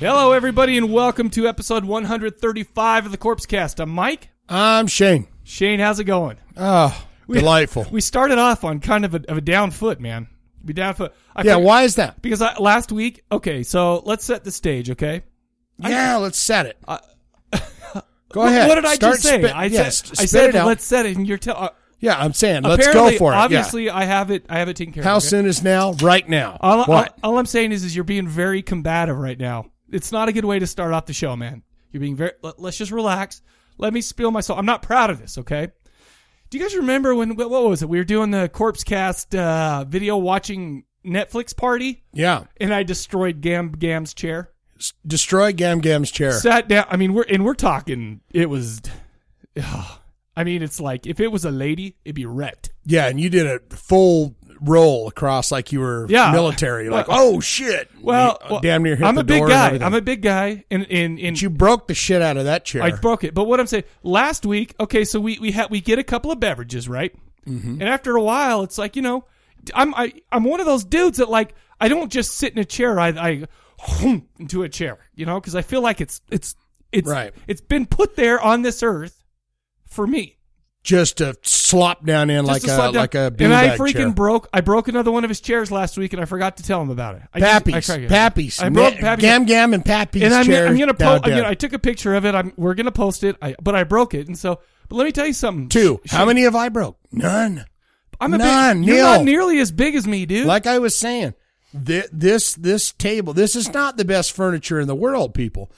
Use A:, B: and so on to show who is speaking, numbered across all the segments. A: Hello, everybody, and welcome to episode 135 of the Corpse Cast. I'm Mike.
B: I'm Shane.
A: Shane, how's it going?
B: Oh, delightful.
A: We started off on kind of a, of a down foot, man. We down foot. I
B: yeah,
A: figured-
B: why is that?
A: Because I, last week, okay, so let's set the stage, okay?
B: Yeah, let's set it.
A: I-
B: Go ahead.
A: What did I
B: Start
A: just say?
B: spit-
A: I
B: yeah,
A: said,
B: s-
A: I
B: spit
A: said
B: it out.
A: let's set it, and you're telling.
B: Yeah, I'm saying let's go
A: apparently,
B: for it. yeah.
A: Obviously, I have it. I have it taken care
B: How
A: of. okay?
B: soon is now? Right now.
A: All,
B: what?
A: all, all I'm saying is, is you're being very combative right now. It's not a good way to start off the show, man. You're being very. Let, us just relax. Let me spill my soul. I'm not proud of this. Okay. Do you guys remember when what what was it? We were doing the Corpse Cast uh, video watching Netflix party,
B: yeah.
A: and I destroyed Gam Gam's chair.
B: S- Destroy Gam Gam's chair.
A: Sat down. I mean, we're and we're talking. It was. I mean, it's like if it was a lady, it'd be wrecked.
B: yeah, and you did a full roll across like you were
A: Yeah.
B: military. Like,
A: Well-
B: oh shit.
A: Well,
B: You damn near hit
A: I'm
B: the
A: a big
B: door and
A: guy.
B: everything.
A: I'm a big guy, and and and
B: But you broke the shit out of that chair.
A: I broke it. But what I'm saying, last week, okay, so we we had we get a couple of beverages, right?
B: Mm-hmm.
A: And after a while, it's like you know, I'm I, I'm one of those dudes that like I don't just sit in a chair. I I whoom into a chair, you know, because I feel like it's it's it's
B: Right.
A: it's been put there on this earth for me.
B: just to slop down in
A: Just
B: like
A: to
B: a
A: slap down.
B: like a
A: and I
B: beanbag
A: freaking
B: chair.
A: broke. I broke another one of his chairs last week, and I forgot to tell him about it. I
B: Pappy's,
A: I tried again.
B: Pappy's,
A: I broke
B: Ne-
A: Pappy's.
B: Gam Gam and Pappy's
A: and I'm,
B: chair.
A: I'm gonna
B: down
A: post. I'm
B: dead.
A: gonna- I took a picture of it. I'm we're gonna post it. I but I broke it, and so. But let me tell you something.
B: Two.
A: Sh-
B: How many have I broke? None.
A: I'm a
B: None,
A: big, You're not
B: nil.
A: nearly as big as me, dude.
B: Like I was saying, thi- this this table, this is not the best furniture in the world, people.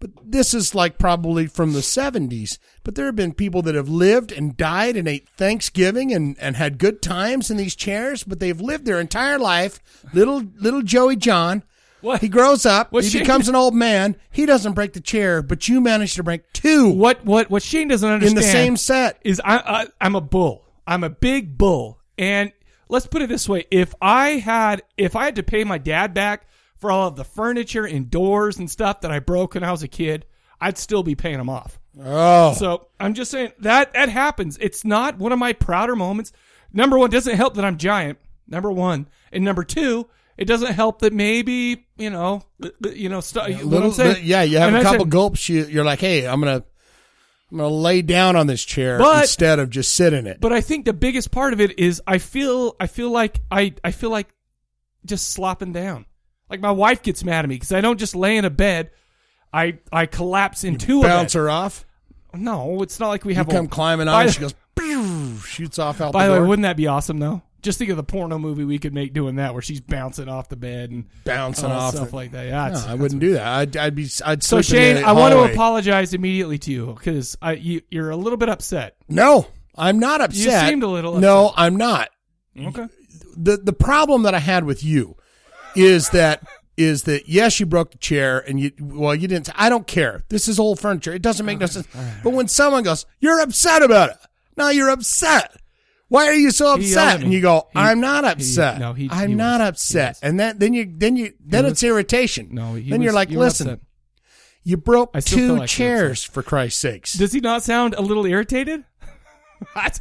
B: But this is like probably from the 70s. But there have been people that have lived and died and ate Thanksgiving and, and had good times in these chairs, but they've lived their entire life. Little little Joey John,
A: what?
B: he grows up,
A: Well,
B: he
A: Shane-
B: becomes an old man. He doesn't break the chair, but you managed to break two
A: what? What? What? Shane doesn't
B: in
A: understand
B: the same set.
A: is I, I. I'm a bull. I'm a big bull. And let's put it this way: if I had, if I had to pay my dad back for all of the furniture and doors and stuff that I broke when I was a kid, I'd still be paying him off.
B: Oh,
A: So I'm just saying that that happens. It's not one of my prouder moments. Number one, doesn't help that I'm giant. Number one, and number two, it doesn't help that maybe you know, li- li- you know, stu- what
B: little,
A: I'm saying.
B: li- yeah, you have
A: And
B: a
A: I
B: couple
A: said-
B: gulps. You, you're like, hey, I'm gonna, I'm gonna lay down on this chair
A: But-
B: instead of just sit in it.
A: But I think the biggest part of it is I feel I feel like I I feel like just slopping down. Like my wife gets mad at me because I don't just lay in a bed. I I collapse into a
B: Bounce
A: bed.
B: her off.
A: No, it's not like we
B: You
A: have a-
B: come climbing
A: By
B: on.
A: the-
B: She goes, "Pew," shoots off out
A: By
B: the
A: the way,
B: door.
A: wouldn't that be awesome though? Just think of the porno movie we could make doing that, where she's bouncing off the bed and
B: bouncing
A: all
B: off.
A: Oh, stuff
B: it.
A: like that. Yeah,
B: no,
A: it's-
B: I wouldn't do that. I'd, I'd be. I'd
A: So
B: sleep in
A: Shane,
B: the
A: I want to
B: hallway.
A: apologize immediately to you because I you, you're a little bit upset.
B: No, I'm not upset.
A: seemed a little
B: No, I'm not.
A: Okay.
B: the the problem that I had with you is that is that yes, you broke the chair and you well you didn't. I don't care. This is old furniture. It doesn't make no sense. But when someone goes, you're upset about it. No, you're upset. Why are you so
A: He yelled at
B: upset?
A: me.
B: And you go,
A: He-
B: I'm not upset.
A: no, he-
B: I'm
A: he
B: not
A: was- he
B: upset.
A: was.
B: And that then you then you then
A: was-
B: it's irritation.
A: No, he
B: then
A: was-
B: you're like,
A: you were
B: listen,
A: upset.
B: you broke
A: I still feel
B: two
A: like you're
B: chairs for Christ's sakes.
A: Does he not sound a little irritated? That's-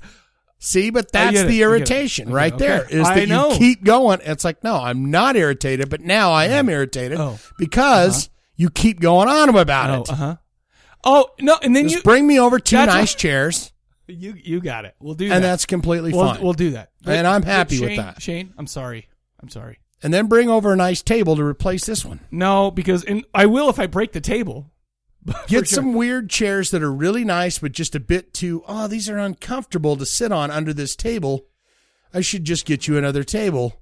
B: See,
A: I
B: but that's
A: get it. I
B: the
A: get it.
B: irritation
A: Okay,
B: right
A: okay.
B: there. Is
A: I
B: that
A: know.
B: you keep going? It's like, no, I'm not irritated, but now I am irritated
A: Oh.
B: because you keep going on about
A: oh,
B: it.
A: uh huh. Oh no, and then
B: Just
A: you
B: bring me over two
A: That's
B: nice
A: what-
B: chairs,
A: you you got it. We'll do that,
B: and that's completely
A: we'll,
B: fine.
A: We'll do that,
B: And I'm happy with
A: Shane,
B: that.
A: Shane, I'm sorry. I'm sorry.
B: and then bring over a nice table to replace this one.
A: No, because and I will if I break the table. For
B: Get
A: sure.
B: some weird chairs that are really nice, but just a bit too. Oh, these are uncomfortable to sit on under this table. I should just get you another table.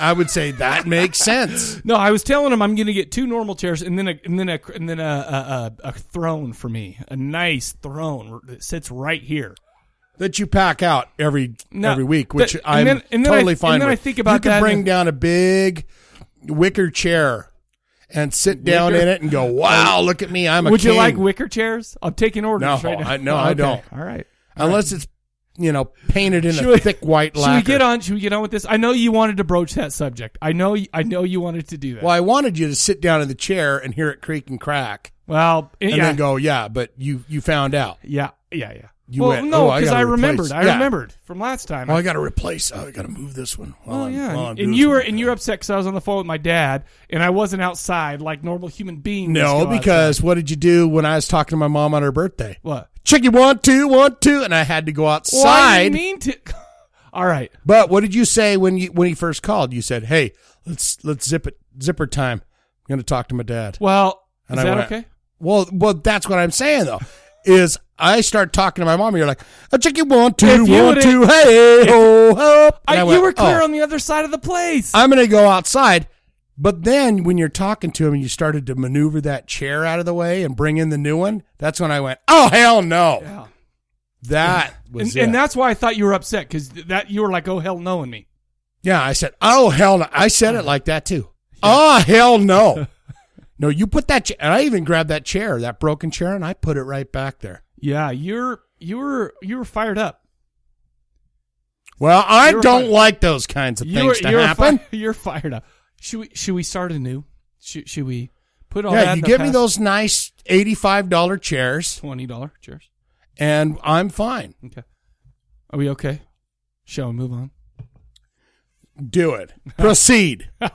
B: I would say that makes sense.
A: No, I was telling him I'm going to get two normal chairs and then a and then a and then a a, a, a throne for me, a nice throne that sits right here.
B: That you pack out every
A: No,
B: every week, which
A: that- and
B: I'm
A: then- and then I-
B: totally
A: and
B: fine
A: then I
B: with.
A: think about
B: you could
A: that
B: bring
A: and-
B: down a big wicker chair and sit down
A: Wicker?
B: in it and go, "Wow, look at me! I'm a
A: Would you
B: king."
A: like wicker chairs? I'm taking orders
B: No,
A: right now.
B: I- no, I
A: okay.
B: don't.
A: All right.
B: Unless it's you know painted in
A: Should
B: a
A: we-
B: thick white
A: Should
B: lacquer.
A: we get on? Should we get on with this? I know you wanted to broach that subject. I know. y- I know you wanted to do that.
B: Well, I wanted you to sit down in the chair and hear it creak and crack,
A: Well,
B: and
A: yeah,
B: then go, "Yeah," but you you found out.
A: yeah, yeah, yeah.
B: You
A: well,
B: went,
A: no,
B: "Oh, I
A: because
B: gotta
A: I,
B: replace."
A: remembered. I
B: Yeah.
A: remembered from last time.
B: Well, I got to replace. Oh, I got to move this one. Well,
A: Oh yeah,
B: while I'm
A: and,
B: doing
A: you were
B: something.
A: and you were upset because I was on the phone with my dad and I wasn't outside like normal human beings.
B: No,
A: go outside.
B: because what did you do when I was talking to my mom on her birthday?
A: what?
B: Chicky one two one two, and I had to go
A: Well, I
B: outside.
A: didn't mean to. All right,
B: but what did you say when you when he first called? You said, "Hey, let's let's zip it zipper time. I'm going to talk to my dad."
A: well,
B: And
A: Oh, is
B: I
A: that
B: went-
A: okay?
B: Well, well, that's what I'm saying though. Is I start talking to my mom, and you're like, "A chicky one two
A: If you
B: one
A: would've-
B: two, hey ho ho."
A: I,
B: And
A: you
B: went,
A: were clear
B: "Oh,
A: on the other side of the place.
B: I'm going to go outside. But then when you're talking to him and you started to maneuver that chair out of the way and bring in the new one, that's when I went, "Oh hell no!"
A: Yeah.
B: That was
A: and,
B: it.
A: and that's why I thought you were upset because that you were like, "Oh hell, knowing me."
B: yeah, I said, "Oh hell no!" I said
A: Uh-huh.
B: it like that too. Oh hell no! no, you put that, cha- and I even grabbed that chair, that broken chair, and I put it right back there.
A: Yeah, you're you were you were fired up.
B: Well, I
A: You were
B: don't
A: fi-
B: like those kinds of
A: You were,
B: things to
A: you're,
B: happen.
A: fi- you're fired up. Should we should we start anew? Should should we put all that?
B: yeah,
A: in
B: you
A: the
B: give me
A: past?
B: those nice eighty-five dollar chairs,
A: twenty dollar chairs.
B: and I'm fine.
A: Okay. Are we okay? Shall we move on?
B: Do it. Proceed.
A: All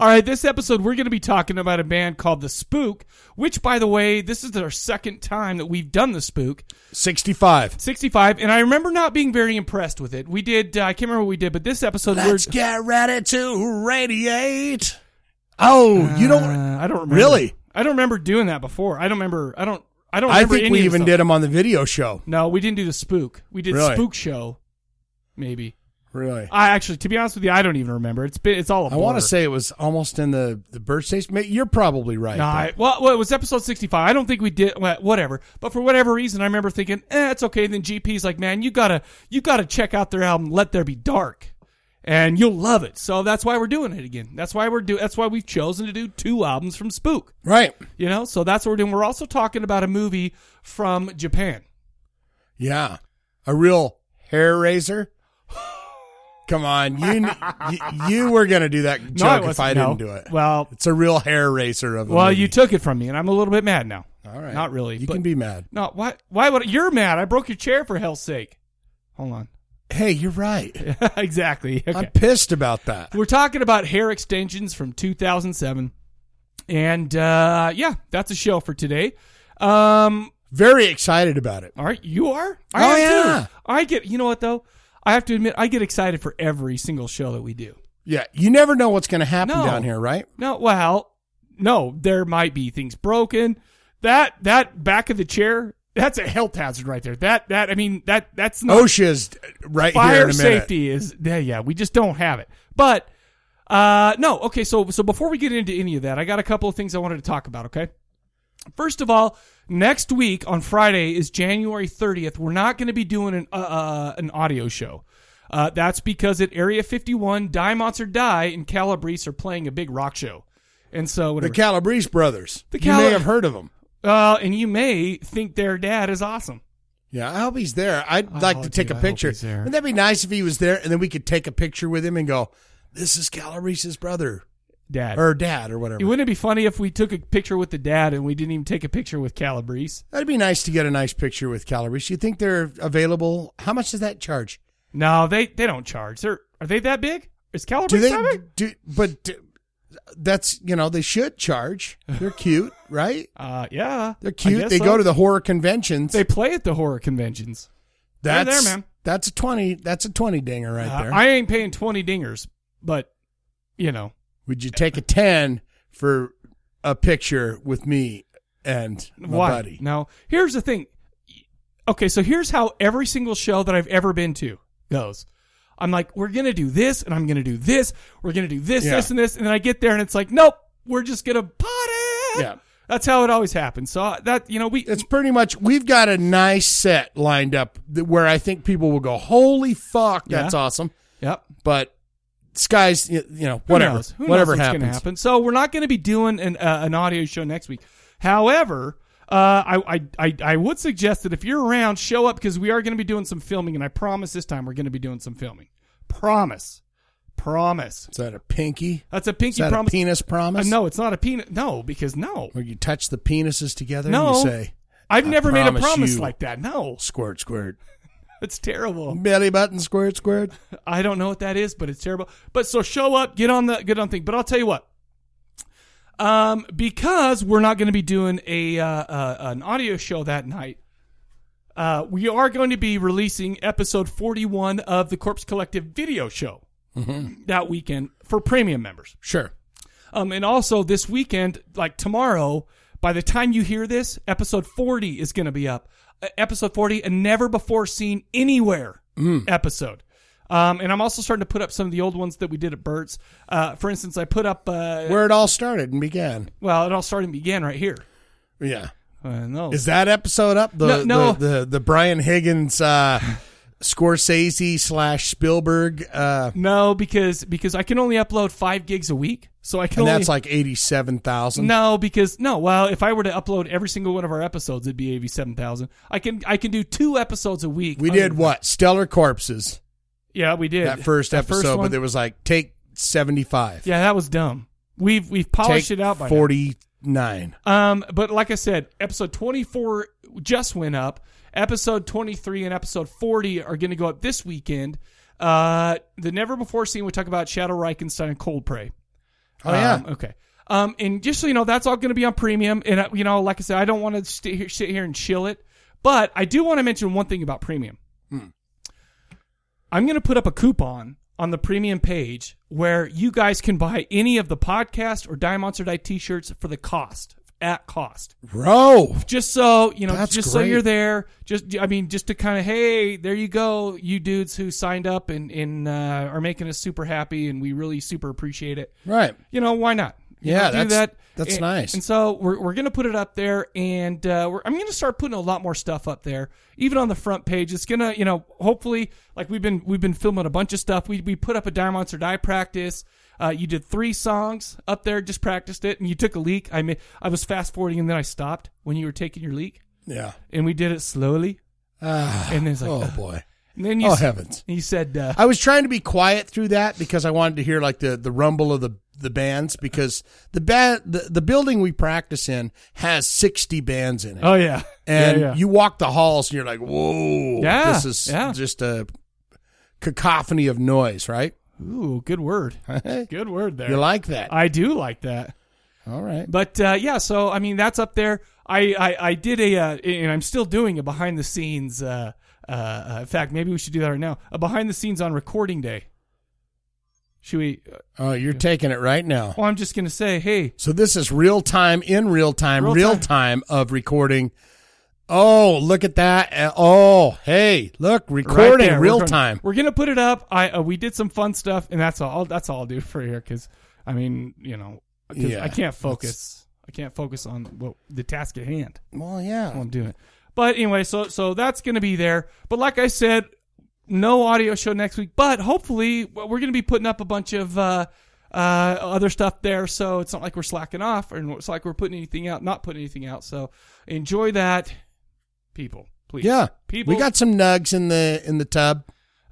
A: right, this episode we're going to be talking about a band called The Spook, which by the way, this is our second time that we've done The Spook.
B: Sixty-five.
A: 65 and I remember not being very impressed with it. We did uh, I can't remember what we did, but this episode
B: Let's
A: we're
B: get ready to radiate. Oh, you don't.
A: Uh, I don't remember.
B: Really?
A: I don't remember doing that before. I don't remember I don't I don't
B: I
A: remember
B: think
A: any
B: we
A: of
B: even
A: the
B: did
A: stuff.
B: them on the video show.
A: No, we didn't do The Spook. We did
B: Really?
A: Spook Show maybe.
B: Really?
A: I actually to be honest with you, I don't even remember. It's been it's all a
B: I want
A: blur.
B: to say it was almost in the the birthdays. Ma- You're probably right.
A: No, I, well, well, it was episode 65. I don't think we did well, whatever, but for whatever reason, I remember thinking, eh, it's okay. then GP's like, man, you gotta, you gotta check out their album, Let There Be Dark, and you'll love it. So that's why we're doing it again. That's why we're do. That's why we've chosen to do two albums from Spook.
B: though. right.
A: You know, so that's what we're doing. We're also talking about a movie from Japan.
B: Yeah. A real hair raiser. Come on, you you, you were gonna do that
A: No, I
B: joke if
A: wasn't,
B: I
A: no.
B: didn't do it.
A: Well,
B: it's a real hair raiser of a
A: well,
B: movie.
A: you took it from me, and I'm a little bit mad now.
B: All right.
A: not really,
B: You
A: but-
B: can be mad.
A: No, why? Why would you're mad? I broke your chair for hell's sake. Hold on.
B: Hey, you're right.
A: exactly. Okay.
B: I'm pissed about that.
A: We're talking about hair extensions from 2007. And uh, yeah, that's a show for today. Um,
B: Very excited about it.
A: all right, you are?
B: Oh,
A: am too.
B: yeah.
A: I get, you know what though? I have to admit, I get excited for every single show that we do.
B: Yeah, you never know what's gonna happen
A: No.
B: down here, right?
A: No, well, no, there might be things broken. That that back of the chair, that's a health hazard right there. That that I mean that that's not
B: OSHA's right here in
A: fire
B: a minute.
A: safety is yeah, yeah we just don't have it but uh no okay so so before we get into any of that i got a couple of things i wanted to talk about okay first of all next week on friday is january 30th we're not going to be doing an uh, uh an audio show uh, that's because at Area 51, Die Monster Die and Calabrese are playing a big rock show, and so
B: The
A: whatever.
B: Calabrese brothers.
A: The
B: you
A: Cala-
B: may have heard of them.
A: uh, and you may think their dad is awesome.
B: Yeah, I hope he's there. I'd
A: I
B: like
A: hope
B: to take
A: he- Oh,
B: a
A: I hope
B: picture.
A: he's there.
B: Wouldn't that be nice if he was there, and then we could take a picture with him and go, "This is Calabrese's brother
A: Dad,
B: or dad or whatever."
A: wouldn't it be funny if we took a picture with the dad and we didn't even take a picture with Calabrese?
B: That'd be nice to get a nice picture with Calabrese. You think they're available? How much does that charge?
A: No, they they don't charge. They're are they that big? Is
B: Do
A: Calabrese
B: they
A: that big?
B: do? But do- that's you know they should charge. They're cute, right?
A: Uh, yeah,
B: They're cute. They go to the horror conventions.
A: they play at the horror conventions. they're
B: that's
A: there, man.
B: That's a twenty. That's a twenty dinger right
A: Uh,
B: there.
A: I ain't paying twenty dingers, but you know,
B: Would you take a ten for a picture with me and my
A: why?
B: buddy?
A: No, here's the thing. Okay, so here's how every single show that I've ever been to goes. I'm like, we're gonna do this, and I'm gonna do this, we're gonna do this,
B: Yeah.
A: this, and this, and then I get there, and it's like, nope, we're just gonna potty.
B: Yeah.
A: That's how it always happens. So I- that you know, we
B: It's pretty much we've got a nice set lined up that- where I think people will go, "Holy fuck, that's
A: Yeah.
B: awesome."
A: Yep.
B: But skies, you you know,
A: Who
B: whatever,
A: knows? Who
B: whatever
A: knows what's gonna
B: happens.
A: happen. So we're not going to be doing an uh, an audio show next week. However, uh, I, I I I would suggest that if you're around, show up because we are going to be doing some filming, and I promise this time we're going to be doing some filming. Promise, promise.
B: Is that a pinky?
A: That's a
B: Is
A: pinky
B: that
A: promise.
B: a penis promise?
A: Uh, no, it's not a penis. No, because no,
B: Where you touch the penises together
A: no.
B: and you say,
A: I've
B: "I
A: never made a
B: promise
A: promise
B: you."
A: like that. No,
B: "Squirt, squirt."
A: it's terrible.
B: Belly button, squirt, squirt.
A: I don't know what that is, but it's terrible. But so show up, get on the get on thing. But I'll tell you what. Um, because we're not going to be doing a uh, uh, an audio show that night. Uh, we are going to be releasing episode 41 of the Corpse Collective video show that weekend for premium members.
B: Mm-hmm. Sure.
A: Um, and also this weekend, like tomorrow, by the time you hear this, episode 40 is going to be up. Uh, episode 40, a never before seen anywhere
B: Mm.
A: episode. Um, and I'm also starting to put up some of the old ones that we did at Burt's. Uh, for instance, I put up, uh,
B: Where it all started and began.
A: well, it all started and began right here.
B: Yeah.
A: Uh, no.
B: Is that episode up? The
A: No, no.
B: The, the the Brian Higgins uh, Scorsese slash Spielberg, uh,
A: no, because, because I can only upload five gigs a week. So I can
B: and
A: only,
B: that's like eighty seven thousand.
A: No, because no. Well, if I were to upload every single one of our episodes, it'd be eighty-seven thousand. I can I can do two episodes a week.
B: we did what? Stellar Corpses
A: Yeah, we did
B: that first episode,
A: one?
B: but there was like take seventy five.
A: Yeah, that was dumb. We've we've polished it out by now.
B: forty nine.
A: Um, but like I said, episode twenty four just went up. Episode twenty three and episode forty are going to go up this weekend. Uh, the never before seen we talk about Shadow Reichenstein and Cold Prey.
B: Oh yeah.
A: Um, okay. Um, and just so you know, that's all going to be on premium. And uh, you know, like I said, I don't want to sit here, sit here and chill it, but I do want to mention one thing about premium.
B: Hmm.
A: I'm going to put up a coupon on the premium page where you guys can buy any of the podcast or Die Monster Die t-shirts for the cost at cost.
B: Bro.
A: Just so, you know,
B: That's
A: just so
B: great.
A: you're there, just, I mean, just to kind of, Hey, there you go. You dudes who signed up and, and, uh, are making us super happy and we really super appreciate it
B: Right.
A: you know, why not? You know,
B: Yeah,
A: do
B: that's-
A: that.
B: that's
A: And-
B: nice.
A: And so we're, we're going to put it up there, and uh, we're, I'm going to start putting a lot more stuff up there, even on the front page. It's going to, you know, hopefully, like we've been we've been filming a bunch of stuff. We we put up a Die Monster Die practice. Uh, you did three songs up there, just practiced it, and you took a leak. I mean, I was fast forwarding, and then I stopped when you were taking your leak,
B: Yeah.
A: and we did it slowly.
B: Ah,
A: And then it's like,
B: oh
A: ugh.
B: boy.
A: And then you,
B: Oh
A: s-
B: heavens.
A: you said, uh,
B: I was trying to be quiet through that because I wanted to hear like the, the rumble of the, the bands because the band the, the building we practice in has sixty bands in it.
A: "Oh yeah,
B: and
A: yeah, yeah.
B: you walk the halls and you're like, Whoa,
A: Yeah,
B: this is
A: yeah.
B: just a cacophony of noise, right?
A: ooh, good word, good word there.
B: you like that.
A: I do like that.
B: All right.
A: But uh, yeah, so I mean, that's up there. I I, I did a uh, and I'm still doing a behind the scenes. Uh, uh, uh, in fact, maybe we should do that right now. A behind the scenes on recording day. Should we? uh,
B: Oh, you're taking it right now.
A: Well, I'm just gonna say, hey,
B: So this is real time in real time,
A: Real
B: real,
A: time.
B: time. of recording. Oh, look at that. Uh, Oh, hey, look,
A: right
B: recording
A: there,
B: real
A: we're gonna-
B: time.
A: We're gonna put it up. I uh, we did some fun stuff, and that's all. That's all I'll do for here because I mean, you know, 'cause
B: Yeah,
A: I can't focus. I can't focus on what the task at hand.
B: Well, yeah.
A: while I'm doing it. But anyway, so so that's going to be there. But like I said, no audio show next week. But hopefully, well, we're going to be putting up a bunch of uh, uh, other stuff there. So it's not like we're slacking off, and it's like we're putting anything out, not putting anything out. So enjoy that, people. Please,
B: Yeah.
A: people.
B: We got some nugs in the in the tub.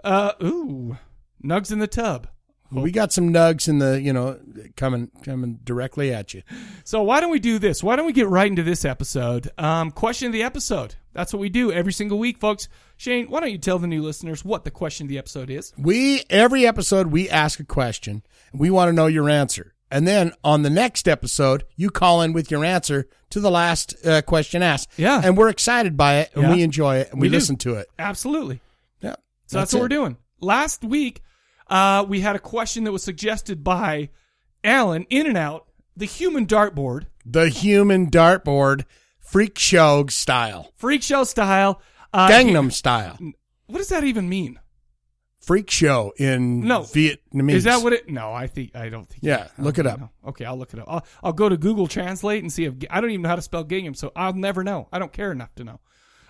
A: uh, ooh, nugs in the tub.
B: We got some nugs in the, you know, coming coming directly at you.
A: So why don't we do this? Why don't we get right into this episode? Um, question of the episode. That's what we do every single week, folks. Shane, why don't you tell the new listeners what the question of the episode is?
B: We every episode we ask a question and we want to know your answer. And then on the next episode, you call in with your answer to the last uh, question asked.
A: Yeah.
B: And we're excited by it and
A: Yeah.
B: we enjoy it and we,
A: We do.
B: listen to it.
A: Absolutely.
B: Yeah.
A: So that's, what we're doing. Last week, uh, we had a question that was suggested by Alan In and Out, the human dartboard,
B: The human dartboard, freak show style,
A: freak show style. Uh,
B: Gangnam style,
A: What does that even mean?
B: freak show in
A: No.
B: Vietnamese.
A: Is that what it? No, I think I don't think.
B: Yeah,
A: I
B: look
A: don't
B: it up.
A: know. Okay, I'll look it up. I'll, I'll go to Google Translate and see if I don't even know how to spell gingham, so I'll never know. I don't care enough to know.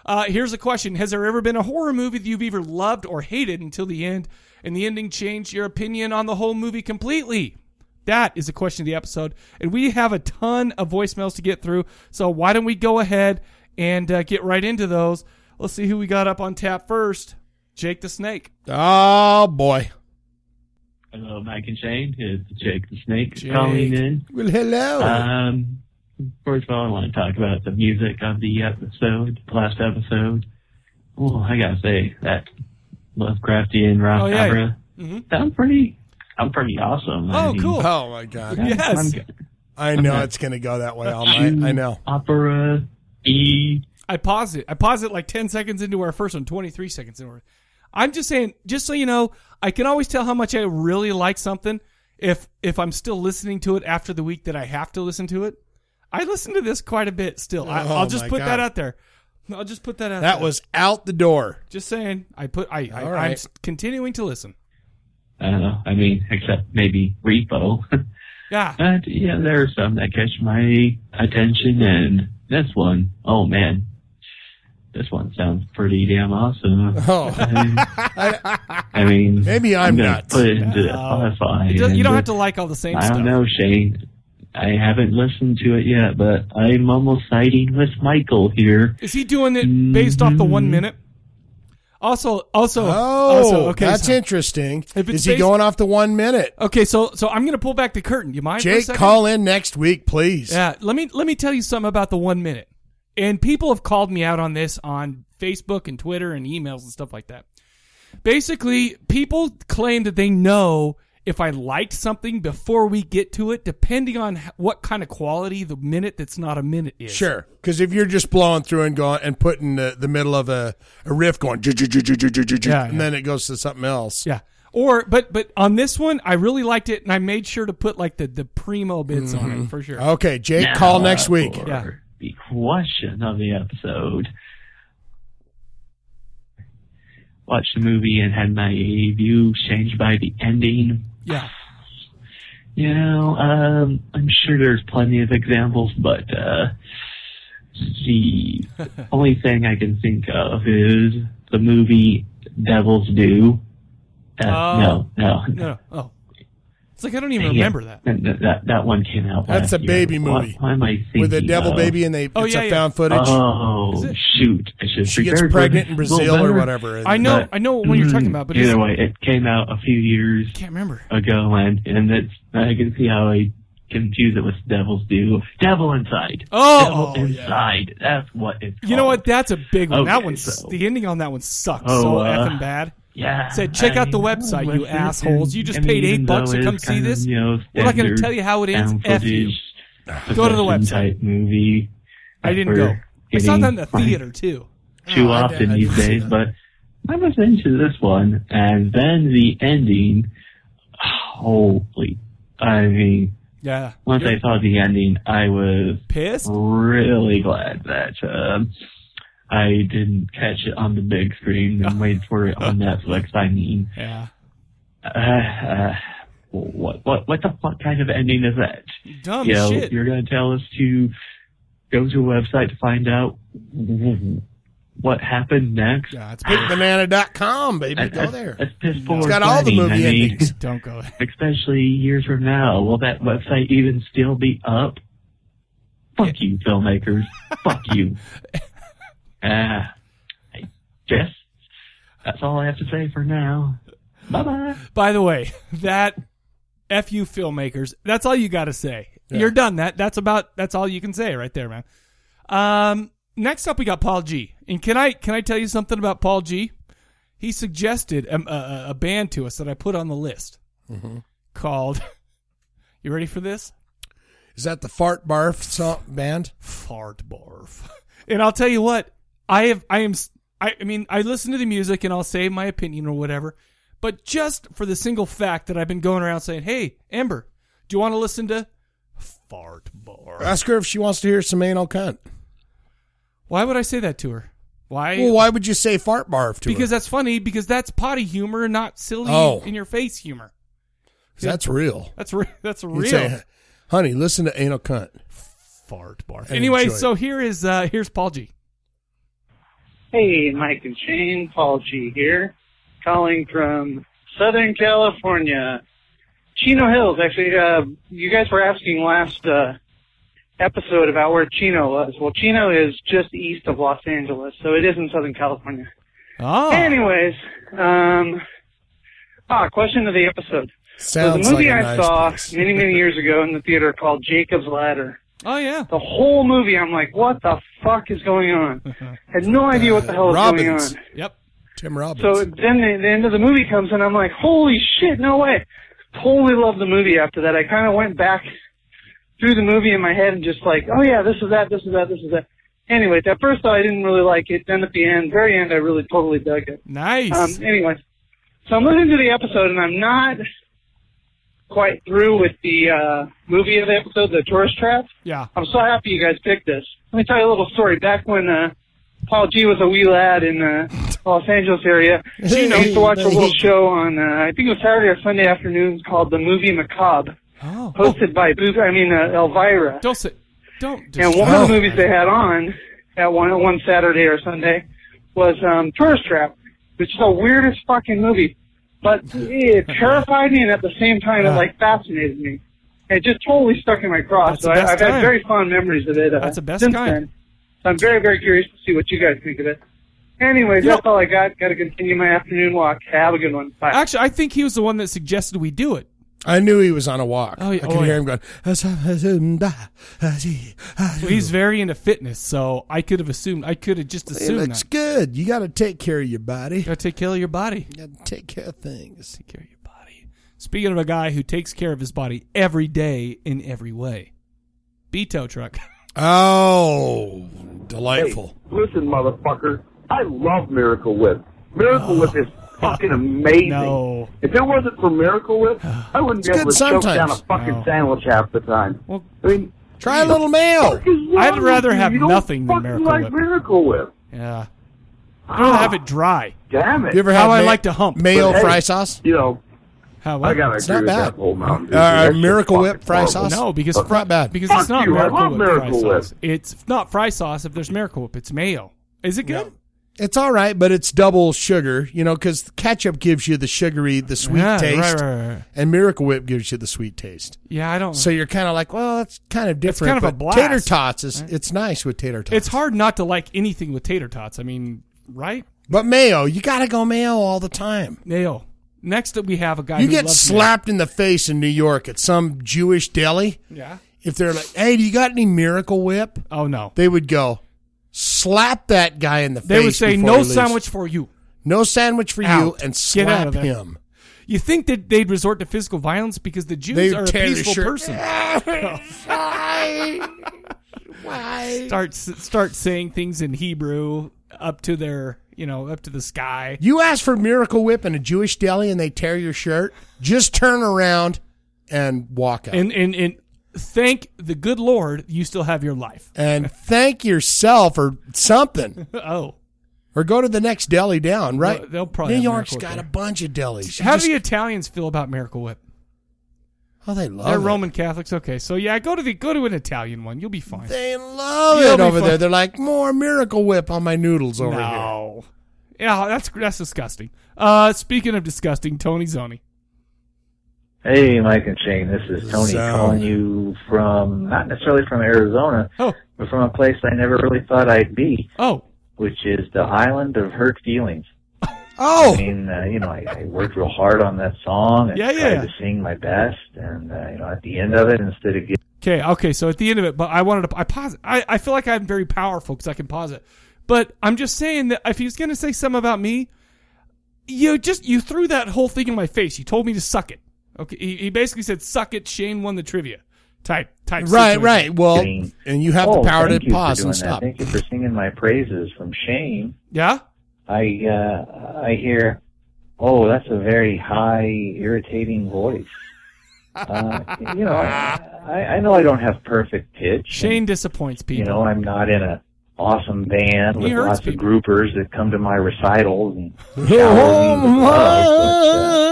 A: Uh, here's a question: Has there ever been a horror movie that you've either loved or hated until the end, and the ending changed your opinion on the whole movie completely? That is the question of the episode, and we have a ton of voicemails to get through. So why don't we go ahead and uh, get right into those? Let's see who we got up on tap first. Jake the Snake.
B: Oh boy.
C: Hello, Mike and Shane. It's Jake the Snake
A: Jake.
C: calling in.
B: Well, hello.
C: Um, first of all, I want to talk about the music of the episode, last episode. Well, I gotta say that Lovecraftian rock
A: Oh, yeah.
C: opera
A: Mhm.
C: sound pretty. I'm pretty awesome. I
A: Oh,
C: mean,
A: cool.
B: oh my god.
C: yeah,
A: Yes.
C: I'm-
B: I know it's gonna go that way all night. I know.
C: Opera E.
A: I paused it. I paused it like 10 seconds into our first one, 23 seconds into our. I'm just saying, just so you know, I can always tell how much I really like something if if I'm still listening to it after the week that I have to listen to it. I listen to this quite a bit still. I,
B: Oh,
A: I'll just
B: my
A: put
B: God.
A: that out there. I'll just put that out
B: That
A: there.
B: was out the door.
A: just saying. I put I, I
B: All
A: I'm
B: right.
A: s- continuing to listen.
C: I don't know. I mean, except maybe Repo.
A: Yeah.
C: but yeah, there are some that catch my attention, and this one, oh man, this one sounds pretty damn awesome.
B: Oh,
C: I mean,
B: Maybe I'm
C: gonna
B: nuts.
C: Put it into
A: No.
C: Spotify.
A: Uh, It does- you don't
C: and
A: have to like all the same
C: I
A: stuff.
C: don't know, Shane. I haven't listened to it yet, but I'm almost siding with Michael here.
A: Is he doing it based off the one minute? Also, also, also,
B: Mm-hmm. oh,
A: okay,
B: that's
A: so-
B: interesting.
A: If it's
B: Is he
A: based-
B: going off the one minute?
A: Okay, so so I'm gonna pull back the curtain. You mind? for a
B: Jake,
A: second?
B: call in next week, please.
A: Yeah, let me let me tell you something about the one minute. And people have called me out on this on Facebook and Twitter and emails and stuff like that. Basically, people claim that they know if I liked something before we get to it, depending on h- what kind of quality the minute that's not a minute is.
B: Sure, because if you're just blowing through and going and putting the, the middle of a, a riff going, "Ju- ju- ju- ju- ju- ju- ju,"
A: Yeah, yeah.
B: and then it goes to something else.
A: Yeah. Or but but on this one, I really liked it, and I made sure to put like the the primo bits on it for sure.
B: Mm-hmm. Okay, Jake, call
C: Now,
B: next week.
C: for
A: Yeah.
C: The question of the episode. Watched the movie and had my view changed by the ending.
A: Yeah.
C: You know, um, I'm sure there's plenty of examples, but uh, the only thing I can think of is the movie Devil's Due. Uh,
A: Oh.
C: no, no,
A: No. no. Oh. It's like I don't even
C: Yeah.
A: remember that.
C: Th- th- That that one came out.
B: That's
C: last
B: a baby
C: year.
B: movie.
C: What, what am I thinking
B: With a devil
C: of?
B: baby, and they
A: Oh,
B: it's
A: yeah,
B: a
A: yeah.
B: found footage.
C: Oh
A: it-
C: shoot! I should
B: she gets pregnant in Brazil or whatever. and-
A: I know,
C: But-
A: I know what you're talking about, but it's,
C: Either way, it came out a few years
A: can't remember.
C: ago, and and it's I can see how I confuse it with Devil's Due. Devil Inside.
A: Oh,
C: Devil Inside. That's what it's.
A: you know
C: called.
A: what? That's a big one. that
C: Okay,
A: one's
C: so-
A: the ending on that one sucks
C: Oh,
A: so
C: uh,
A: effing bad.
C: Yeah.
A: Said, check out the
C: I know,
A: website, you
C: listen, and-
A: assholes. You just
C: I mean,
A: paid eight
C: even
A: bucks to
C: though
A: come
C: it's
A: see
C: kind of,
A: this?
C: You know,
A: We're not gonna
C: standard
A: tell you how it ends.
C: found
A: F you.
C: footage,
A: Go to the
C: possession
A: website.
C: type Movie.
A: I didn't
C: We're
A: go. I saw
C: getting
A: that in the
C: fined
A: theater too.
C: too
B: Oh, I
C: often
B: did- I
C: these
B: did see
C: days,
B: that.
C: but I was into this one, and then the ending. Holy! I mean,
A: Yeah,
C: once I saw the ending, I was
A: pissed.
C: really glad that um, I didn't catch it on the big screen and wait for it on Netflix. I mean,
A: Yeah,
C: uh, uh, what what what the fuck kind of ending is that?
A: dumb
C: you know,
A: shit.
C: you're gonna tell us to go to a website to find out what happened next.
A: Yeah, it's big.
B: BigBanana.com, baby. Go
C: That's-
B: there.
C: That's piss poor.
B: It's got all the
C: planning,
B: movie
C: I mean,
B: endings.
A: Don't go.
C: Especially years from now. Will that website even still be up? Fuck you, filmmakers. Fuck you. Ah, I guess that's all I have to say for now. Bye bye.
A: By the way, that f you filmmakers. That's all you got to say. You're done. That that's about. That's all you can say right there, man. Um, next up we got Paul G. And can I can I tell you something about Paul G? He suggested a, a, a band to us that I put on the list
B: Mm-hmm.
A: called. You ready for this?
B: Is that the Fart Barf song band?
A: Fart barf. And I'll tell you what, I have I am s- I, I mean I listen to the music and I'll say my opinion or whatever, but just for the single fact that I've been going around saying, "Hey, Amber, do you want to listen to Fart Barf?"
B: Ask her if she wants to hear some anal cunt.
A: Why would I say that to her? Why?
B: Well, why would you say fart barf to
A: because
B: her?
A: that's funny. Because that's potty humor, not silly
B: Oh.
A: in your face humor.
B: that's real.
A: That's re- that's
B: You'd
A: real.
B: say, honey, listen to anal cunt.
A: Fart barf.
B: and
A: Anyway,
B: enjoy it.
A: so here is uh here's Paul G.
D: Hey, Mike and Shane, Paul G here, calling from Southern California, Chino Hills. Actually, uh, you guys were asking last uh, episode about where Chino was. Well, Chino is just east of Los Angeles, so it is in Southern California.
A: Oh,
D: Anyways, um, ah, question of the episode.
B: Sounds
D: There's a movie
B: like a
D: I
B: nice
D: saw
B: place.
D: many, many years ago in the theater called Jacob's Ladder.
A: oh yeah.
D: The whole movie, I'm like, what the fuck is going on? Had no idea what the hell is going
B: Robbins.
D: on.
A: Yep.
B: Tim Robbins.
D: So then the, the end of the movie comes, and I'm like, holy shit, no way. Totally loved the movie after that. I kind of went back through the movie in my head and just like, oh yeah, this is that, this is that, this is that. Anyways, at first I didn't really like it. Then at the end, very end, I really totally dug it.
A: Nice.
D: Um, anyway, so I'm listening to the episode, and I'm not quite through with the uh, movie of the episode, The Tourist Trap.
A: yeah.
D: I'm so happy you guys picked this. Let me tell you a little story. Back when uh, Paul G was a wee lad in the Los Angeles area,
B: Hey,
D: I used to watch a little
B: hey.
D: show on, uh, I think it was Saturday or Sunday afternoons called The Movie Macabre,
A: Oh.
D: hosted by Boo, I mean uh, Elvira.
A: Don't say. Don't.
D: And
A: Just,
D: one of the
B: Oh.
D: movies they had on at one one Saturday or Sunday was um, Tourist Trap, which is the weirdest fucking movie. But it terrified me, and at the same time, it like fascinated me. It just totally stuck in my craw.
A: That's
D: so
A: the
D: I,
A: best
D: I've
A: kind.
D: had very fond memories of it. Uh,
A: That's the best
D: since
A: kind.
D: Then. So I'm very very curious to see what you guys think of it. Anyways, that's all I got. Got to continue my afternoon walk. Have a good one. Bye.
A: actually, I think he was the one that suggested we do it.
B: I knew he was on a walk.
A: Oh, yeah.
B: I could
A: Oh,
B: hear
A: yeah.
B: him going.
A: Well, he's very into fitness, so I could have assumed. I could have just
B: It
A: assumed
B: looks
A: that.
B: good. You got to take care of your body.
A: Gotta take care of your body.
B: You got to take care of things.
A: Take care of your body. Speaking of a guy who takes care of his body every day in every way, Beto truck.
B: Oh, delightful.
E: Listen, motherfucker, I love Miracle Whip. Miracle Whip is fucking amazing.
A: No.
E: If it wasn't for Miracle Whip, I wouldn't be
B: It's
E: able to choke
B: good
E: down a
B: sometimes.
E: fucking
A: No.
E: sandwich half the time.
A: Well,
E: I mean,
B: Try a little mail.
E: fuck is wrong
A: I'd rather
E: with you?
A: have
E: You don't
A: nothing than
E: fucking
A: Miracle
E: like
A: Whip.
E: Miracle Whip.
A: yeah. I
E: Ah,
A: have it dry.
E: Damn it.
B: You ever
A: How
B: had
A: I
B: ma-
A: like to hump.
B: mayo
E: Hey.
B: fry sauce?
E: You know,
A: How
E: I gotta
B: It's
E: agree
B: not
E: with
B: bad.
E: that whole mountain. Dew.
B: Uh,
E: That shit's
B: Miracle Whip
E: fucking
B: fry
E: horrible.
B: sauce?
A: No, because
B: It's not bad.
A: Because
E: Fuck
A: it's not
E: you, I
A: Miracle
E: love
A: Whip
E: Miracle
A: fry
E: Whip.
A: sauce. It's not fry sauce if there's Miracle Whip. It's mayo. Is it good?
B: It's all right, but it's double sugar, you know, because ketchup gives you the sugary, the sweet
A: yeah,
B: taste,
A: Right, right, right.
B: and Miracle Whip gives you the sweet taste.
A: Yeah, I don't.
B: So you're kind of like, well, that's kind of different.
A: kind of a
B: but
A: blast,
B: Tater tots is it's nice with tater tots.
A: it's hard not to like anything with tater tots. I mean, right?
B: but mayo, you got to go mayo all the time.
A: Mayo. Next up, we have a guy.
B: You
A: who
B: get
A: loves
B: slapped in the face in New York at some Jewish deli
A: mayo. Yeah.
B: if they're like, "Hey, do you got any Miracle Whip?"
A: Oh no.
B: They would go slap that guy in the
A: They
B: face.
A: would say
B: before
A: no
B: he leaves.
A: sandwich for you.
B: no sandwich for
A: Out.
B: you,
A: Get
B: and
A: out
B: slap
A: of there.
B: him.
A: You think that they'd resort to physical violence because the Jews
B: They
A: are a
B: tear their
A: peaceful
B: shirt.
A: person.
B: Why? Why?
A: Start s- start saying things in Hebrew up to their you know up to the sky.
B: You ask for Miracle Whip in a Jewish deli, and they tear your shirt. Just turn around and walk out.
A: And and and thank the good Lord you still have your life.
B: and thank yourself or something,
A: oh.
B: or go to the next deli down. Right?
A: Well, they'll probably
B: New
A: have
B: York's
A: Miracle
B: got
A: Whip
B: a
A: there.
B: bunch of delis. You
A: How
B: just-
A: do the Italians feel about Miracle Whip?
B: Oh, they love
A: They're
B: it.
A: Roman Catholics. Okay, so yeah, go to the go to an Italian one. You'll be fine.
B: They love
A: You'll
B: it
A: be
B: over
A: fine.
B: there. They're like more Miracle Whip on my noodles over here.
A: no. Yeah, that's that's disgusting. Uh, speaking of disgusting, Tony Zoni.
F: Hey, Mike and Shane, this is Tony
B: Zone.
F: calling you from, not necessarily from Arizona,
A: Oh,
F: but from a place I never really thought I'd be,
A: oh,
F: which is the island of hurt feelings. I
B: Oh,
F: mean, uh, you know, I, I worked real hard on that song and
A: Yeah,
F: tried
A: yeah.
F: to sing my best, and, uh, you know, at the end of it, instead of getting
A: okay, okay. So at the end of it, but I wanted to. I pause. I, I feel like I'm very powerful because I can pause it. But I'm just saying that if he was going to say something about me, you just you threw that whole thing in my face. You told me to suck it. Okay, he, he basically said, "Suck it." Shane won the trivia. Type type.
B: right,
A: situation.
B: right. Well,
F: Getting-
B: and you have
F: oh,
B: the power to
F: thank you
B: pause
F: for doing
B: and
F: that.
B: stop.
F: Thank you for singing my praises from Shane.
A: Yeah.
F: I, uh, I hear, oh, that's a very high, irritating voice. Uh, you know, I, I know I don't have perfect pitch. and-
A: Shane disappoints people.
F: You know, I'm not in a awesome band
A: He
F: with
A: hurts
F: lots
A: people.
F: of groupers that come to my recitals and
B: Oh,
F: shower me with love. But, uh,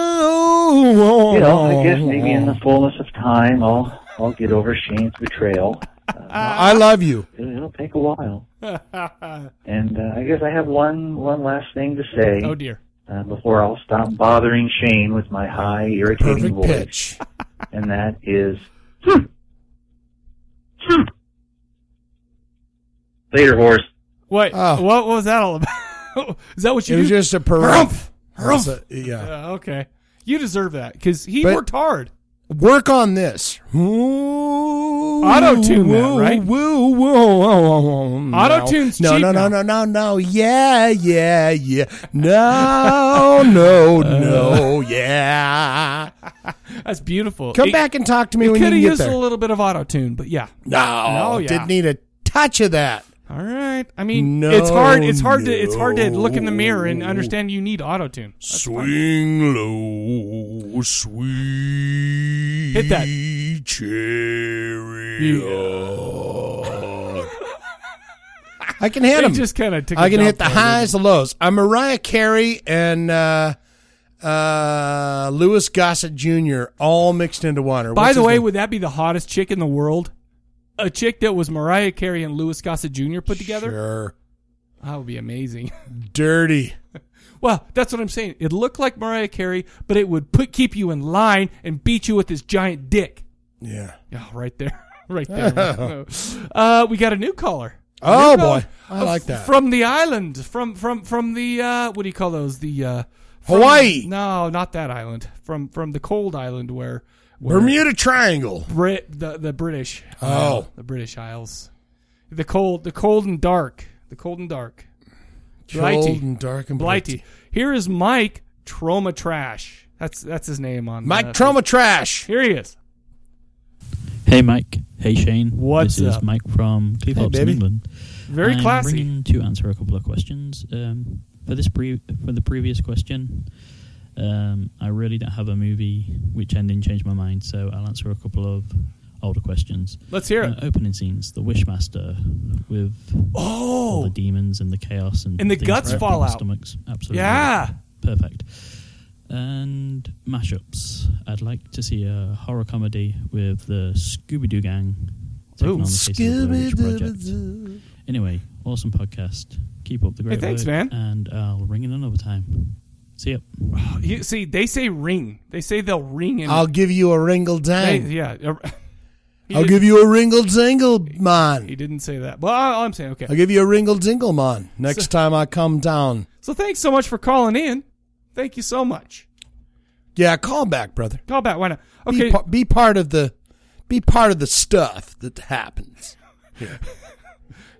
G: Oh,
F: you
B: You
F: know, I guess maybe in the fullness of time, I'll I'll get over Shane's betrayal.
B: I love you.
F: It'll, it'll take a while, and uh, I guess I have one one last thing to say
A: oh dear.
F: uh, before I'll stop bothering Shane with my high, irritating
B: Perfect
F: voice,
B: pitch.
F: and that is. Later, horse.
A: Wait,
B: Oh.
A: what was that all about? Is that what you
B: It was
A: do?
B: just a perumph.
A: Harumph. Harumph.
B: That's a- yeah.
A: Yeah, okay. You deserve that because he
B: But-
A: worked hard.
B: Work on this.
A: Auto-tune
B: Auto-tune
A: that, right? Auto-tune's
B: no,
A: cheap
B: No, no,
A: now.
B: no, no, no, no. Yeah, yeah, yeah. No, no, no, yeah.
A: That's beautiful.
B: Come
A: Uh, It-
B: back and talk to me
A: It
B: when
A: could
B: you
A: have
B: can get
A: used a
B: there.
A: little bit of auto tune, but yeah.
B: No,
A: No, yeah.
B: didn't need a touch of that.
A: All right. I mean,
B: No,
A: it's hard. It's hard to. It's hard to look in the mirror and
B: no.
A: understand you need auto tune.
B: Swing low, sweet
A: Hit that.
B: chariot. I can hit
A: They
B: him.
A: just kind of.
B: I can hit the highs, the lows. I'm Mariah Carey and uh, uh, Lewis Gossett Jr. all mixed into one. Or
A: By
B: what's
A: the
B: his
A: way,
B: name?
A: would that be the hottest chick in the world? A chick that was Mariah Carey and Louis Gossett Jr. put together.
B: Sure.
A: That would be amazing.
B: dirty.
A: Well, that's what I'm saying. It looked like Mariah Carey, but it would put keep you in line and beat you with his giant dick.
B: Yeah.
A: Yeah, right there, right there. uh, we got a new caller. A new caller.
B: Oh, boy. I like that.
A: From the island, from from from the uh, what do you call those? The uh, from-
B: Hawaii.
A: No, not that island. From from the cold island where, where
B: Bermuda Triangle.
A: Brit the the British. uh,
B: Oh.
A: the British Isles. The cold, the cold and dark, the cold and dark. Blighty.
B: Cold and dark and
A: Blighty. Here is Mike Trauma Trash. That's that's his name on
B: Mike
A: uh,
B: Trauma Trash.
A: Here he is.
H: Hey, Mike. Hey, Shane.
A: What's
H: this
A: up?
H: is Mike from Cleve
B: Hey,
H: Hops in
B: baby.
H: England.
A: Very
H: I'm
A: classy.
H: ringing to answer a couple of questions. Um, for this pre- for the previous question, um, I really don't have a movie which ending changed my mind, so I'll answer a couple of older questions.
A: Let's hear
H: Uh,
A: it.
H: opening scenes: The Wishmaster with all
A: Oh,
H: the demons and the chaos and,
A: And the
H: things
A: guts
H: from
A: fall
H: people's
A: out.
H: Stomachs, absolutely.
A: yeah.
H: Perfect. And mashups. I'd like to see a horror comedy with the Scooby Doo gang. taking on the case of the Blair Witch Project. Anyway, awesome podcast. Keep up the great
A: thanks,
H: work,
A: man.
H: And I'll ring in another time. See ya.
A: You see, they say ring. They say they'll ring and
B: I'll give you a ringle
A: they,
B: dang.
A: yeah. He
B: I'll
A: did-
B: give you a ringle dingle,
A: He
B: man.
A: didn't say that. Well, all I'm saying, okay.
B: I'll give you a ringle dingle, man. Next time I come down.
A: So thanks so much for calling in. Thank you so much.
B: Yeah, call back, brother.
A: Call back. Why not?
B: Be,
A: Okay.
B: par- be part of the be part of the stuff that happens.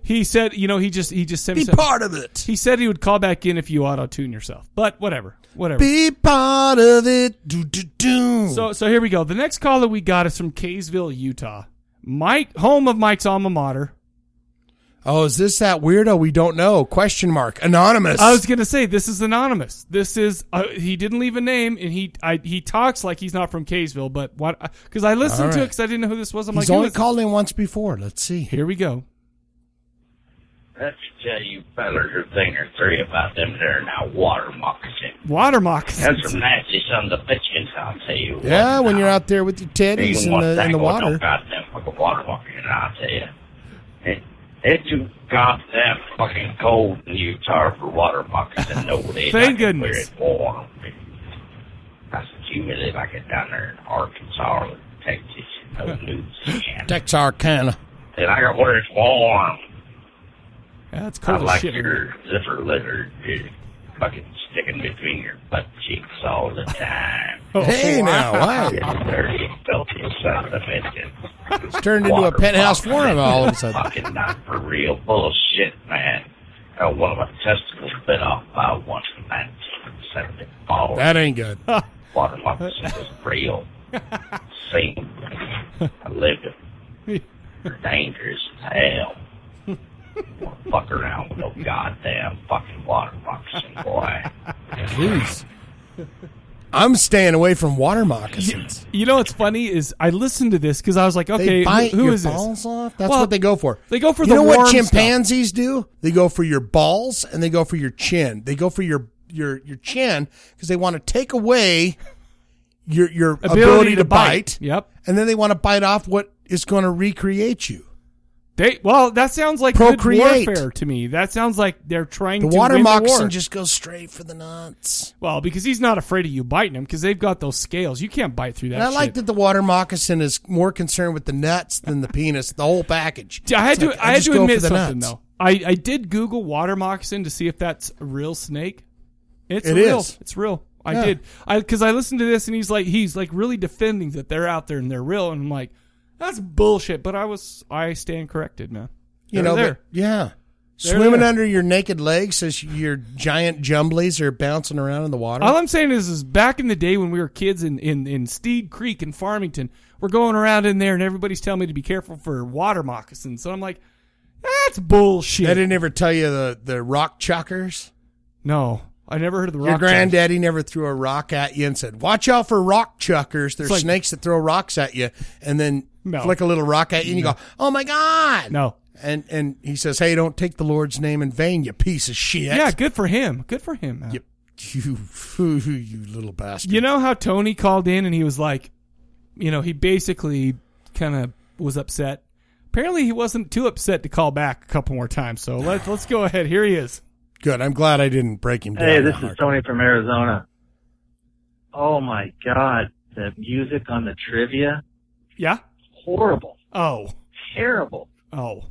A: He said, you know, he just he just sent me
B: Be
A: something.
B: part of it.
A: He said he would call back in if you auto tune yourself, but whatever, whatever.
B: Be part of it. Do do do.
A: so, so here we go. The next call that we got is from Kaysville, Utah. Mike, home of Mike's alma mater.
B: oh, is this that weirdo we don't know? Question mark. Anonymous.
A: I was gonna say this is anonymous. This is uh, he didn't leave a name, and he I, he talks like he's not from Kaysville, but what? Because I listened
B: All
A: to it
B: right.
A: because I didn't know who this was. I'm
B: He's
A: like, who
B: only
A: is-
B: called in once before. Let's see.
A: here we go.
I: Let's tell you fellas a thing or three about them there now water moccasins.
A: Water moccasins.
I: That's some nasty sons of bitches, I'll tell you. what
B: Yeah, when
I: now.
B: you're out there with your
I: They
B: teddies
I: even
B: in
I: want
B: the in the
I: dangle with no
B: water.
I: goddamn fucking water moccasin, I'll tell you. It, it's too goddamn fucking cold in Utah for water moccasins nowadays.
A: Thank
I: I can
A: goodness.
I: Wear it warm. That's the humidity like it down there in Arkansas or Texas. No Louisiana.
B: Texarkana.
I: and I got where it's warm.
A: That's
I: I
A: cold as
I: like
A: shit.
I: your zipper lizard dude. fucking sticking between your butt cheeks all the time.
A: Oh,
B: hey now, wow.
I: It's dirty, filthy son of a bitch.
B: It's turned into a
I: Water
B: penthouse
I: moccasin.
B: forum all of a sudden.
I: Fucking not for real bullshit, man. Got one of my testicles bit off by one in 1974.
B: That ain't good.
I: water moccasin was real. Seen. I lived it. They're dangerous as hell. Don't fuck around with no goddamn fucking water moccasin, boy.
B: Jeez. I'm staying away from water moccasins.
A: You know what's funny is I listened to this because I was like, okay,
B: they
A: who-
B: bite
A: who
B: your
A: is this?
B: balls off. That's
A: Well,
B: what they go for.
A: They go for
B: you
A: the
B: know
A: warm
B: what
A: stuff.
B: chimpanzees do? They go for your balls and they go for your chin. They go for your your your chin because they want to take away your your ability, to, bite.
A: Yep.
B: and then they want to bite off what is going to recreate you.
A: They well, that sounds like good
B: Procreate.
A: warfare to me. That sounds like they're trying
B: The
A: to
B: water
A: win the war.
B: moccasin just goes straight for the nuts.
A: well because he's not afraid of you biting him because they've got those scales. You can't bite through that.
B: And I like
A: shit.
B: that the water moccasin is more concerned with the nuts than the penis, the whole package.
A: I had
B: It's
A: to.
B: like,
A: I had
B: just
A: to
B: go
A: admit
B: for the
A: something
B: nuts.
A: though. I, I did Google water moccasin to see if that's a real snake. It's
B: It
A: real.
B: is.
A: It's real. I
B: Yeah.
A: did. I because I listened to this and he's like he's like really defending that they're out there and they're real and I'm like that's bullshit. But I was I stand corrected, man.
B: You
A: They're
B: know,
A: there.
B: but- yeah.
A: They're
B: Swimming
A: there.
B: under your naked legs as your giant jumblies are bouncing around in the water.
A: All I'm saying is, is back in the day when we were kids in, in, in Steed Creek in Farmington, we're going around in there and everybody's telling me to be careful for water moccasins. So I'm like, that's bullshit.
B: They didn't ever tell you the, the rock chalkers.
A: no, I never heard of the rock.
B: your
A: challenge.
B: granddaddy never threw a rock at you and said, Watch out for rock chuckers. There's
A: like-
B: snakes that throw rocks at you and then
A: No.
B: flick a little rock at you and you go, Oh my God.
A: No.
B: And and he says, Hey, don't take the Lord's name in vain, you piece of shit.
A: Yeah, good for him. Good for him. man.
B: You, you, you little bastard.
A: You know how Tony called in and he was like, you know, he basically kind of was upset. Apparently, he wasn't too upset to call back a couple more times. So let's let's go ahead. Here he is.
B: Good. I'm glad I didn't break him down.
F: Hey, this
B: that
F: is
B: hard.
F: Tony from Arizona. Oh my God, the music on the trivia,
A: Yeah.
F: horrible,
A: Oh.
F: terrible.
A: Oh.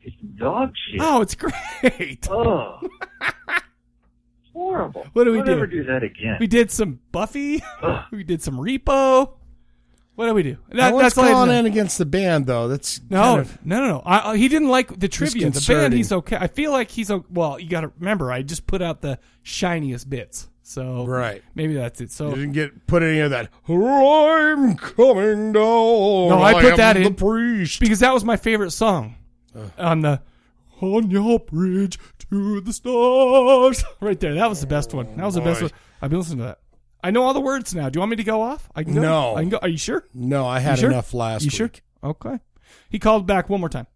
F: It's dog shit.
A: Oh, it's great.
F: Oh. horrible.
A: What do we
F: I'll
A: do?
F: Never do that again.
A: We did some Buffy.
F: Ugh.
A: we did some Repo. What do we do?
B: I
A: That,
B: was
A: that's all I
B: calling
A: know.
B: in against the band, though. That's
A: No,
B: kind of-
A: no, no, no. I, I- he didn't like the trivia. The band,
B: Disconcerting.
A: he's okay. I feel like he's o well. You got to remember, I just put out the shiniest bits, so
B: Right.
A: Maybe that's it. So
B: You didn't get put any of that. I'm coming down.
A: No,
B: No,
A: I put that
B: am
A: in.
B: The priest. Uh.
A: because that was my favorite song on the on your bridge to the stars, right there. That was the best one. That was the best
B: boy.
A: one. I've been listening to that. I know all the words now. Do you want me to go off? I can go.
B: No.
A: I can go. Are you sure?
B: no, I had
A: you sure?
B: enough last
A: you
B: week.
A: sure? Okay. He called back one more time.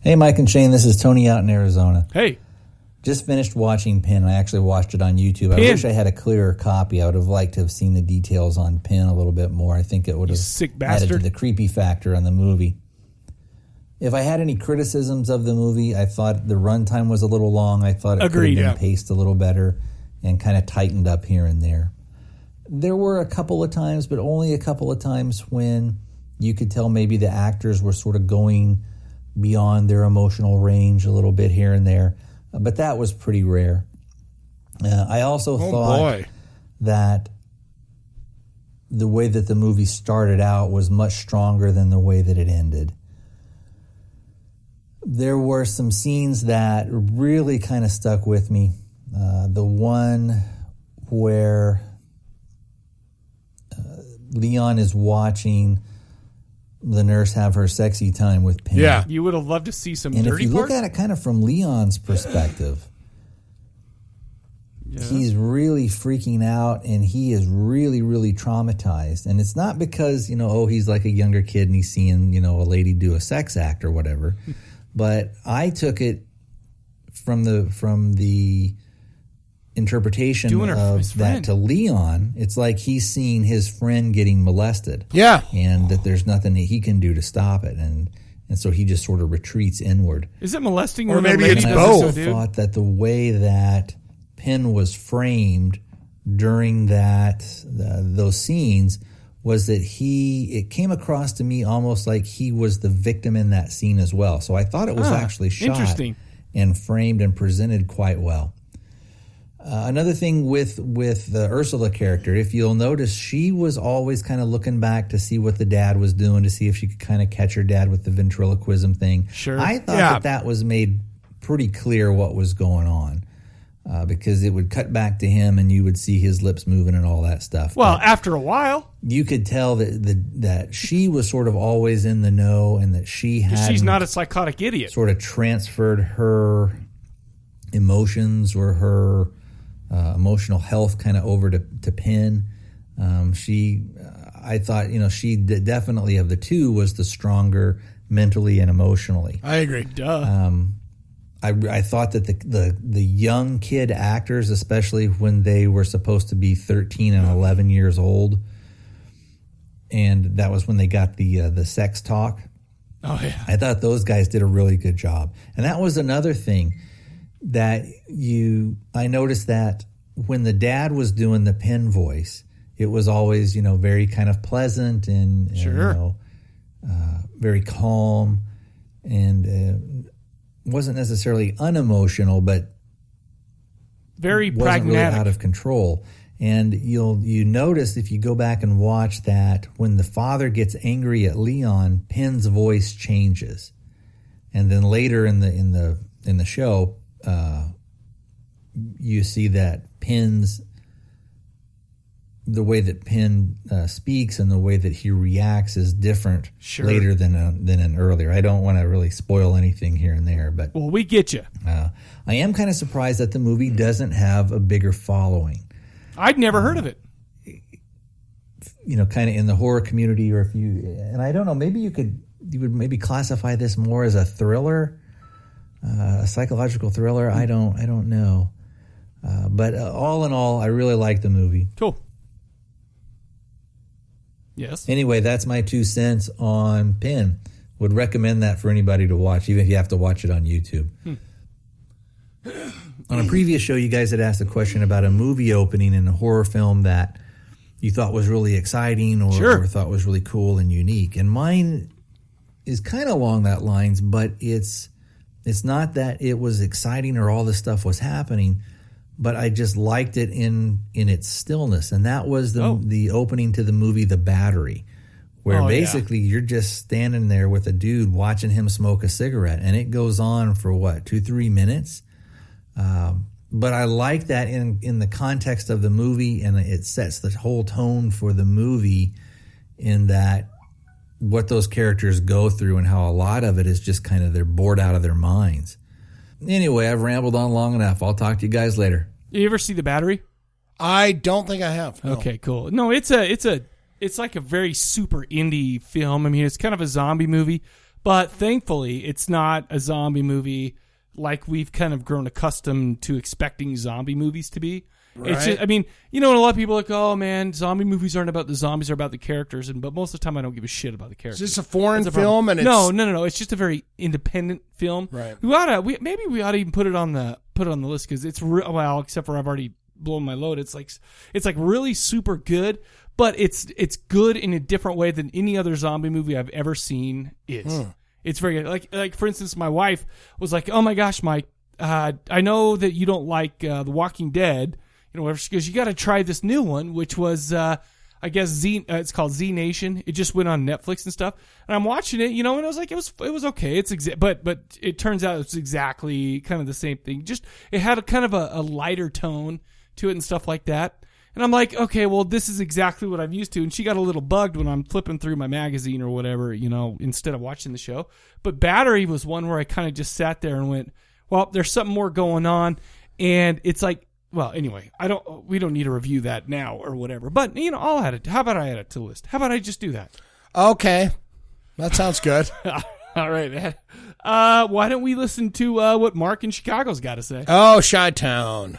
J: Hey, Mike and Shane, this is Tony out in Arizona.
A: Hey,
J: Just finished watching Pin. I actually watched it on YouTube. I
A: Pin.
J: wish I had a clearer copy. I would have liked to have seen the details on Pin a little bit more. I think it would
A: You
J: have
A: sick
J: added to
A: bastard.
J: the creepy factor on the movie. If I had any criticisms of the movie, I thought the runtime was a little long. I thought it
A: Agreed,
J: could
A: yeah.
J: have been paced a little better and kind of tightened up here and there. There were a couple of times, but only a couple of times when you could tell maybe the actors were sort of going beyond their emotional range a little bit here and there, Uh, but that was pretty rare. Uh, I also
B: Oh
J: thought
B: boy.
J: that the way that the movie started out was much stronger than the way that it ended. There were some scenes that really kind of stuck with me. Uh, the one where uh, Leon is watching the nurse have her sexy time with Pam.
B: Yeah.
A: you would have loved to see some
J: And if
A: dirty
J: you
A: parts.
J: look at it kind of from Leon's perspective, he's really freaking out and he is really, really traumatized. And it's not because, you know, oh, he's like a younger kid and he's seeing, you know, a lady do a sex act or whatever. but I took it from the from the interpretation
A: Doing her- his
J: of
A: friend.
J: that to Leon, it's like he's seeing his friend getting molested
B: Yeah.
J: and that there's nothing that he can do to stop it and and so he just sort of retreats inward
A: Is it molesting
B: Or
A: when
B: maybe
A: the lady
B: it's
J: and i
A: does
B: both.
A: so,
J: also
A: dude?
J: thought that the way that penn was framed during that uh, those scenes was that he it came across to me almost like he was the victim in that scene as well so i thought it was
A: Ah,
J: actually shot
A: interesting.
J: and framed and presented quite well uh, another thing with with the Ursula character, if you'll notice, she was always kind of looking back to see what the dad was doing, to see if she could kind of catch her dad with the ventriloquism thing.
A: Sure.
J: I thought
B: Yeah.
J: that that was made pretty clear what was going on, uh, because it would cut back to him and you would see his lips moving and all that stuff.
A: Well,
J: But
A: after a while,
J: you could tell that the, that she was sort of always in the know, and that she had
A: she's not a psychotic idiot.
J: sort of transferred her emotions or her uh, emotional health kind of over to, to Penn. Um, she, uh, I thought, you know, she d- definitely of the two was the stronger mentally and emotionally.
B: I agree.
A: Duh.
J: Um, I, I thought that the, the the young kid actors, especially when they were supposed to be thirteen and eleven years old, and that was when they got the uh, the sex talk.
A: Oh yeah.
J: I thought those guys did a really good job. And that was another thing that you I noticed that when the dad was doing the pen voice, it was always, you know, very kind of pleasant and, and,
A: Sure.
J: you know, uh, very calm and uh, wasn't necessarily unemotional, but
A: Very
J: wasn't
A: pragmatic.
J: really out of control. And you'll you notice if you go back and watch that when the father gets angry at Leon, Penn's voice changes, and then later in the in the in the show, uh, you see that Penn's the way that Penn uh, speaks and the way that he reacts is different
A: Sure.
J: later than uh than in earlier. I don't want to really spoil anything here and there, but
A: well, we get you.
J: uh, I am kind of surprised that the movie doesn't have a bigger following.
A: I'd never heard of it.
J: You know, kind of in the horror community, or if you and I don't know, maybe you could you would maybe classify this more as a thriller, uh, a psychological thriller.
A: Hmm.
J: I don't I don't know, uh, but uh, all in all, I really like the movie.
A: Cool. Yes.
J: Anyway, that's my two cents on Pin. Would recommend that for anybody to watch, even if you have to watch it on YouTube.
A: Hmm.
J: on a previous show, you guys had asked a question about a movie opening in a horror film that you thought was really exciting or,
A: Sure.
J: or thought was really cool and unique. And mine is kind of along that lines, but it's it's not that it was exciting or all this stuff was happening, but I just liked it in in its stillness. And that was the
A: Oh.
J: the opening to the movie The Battery, where
A: Oh, yeah.
J: basically you're just standing there with a dude watching him smoke a cigarette, and it goes on for what two three minutes. Um, but I like that in in the context of the movie, and it sets the whole tone for the movie. In that, what those characters go through, and how a lot of it is just kind of they're bored out of their minds. Anyway, I've rambled on long enough. I'll talk to you guys later.
A: You ever see the battery?
B: I don't think I have. no.
A: Okay, cool. No, it's a it's a it's like a very super indie film. I mean, it's kind of a zombie movie, but thankfully, it's not a zombie movie like we've kind of grown accustomed to expecting zombie movies to be. It's
B: Right.
A: just, I mean, you know, a lot of people are like, oh man, zombie movies aren't about the zombies; they're about the characters. And but most of the time, I don't give a shit about the
B: Is
A: characters.
B: this a foreign
A: That's the problem.
B: film? And it's,
A: no, Oh, no, no, no. It's just a very independent film.
B: Right.
A: We oughta. We maybe we oughta even put it on the put it on the list because it's re- well, except for I've already blown my load. It's like it's like really super good, but it's it's good in a different way than any other zombie movie I've ever seen is. It's very good. Like like for instance, my wife was like, "Oh my gosh, Mike, uh, I know that you don't like uh, The Walking Dead, you know, whatever." She goes, "You got to try this new one, which was." Uh, I guess Z. Uh, it's called Z Nation. It just went on Netflix and stuff. And I'm watching it, you know, and I was like, it was it was okay. It's exa- but but it turns out it's exactly kind of the same thing. Just it had a kind of a, a lighter tone to it and stuff like that. And I'm like, okay, well, this is exactly what I'm used to. And she got a little bugged when I'm flipping through my magazine or whatever, you know, instead of watching the show. But Battery was one where I kind of just sat there and went, well, there's something more going on, and it's like well, anyway, I don't. We don't need to review that now or whatever. But you know, I'll add it. How about I add it to the list? How about I just do that?
B: Okay. That sounds good.
A: All right, man. Uh, why don't we listen to uh, what Mark in Chicago's got to say?
B: oh, Chi Town.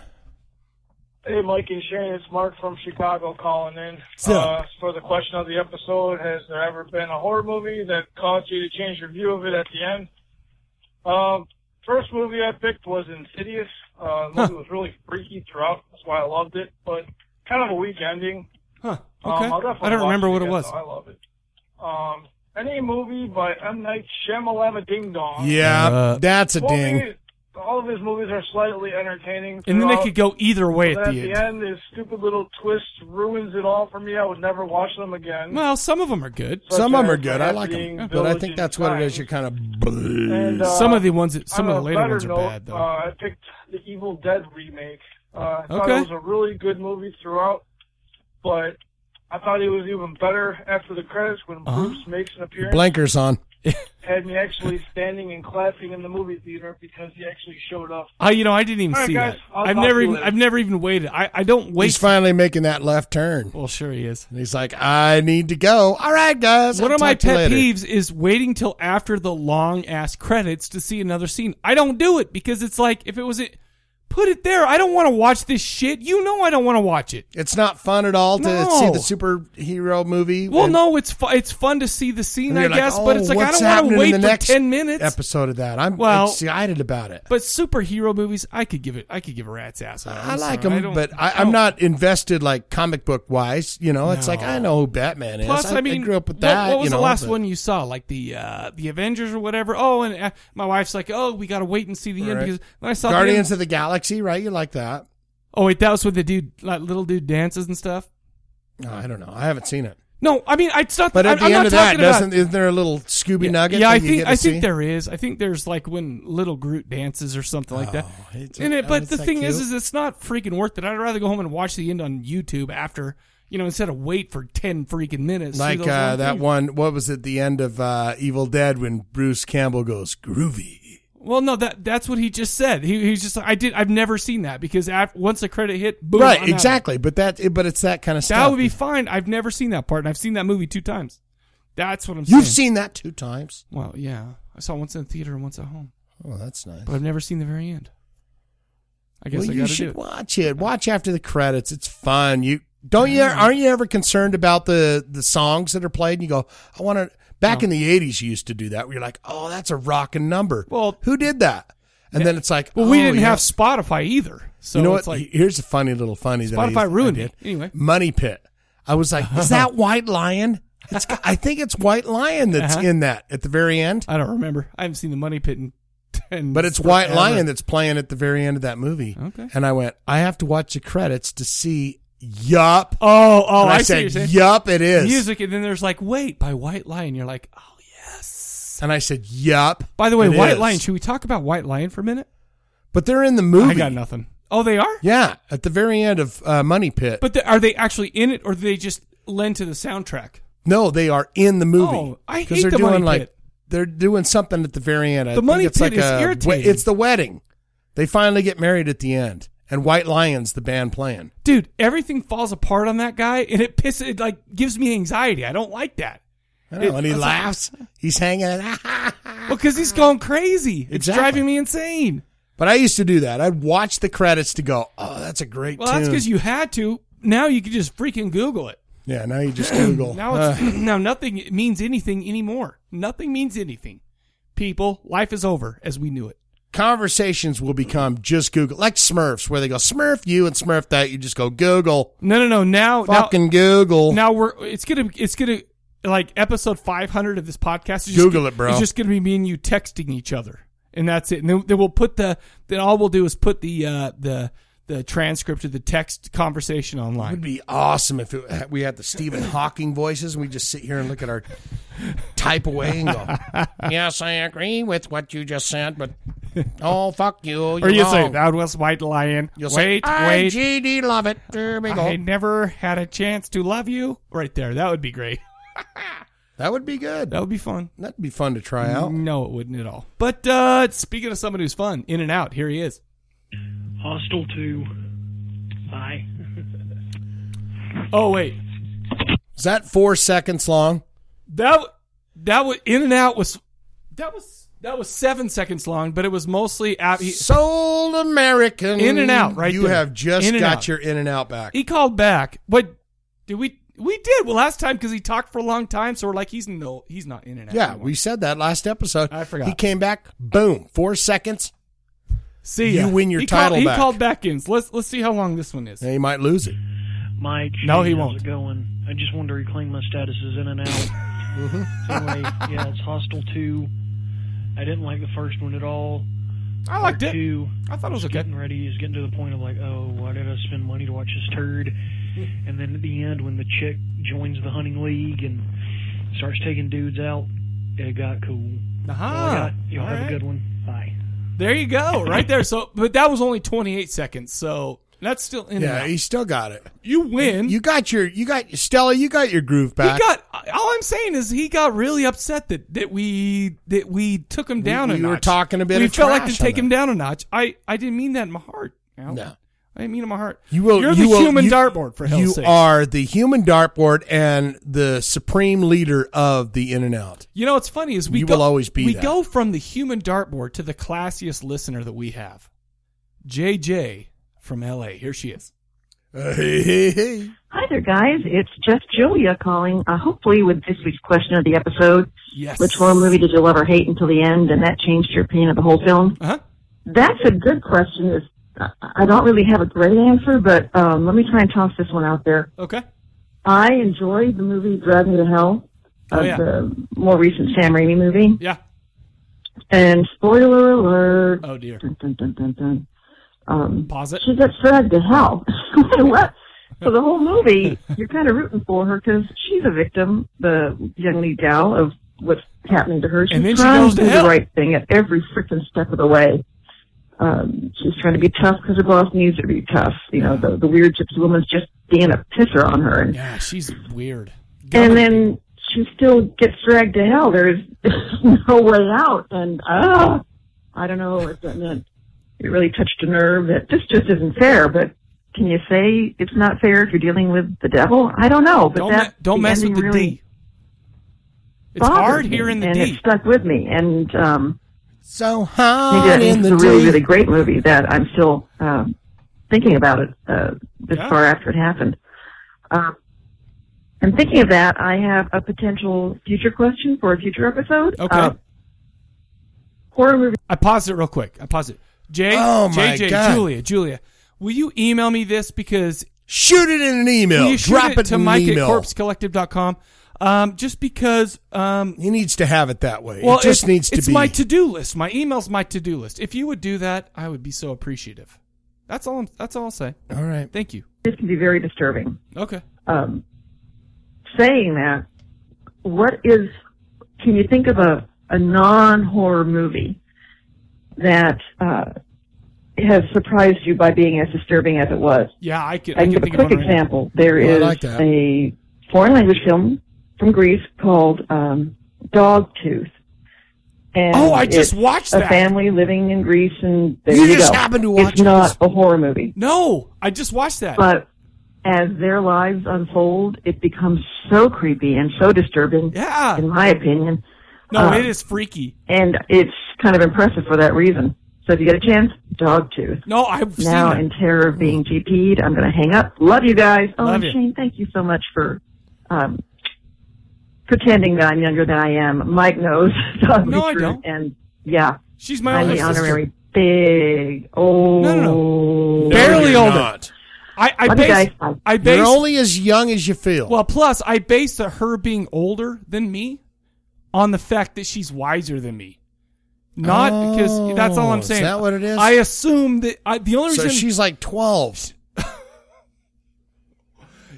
K: Hey, Mike and Shane, it's Mark from Chicago calling in.
B: Sup?
K: Uh, for the question of the episode, has there ever been a horror movie that caused you to change your view of it at the end? Um, first movie I picked was Insidious. Uh, the movie was really freaky throughout. That's why I loved it, but kind of a weak ending.
A: Huh?
K: Um,
A: Okay.
K: I'll definitely
A: I don't
K: watch
A: remember what it
K: again,
A: was.
K: though. I love it. Um, any movie by M. Night Shyamalama Ding Dong.
B: Yeah,
A: Uh,
B: that's a
K: Well,
B: ding.
K: maybe all of his movies are slightly entertaining.
A: And then it
K: throughout.
A: could go either way
K: But
A: at the end.
K: this stupid little twist ruins it all for me. I would never watch them again.
A: Well, some of them are good.
K: Such
B: Some of them
K: as
B: are good. I like
K: Being
B: them. But I
K: Village
B: think
K: and
B: that's what it is.
K: Signs.
B: You're kind of blue.
K: And, uh,
A: some of the ones, that, some
K: on
A: of
K: a
A: the later
K: better
A: ones are
K: note,
A: bad though.
K: Uh, I picked the Evil Dead remake. Uh, I thought
A: Okay.
K: it was a really good movie throughout, but I thought it was even better after the credits when
A: Uh-huh.
K: Bruce makes an appearance.
B: Blankers on.
K: had me actually standing and clapping in the movie theater because he actually showed up.
A: I, you know, I didn't even
K: All right,
A: see
K: guys,
A: that.
K: I'll
A: I've
K: talk
A: never
K: to you
A: even,
K: later.
A: I've never even waited. I, I don't wait.
B: He's finally making that left turn.
A: Well, sure he is.
B: And he's like, I need to go. All right, guys.
A: One
B: I'll
A: of my
B: talk to you
A: pet
B: later.
A: peeves is waiting till after the long ass credits to see another scene. I don't do it because it's like if it was it, put it there. I don't want to watch this shit. You know, I don't want to watch it.
B: It's not fun at all to
A: No.
B: see the superhero movie.
A: Well,
B: and-
A: no, it's fu- it's fun to see the scene,
B: and
A: I
B: you're like,
A: guess, but it's
B: "Oh,
A: like I
B: what's
A: don't want
B: happening
A: to
B: in
A: wait
B: the
A: for
B: next
A: ten minutes.
B: Episode of that. I'm
A: Well-
B: excited about it.
A: But superhero movies, I could give it. I could give a rat's ass. on.
B: I
A: I'm
B: like
A: sorry,
B: them,
A: don't-
B: but I, I'm not invested like comic book wise. You know, it's like I know who Batman is.
A: Plus, I, mean,
B: grew up with
A: what-
B: that.
A: What, was
B: you know,
A: the last
B: but-
A: one you saw? Like the uh, the Avengers or whatever. Oh, and uh, my wife's like, "Oh, we gotta wait and see the end
B: Right.
A: because when I saw
B: Guardians
A: the
B: of the Galaxy, right? You like that?
A: Oh wait, that was with the dude, like little dude dances and stuff.
B: No, Oh, I don't know. I haven't seen it.
A: No, I mean, it's not.
B: But at
A: I'm-
B: the
A: I'm
B: end
A: not
B: of that,
A: talking about-
B: doesn't isn't there a little Scooby
A: yeah,
B: Nugget?
A: Yeah,
B: that
A: I
B: you
A: think
B: get to
A: I think
B: see?
A: there is. I think there's like when little Groot dances or something like that.
B: it's-
A: In it,
B: oh,
A: but
B: is
A: the
B: that
A: thing is,
B: cute?
A: is it's not freaking worth it. I'd rather go home and watch the end on YouTube after you know instead of wait for ten freaking minutes. see
B: like
A: those
B: uh,
A: long
B: that
A: things.
B: one. What was it? The end of uh, Evil Dead when Bruce Campbell goes groovy.
A: Well, no, that that's what he just said. He, he's just like, I did. I've never seen that because af once the credit hit, boom,
B: right,
A: I'm out.
B: exactly. But that, but it's that kind of
A: That
B: stuff.
A: would be fine. I've never seen that part, and I've seen that movie two times. That's what I'm saying.
B: You've seen that two times.
A: Well, yeah, I saw once in the theater and once at home.
B: Oh, that's nice.
A: But I've never seen the very end. I guess
B: well,
A: I
B: you
A: gotta
B: should
A: do it.
B: watch it. Watch after the credits. It's fun. You don't you? Aren't you ever concerned about the the songs that are played? And you go, I want to. Back in the '80s, you used to do that. Where you're like, oh, that's a rocking number. Well, who did that? And then it's like,
A: Well, we
B: oh,
A: didn't
B: yeah.
A: have Spotify either, so
B: you know
A: it's
B: what?
A: like
B: Here's a funny little funny that I-
A: Spotify ruined
B: I did.
A: it. Anyway,
B: Money Pit. I was like, is that White Lion? It's, I think it's White Lion that's
A: Uh-huh.
B: in that at the very end.
A: I don't remember. I haven't seen the Money Pit in ten.
B: But it's White Lion that's playing at the very end of that movie.
A: Okay.
B: And I went, I have to watch the credits to see. Yup.
A: Oh, oh,
B: And
A: I,
B: I,
A: see what you're
B: said,
A: saying.
B: Yup, it is.
A: music, and then there's like "Wait" by White Lion. You're like, oh,
B: And I said, Yup.
A: by the way,
B: it
A: White
B: is."
A: Lion. Should we talk about White Lion for a minute?
B: But they're in the movie.
A: I got nothing. Oh, they are.
B: Yeah, at the very end of uh, Money Pit.
A: But the, are they actually in it, or do they just lend to the soundtrack?
B: no, they are in the movie.
A: Oh, I
B: 'Cause
A: hate
B: they're
A: the
B: doing
A: Money
B: like
A: Pit.
B: they're doing something at the very end. I
A: The
B: think
A: Money
B: it's
A: Pit
B: like
A: is
B: a we-
A: irritating.
B: It's the wedding. They finally get married at the end, and White Lion's the band playing.
A: Dude, everything falls apart on that guy, and it pisses. It like gives me anxiety. I don't like that.
B: I know, and he
A: it's like-
B: laughs. he's hanging. out. well,
A: because he's going crazy. It's
B: Exactly.
A: driving me insane.
B: But I used to do that. I'd watch the credits to go, "Oh, that's a great
A: Well, that's
B: tune."
A: because you had to. Now you can just freaking Google it.
B: Yeah, now you just Google.
A: Now it's,
B: Uh,
A: now nothing means anything anymore. Nothing means anything. People, life is over as we knew it.
B: conversations will become just Google, like Smurfs, where they go Smurf you and Smurf that. You just go Google.
A: No, no, no. Now, now-
B: fucking Google.
A: Now we're it's gonna it's gonna like episode 500 of this podcast. Is
B: Google
A: just,
B: it, bro.
A: It's just gonna be me and you texting each other, and that's it. And then, then we'll put the then all we'll do is put the uh, the the transcript of the text conversation online.
B: It would be awesome if it, we had the Stephen Hawking voices and we just sit here and look at our type away and go, yes, I agree with what you just said, but oh, fuck you.
A: or
B: you're
A: you say
B: wrong."
A: that was White Lion.
B: You'll say,
A: wait,
B: "I,
A: wait.
B: GD love it. There we go.
A: I never had a chance to love you. Right there, that would be great.
B: that would be good.
A: That would be fun.
B: That'd be fun to try out.
A: No, it wouldn't at all. But uh speaking of someone who's fun, in and out, here he is.
L: Hostile to. Bye.
A: Oh wait,
B: Is that four seconds long?
A: That that was in and out was that was that was seven seconds long, but it was mostly out. He,
B: Sold American.
A: in and out, right?
B: You
A: there.
B: have just
A: In and
B: got
A: out.
B: your in and out back.
A: He called back, but did we? We did well last time because he talked for a long time, so we're like, he's no, he's not in and out.
B: Yeah, we said that last episode. I
A: forgot.
B: He came back, boom, four seconds.
A: See, ya.
B: you win your
A: he
B: title
A: Called,
B: back.
A: He called back in. So let's let's see how long this one is.
B: Now you might lose it.
L: Mike.
A: No, he
L: how's
A: won't.
L: It going. I just wanted to reclaim my statuses in and out. So anyway, yeah, it's Hostile Two. I didn't like the first one at all.
A: I liked
L: Part
A: it.
L: Two.
A: I thought it was
L: it's
A: okay.
L: Getting ready is getting to the point of like, oh, why did I spend money to watch this turd? And then at the end, when the chick joins the hunting league and starts taking dudes out, it got cool. Well, yeah,
A: Aha.
L: Y'all
A: All
L: have
A: right.
L: a good one. Bye.
A: There you go, right there. So, but that was only 28 seconds. So That's still in
B: yeah,
A: there.
B: he still got it.
A: You win.
B: You got your, you got Stella. You got your groove
A: He
B: back.
A: got all I'm saying is he got really upset that, that we that we took him down a
B: we were
A: notch.
B: talking a bit
A: We
B: of
A: felt like to
B: trash on
A: take him down a notch. I, I didn't mean that in my heart. Al.
B: No.
A: I didn't mean it in my heart.
B: You will.
A: You're
B: you
A: the
B: will-
A: human
B: you-
A: dartboard for hell's
B: You
A: sake.
B: are the human dartboard and the supreme leader of the in and out.
A: You know what's funny is we
B: You
A: go,
B: will always be
A: we
B: that.
A: go from the human dartboard to the classiest listener that we have, JJ from L.A. Here she is.
M: Hi there, guys. It's Jeff Julia calling. Uh, hopefully, with this week's question of the episode,
B: Mm-hmm.
A: Yes.
M: which horror movie did you love or hate until the end, and that changed your opinion of the whole film?
A: Uh-huh.
M: That's a good question. It's, I- I don't really have a great answer, but um, let me try and toss this one out there.
A: Okay.
M: I enjoyed the movie Drive Me to Hell,
A: Oh
M: uh,
A: yeah.
M: the more recent Sam Raimi movie.
A: Yeah.
M: And spoiler alert.
A: Oh dear.
M: Dun, dun, dun, dun, dun. Um,
A: Pause it.
M: She gets dragged to hell. what? So the whole movie, you're kind of rooting for her because she's a victim, the young lead gal, of what's happening to her. She's
A: And then she
M: trying
A: goes to
M: to do
A: hell.
M: the right thing at every freaking step of the way. Um, she's trying to be tough because her boss needs her to be tough. You know, the, the weird gypsy woman's just being a pisser on her. And
A: Yeah, she's weird.
M: and then she still gets dragged to hell. There's no way out, and uh, I don't know what that meant. It really touched a nerve. That this just isn't fair. But can you say it's not fair if you're dealing with the devil? I don't know. But
A: Don't
M: that
A: me- don't
M: the
A: mess
M: ending
A: with the
M: really
A: D. It's hard
M: bothered me,
A: hearing the
M: and
A: D.
M: It stuck with me, and um,
B: so
M: I
B: hard
M: think
B: in
M: that
B: the
M: it's a really
B: deep.
M: really great movie that I'm still um, thinking about it uh, this
N: Yeah.
M: far after it happened. Um, and thinking of that, I have a potential future question for a future episode.
A: Okay.
M: Uh, horror movie.
A: I paused it real quick. I paused it. Jay,
B: Oh, my
A: JJ,
B: God.
A: Julia, Julia, will you email me this because
B: shoot it in an email.
A: Will you shoot
B: Drop it
A: to
B: in an
A: Mike
B: email.
A: at corpsecollective.com. Um, just because um,
B: he needs to have it that way.
A: Well,
B: it just
A: it's-
B: needs to
A: it's
B: be.
A: my to-do list. My email's my to-do list. If you would do that, I would be so appreciative. That's all. I'm, that's all I'll say.
B: All right.
A: Thank you.
M: This can be very disturbing.
A: Okay.
M: Um, saying that, what is? Can you think of a a non horror movie that uh, has surprised you by being as disturbing as it was?
A: Yeah, I can.
M: I
A: I
M: give
A: can
M: a
A: think
M: quick
A: of one right now.
M: example. There
A: Well, Oh, I
M: is
A: like that.
M: a foreign language film from Greece called um, Dog Tooth. And
B: Oh, I
M: it's
B: just watched
M: a
B: that.
M: family living in Greece, and there
B: You
M: you,
B: just
M: go.
B: happened to watch
M: It's not a horror movie,
A: No, I just watched that.
M: but as their lives unfold, it becomes so creepy and so disturbing.
A: Yeah,
M: in my opinion.
A: no,
M: Um,
A: it is freaky.
M: and it's kind of impressive for that reason. So if you get a chance, Dog Tooth.
A: No, I've seen
M: now
A: that.
M: in terror of being GP'd. I'm going to hang up. Love you guys. Oh,
A: Love
M: and
A: you.
M: Shane, thank you so much for um, pretending that I'm younger than I am. Mike knows. Dog
A: No, I
M: Tooth,
A: don't.
M: And yeah,
A: She's my
M: I'm
A: older
M: the
A: sister.
M: honorary big old.
A: No,
M: no,
A: no. Barely
B: you're
A: older.
B: not.
A: I, I
M: Love you
A: base,
M: guys.
A: I base,
B: You're only as young as you feel.
A: Well, plus I base the- her being older than me on the fact that she's wiser than me. Not because that's all
B: Oh,
A: I'm
B: is
A: saying.
B: that what it is?
A: I assume that I, the only
B: So
A: reason
B: she's like twelve.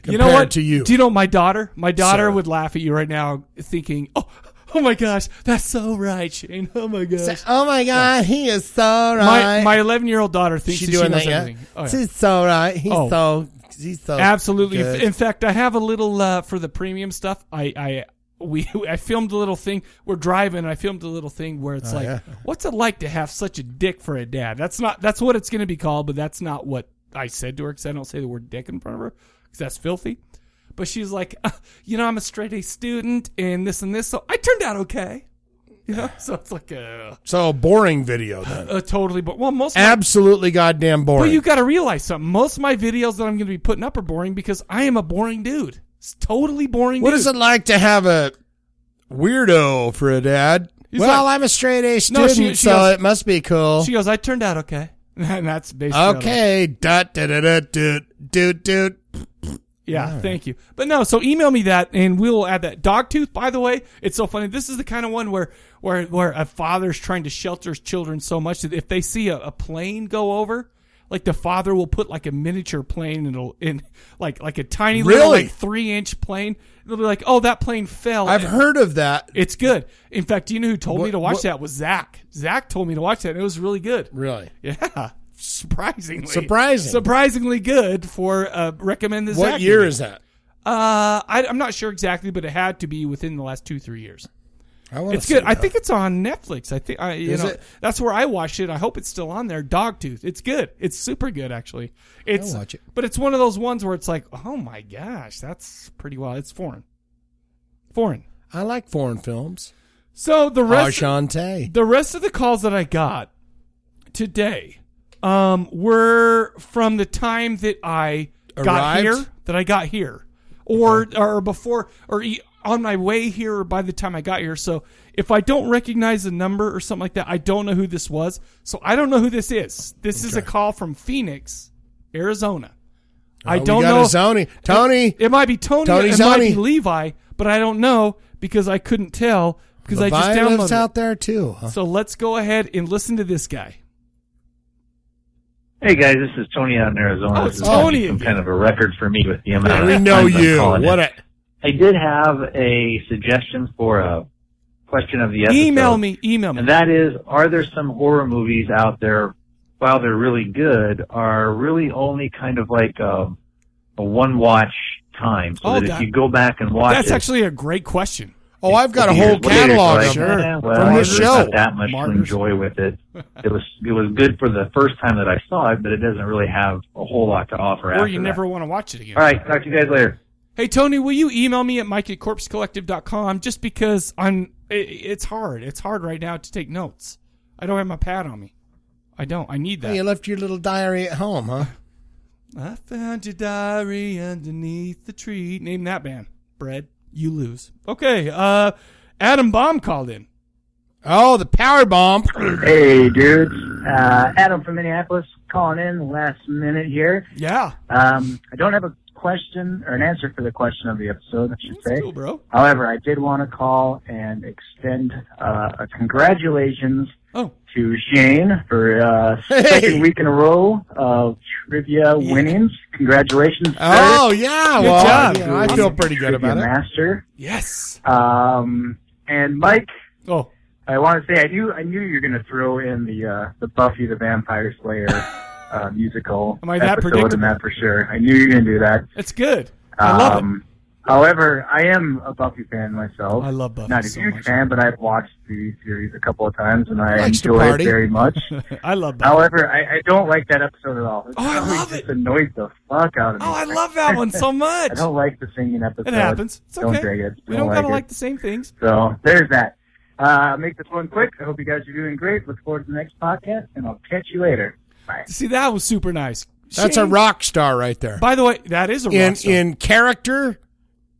A: you know
B: compared
A: what?
B: to you.
A: Do you know my daughter? My daughter
B: Sarah.
A: would laugh at you right now, thinking, "Oh, oh my gosh, that's so right, Shane. Oh my gosh."
B: oh my God, he is so
A: My my 11 year old daughter thinks
B: She
A: that
B: doing
A: she knows
B: that yet?
A: everything. Oh, yeah.
B: She's so right. He's
A: Oh.
B: so. He's so.
A: Absolutely. In-
B: good.
A: In fact, I have a little uh, for the premium stuff. I, I we I filmed a little thing. We're driving. And I filmed a little thing where it's
B: Oh,
A: like,
B: yeah.
A: what's it like to have such a dick for a dad? That's not that's what it's going to be called, but that's not what I said to her because I don't say the word dick in front of her because that's filthy. But she's like, "Uh, you know, I'm a straight A student and this and this, so I turned out okay. You know, so it's like a,
B: So a boring video then.
A: a totally, but well, most of my-
B: Absolutely goddamn boring.
A: but you got to realize something. Most of my videos that I'm going to be putting up are boring because I am a boring dude. It's totally boring.
B: what
A: dude.
B: is it like to have a weirdo for a dad?
A: He's
B: well,
A: like-
B: I'm a straight A
A: No,
B: student,
A: she- she
B: so
A: goes-
B: it must be cool.
A: She goes, "I turned out okay," and that's basically all that-
B: okay, dot da da da doot doot doot.
A: Yeah, thank you. But no, so email me that and we'll add that. Dogtooth, by the way, it's so funny. This is the kind of one where where where a father's trying to shelter his children so much that if they see a, a plane go over, like the father will put like a miniature plane in a, in like like a tiny little
B: Really?
A: like three inch plane. They'll be like, "Oh, that plane fell."
B: I've heard of that.
A: It's good. In fact, do you know who told me
B: What-
A: to watch
B: what-
A: that? Was Zach? Zach told me to watch that, and it was really good.
B: Really?
A: Yeah. surprisingly
B: Surprising.
A: surprisingly good for uh, recommend this.
B: What
A: act
B: year
A: movie.
B: is that?
A: Uh, I, I'm not sure exactly, but it had to be within the last two three years.
B: I wanna
A: it's good.
B: see
A: I
B: that.
A: think it's on Netflix. I think I you
B: Is
A: know
B: it?
A: that's where I watched it. I hope it's still on there. Dogtooth. It's good. It's super good actually. It's
B: watch it.
A: but it's one of those ones where it's like, oh my gosh, that's pretty wild. It's foreign. Foreign.
B: I like foreign films.
A: So the rest
B: Ashante.
A: the rest of the calls that I got today um, were from the time that I got
B: Arrived?
A: here, that I got here, or or before, or e- on my way here, or by the time I got here. So if I don't recognize the number or something like that, I don't know who this was. So I don't know who this is. This is a call from Phoenix, Arizona. I
B: Oh, we
A: don't
B: got
A: know.
B: a Zony. Tony.
A: It, might be Tony.
B: Tony
A: it might be
B: Zony.
A: Levi, but I don't know because I couldn't tell because I just
B: Levi
A: downloaded.
B: lives
A: it.
B: out there too. huh?
A: So let's go ahead and listen to this guy.
F: Hey guys, this is Tony out in Arizona.
A: Oh,
F: this
A: it's
F: is gonna
A: Tony
F: be some kind of a record for me with the amount.
B: we
F: of
B: know
F: times I'm
B: you.
F: calling in.
B: What a-
F: I did have a suggestion for a question of the episode.
A: Email me. Email me.
F: And that is, are there some horror movies out there, while they're really good, are really only kind of like um a one watch time, so
A: Oh,
F: that,
A: that-
F: if you go back and watch
A: That's
F: it,
A: actually a great question.
B: Oh, I've
F: a few years later, it's like, eh, well,
A: From
F: there's Not that much to enjoy with it. It was it was good for the first time that I saw it, but it doesn't really have a whole lot to offer.
A: Or
F: after
A: you
F: that.
A: never want to watch it again.
F: All right, talk to you guys later.
A: Hey, Tony, will you email me at mike at corpsecollective.com just because I'm, it, it's hard. It's hard right now to take notes. I don't have my pad on me. I don't. I need
B: Hey,
A: that.
B: you left your little diary at home, huh?
A: I found your diary underneath the tree. Name that band. Bread, you lose. Okay, uh, Adam Baum called in.
B: Oh, the power bomb.
N: Hey, dudes. Uh, Adam from Minneapolis calling in last minute here.
A: Yeah.
N: Um, I don't have a question or an answer for the question of the episode, I should say.
A: Cool, bro.
N: However, I did want to call and extend uh, a congratulations
A: Oh.
N: to Shane for uh, second week in a row of trivia winnings. Congratulations!
B: Oh,
N: sir.
B: yeah, Good well, job. yeah, I
N: You
B: feel
N: are
B: pretty good
N: trivia
B: about it.
N: Master.
A: Yes.
N: Um, and Mike.
A: Oh.
N: I want to say I knew I knew you were going to throw in the uh, the Buffy the Vampire Slayer uh, musical
A: Am I that
N: episode
A: predictable?
N: and that for sure. I knew you were going to do that.
A: It's good. I love it.
N: Um, However, I am a Buffy fan myself. I
A: love Buffy
N: Not a
A: so
N: huge
A: much.
N: fan, but I've watched the series a couple of times and I
A: Likes to
N: enjoy it
A: party.
N: very much.
A: I love Buffy.
N: However, I, I don't like that episode at all. Oh, I love it. just annoyed the fuck out of me.
A: Oh, I love that one so much.
N: I don't like the singing episode.
A: It happens. It's
N: don't
A: okay.
N: dig it.
A: we don't
N: like
A: gotta
N: it.
A: like the same things.
N: So there's that. Uh, make this one quick. I hope you guys are doing great. Look forward to the next podcast, and I'll catch you later. Bye.
A: See, that was super nice.
B: That's a
A: Shane-
B: rock star right there.
A: By the way, that is a rock
B: in
A: star.
B: in character,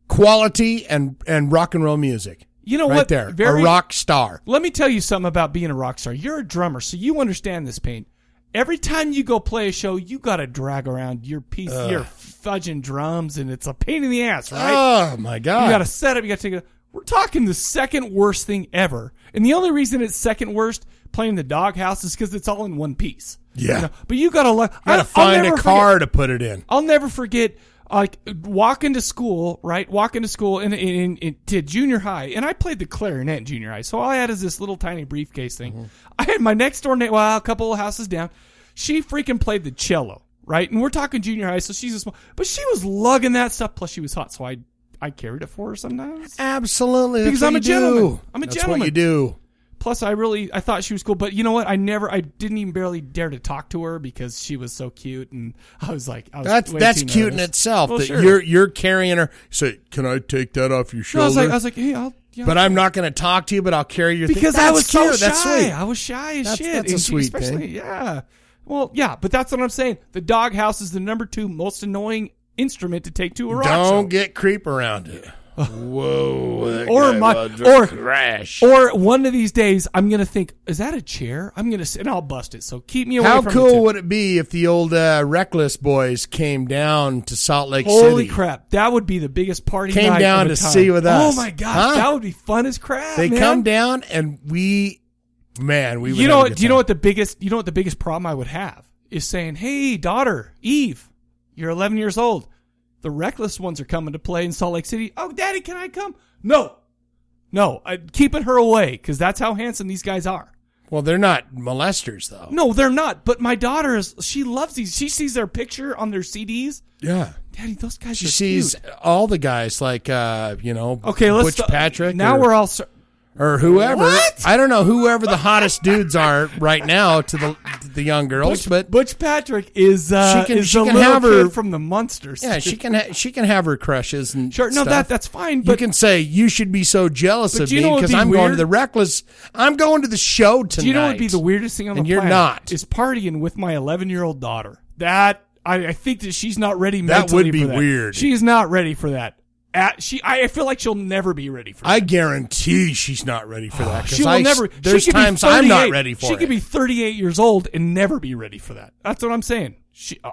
B: quality, and and rock and roll music.
A: You know
B: right
A: what?
B: There,
A: Very-
B: a rock star.
A: Let me tell you something about being a rock star. You're a drummer, so you understand this pain. Every time you go play a show, you gotta drag around your piece,
B: Ugh.
A: your fudging drums, and it's a pain in the ass, right?
B: Oh my god!
A: You gotta set up. You gotta take a. We're talking the second worst thing ever, and the only reason it's second worst playing the doghouse is because it's all in one piece.
B: Yeah.
A: You know? But you gotta look.
B: You gotta find a car
A: forget,
B: to put it in.
A: I'll never forget like walking to school, right? Walking to school and in, in, in, to junior high, and I played the clarinet in junior high. So all I had is this little tiny briefcase thing.
B: Mm-hmm.
A: I had my next door neighbor, well, a couple of houses down. She freaking played the cello, right? And we're talking junior high, so she's a small, but she was lugging that stuff. Plus, she was hot, so I I carried it for her sometimes.
B: Absolutely, that's
A: Because I'm a
B: what you
A: gentleman.
B: do.
A: I'm a
B: That's
A: gentleman.
B: What you do?
A: Plus, I really I thought she was cool, but you know what? I never, I didn't even barely dare to talk to her because she was so cute, and I was like, I was
B: That's
A: way
B: that's
A: too
B: cute in
A: nervous.
B: itself.
A: Well,
B: that
A: sure.
B: you're you're carrying her. Say, can I take that off your
A: No,
B: shoulder?
A: I was like, I was like, hey, I'll. Yeah,
B: but I'm not going to talk to you. But I'll carry your thing.
A: because I
B: That's
A: was
B: cute.
A: so shy.
B: That's sweet.
A: I was shy as
B: That's-
A: shit.
B: that's a
A: and she-
B: sweet
A: especially-
B: thing.
A: Yeah. Well, yeah, but that's what I'm saying. The doghouse is the number two most annoying instrument to take to a rock
B: Don't
A: show.
B: get creep around it. Whoa! that
A: or
B: guy
A: my
B: was a
A: or
B: crash.
A: or one of these days I'm gonna think is that a chair? I'm gonna s- and I'll bust it. So keep me away
B: How
A: from the
B: cool
A: two.
B: would it be if the old uh, Reckless Boys came down to Salt Lake
A: Holy
B: City?
A: crap! That would be the biggest party.
B: Came
A: night
B: down
A: of a
B: to
A: time.
B: see with us.
A: Oh my gosh,
B: Huh?
A: that would be fun as crap.
B: They
A: man.
B: come down and we, man, we. Would
A: you know
B: have a
A: what?
B: good
A: Do you know
B: time.
A: what the biggest? You know what the biggest problem I would have is saying, "Hey, daughter, Eve, you're 11 years old. The reckless ones are coming to play in Salt Lake City. Oh, daddy, can I come? No, no, I, keeping her away because that's how handsome these guys are.
B: Well, they're not molesters though.
A: No, they're not. But my daughter is. She loves these. She sees their picture on their CDs.
B: Yeah.
A: Daddy, those guys
B: She
A: are
B: sees
A: cute.
B: all the guys like uh, you know,
A: Okay, let's
B: Butch
A: stop-
B: Patrick.
A: now
B: or,
A: we're all
B: or whoever.
A: What?
B: I don't know whoever the hottest dudes are right now to the to the young girls,
A: Butch-
B: but
A: Butch Patrick is uh,
B: she can
A: is
B: she
A: the
B: can
A: little
B: have her
A: kid from the Munsters.
B: Yeah, she can ha- she can have her crushes and
A: Sure, no,
B: stuff.
A: that- that's fine, but-
B: you can say you should be so jealous
A: But
B: of
A: do you
B: me
A: know what'd
B: because
A: be
B: I'm going to
A: weird?
B: the reckless. I'm going to the show tonight.
A: Do you know what'd be the weirdest thing on
B: and
A: the
B: you're
A: planet?
B: not.
A: Is partying with my 11 year old daughter. That I, I think that she's not ready.
B: That
A: mentally
B: would be
A: for that.
B: weird.
A: She is not ready for that. At, she, I I feel like she'll never be ready for.
B: I guarantee she's not ready for that. 'cause
A: Oh, She will
B: I,
A: never. she
B: There's
A: could be
B: times I'm not
A: 38
B: ready for
A: She
B: it.
A: could be 38 years old and never be ready for that. That's what I'm saying. She uh,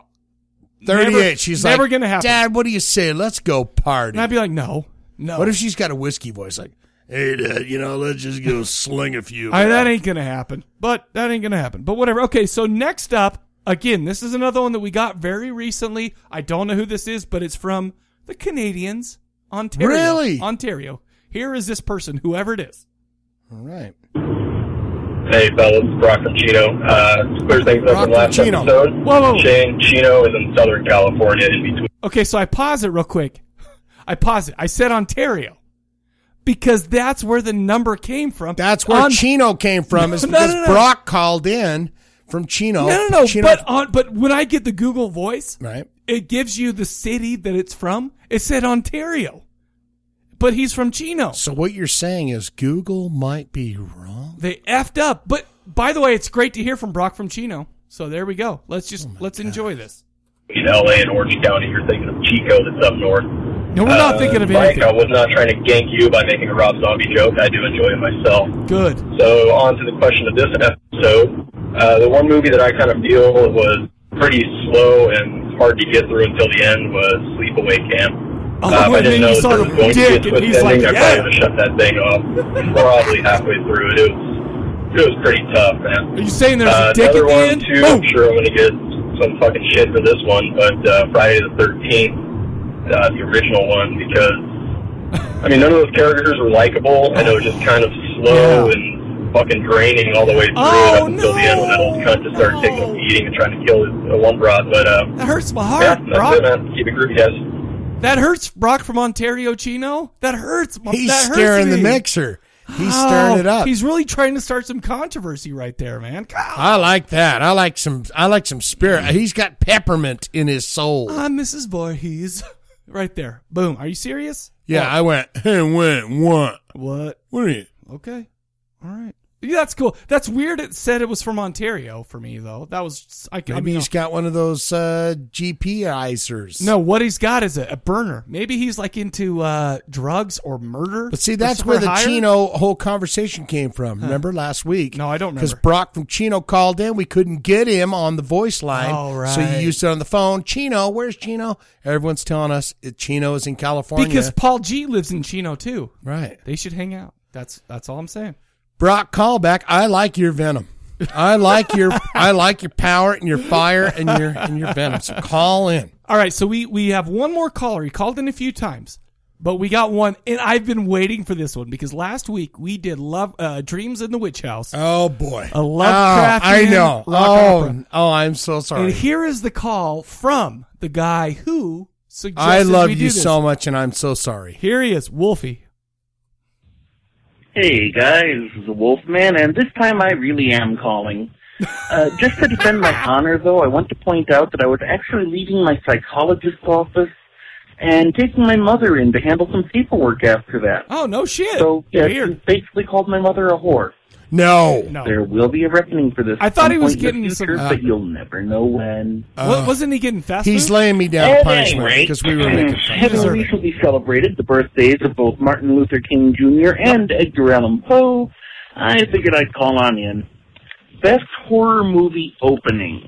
B: 38.
A: never-
B: she's
A: never
B: like,
A: gonna happen.
B: Dad, what do you say? Let's go party. And I'd
A: be like, no, no.
B: What if she's got a whiskey voice? Like, hey, Dad, you know, let's just go sling a few.
A: I, that ain't gonna happen. But that ain't gonna happen. But whatever. Okay, so next up, again, this is another one that we got very recently. I don't know who this is, but it's from the Canadians, Ontario.
B: Really?
A: Ontario. Here is this person, whoever it is.
B: All right.
O: Hey, fellas, it's Brock from Chino. Uh, to clear things up from last
A: Chino.
O: episode.
A: Whoa, whoa.
O: Shane Chino is in Southern California in between.
A: Okay, so I pause it real quick. I pause it. I said Ontario. Because that's where the number came from.
B: That's where Chino came from. Is because Brock called in from Chino.
A: No, no, no.
B: Chino-
A: But on, but when I get the Google Voice,
B: right,
A: it gives you the city that it's from. It said Ontario, but he's from Chino.
B: So what you're saying is Google might be wrong.
A: They effed up. But by the way, it's great to hear from Brock from Chino. So there we go. Let's just
B: Oh
A: let's enjoy this.
O: in LA and Orange County, you're thinking of Chico that's up north. Uh,
A: No, we're not thinking of
O: Mike,
A: anything.
O: I was not trying to gank you by making a Rob Zombie joke. I do enjoy it myself.
A: Good.
O: So on to the question of this episode. Uh, the one movie that I kind of feel was pretty slow and hard to get through until the end was Sleepaway Camp.
A: Oh,
O: uh, if I
A: and then
O: didn't know
A: you
O: that
A: saw
O: there
A: the
O: was going to be a
A: dick, and
O: twist
A: he's like,
O: ending, I probably would have shut that thing off probably halfway through it. It was, it was pretty tough, man.
A: Are you saying there's
O: uh,
A: a dick at
O: another
A: the
O: one
A: end?
O: too? I'm sure I'm going to get some fucking shit for this one, but uh, Friday the 13th, uh, the original one, because I mean none of those characters were likable, and it was just kind of slow and fucking draining all the way through
A: Oh,
O: it up until the end when that old cunt just started taking a beating and trying to kill his uh, one broad. But uh,
A: That hurts my
O: yeah,
A: heart,
O: that's
A: Brock.
O: it, man. Keep it groovy, guys.
A: That hurts, Brock from Ontario, Chino. That hurts. my-
B: He's
A: that hurts
B: stirring the
A: me.
B: mixer. He's stirring
A: Oh,
B: it up.
A: He's really trying to start some controversy right there, man. God,
B: I like that. I like some. I like some spirit. He's got peppermint in his soul.
A: I'm Mrs. Voorhees. Right there. Boom. Are you serious?
B: Yeah, I went. Hey, went what?
A: What?
B: What are you?
A: Okay. All right. Yeah, that's cool. That's weird. It said it was from Ontario for me though. That was I. I
B: Maybe
A: mean,
B: he's got one of those uh, GPizers.
A: no, what he's got is a, a burner. Maybe he's like into uh, drugs or murder.
B: But see,
A: or
B: that's
A: somewhere
B: where the
A: higher.
B: Chino whole conversation came from.
A: Huh.
B: Remember last week? No, I don't
A: remember.
B: Because Brock from Chino called in. We couldn't get him on the voice line.
A: All
B: So you
A: right.
B: used it on the phone. Chino, where's Chino? Everyone's telling us it, Chino is in California.
A: because Paul G lives in Chino too.
B: Right.
A: They should hang out. That's that's all I'm saying.
B: Brock callback, I like your venom. I like your I like your power and your fire and your and your venom. So call in.
A: All right, so we we have one more caller. He called in a few times, but we got one, and I've been waiting for this one because last week we did love uh, dreams in the witch house.
B: Oh boy,
A: a Lovecraftian.
B: Oh, I know.
A: rock
B: oh,
A: opera.
B: oh, I'm so sorry.
A: And here is the call from the guy who suggested
B: I love
A: we do
B: you
A: this.
B: so much, and I'm so sorry.
A: Here he is, Wolfie.
P: Hey guys, this is the Wolfman, and this time I really am calling. Uh, just to defend my honor, though, I want to point out that I was actually leaving my psychologist's office and taking my mother in to handle some paperwork after that.
A: Oh no shit!
P: So yeah,
A: Weird.
P: she basically called my mother a whore.
B: No,
A: No.
P: There will be a reckoning for this.
A: I
P: at
A: thought
P: some
A: he was
P: point in the
A: getting some-
P: future,
A: Uh,
P: but you'll never know when.
A: Wa- wasn't he getting fast?
B: Uh, He's
A: food?
B: laying me down
P: At
B: punishment
P: any rate,
B: because we were making fun. of
P: Heaven
B: him.
P: recently celebrated the birthdays of both Martin Luther King Jr. and Edgar Allan Poe. I figured I'd call on in. Best horror movie opening.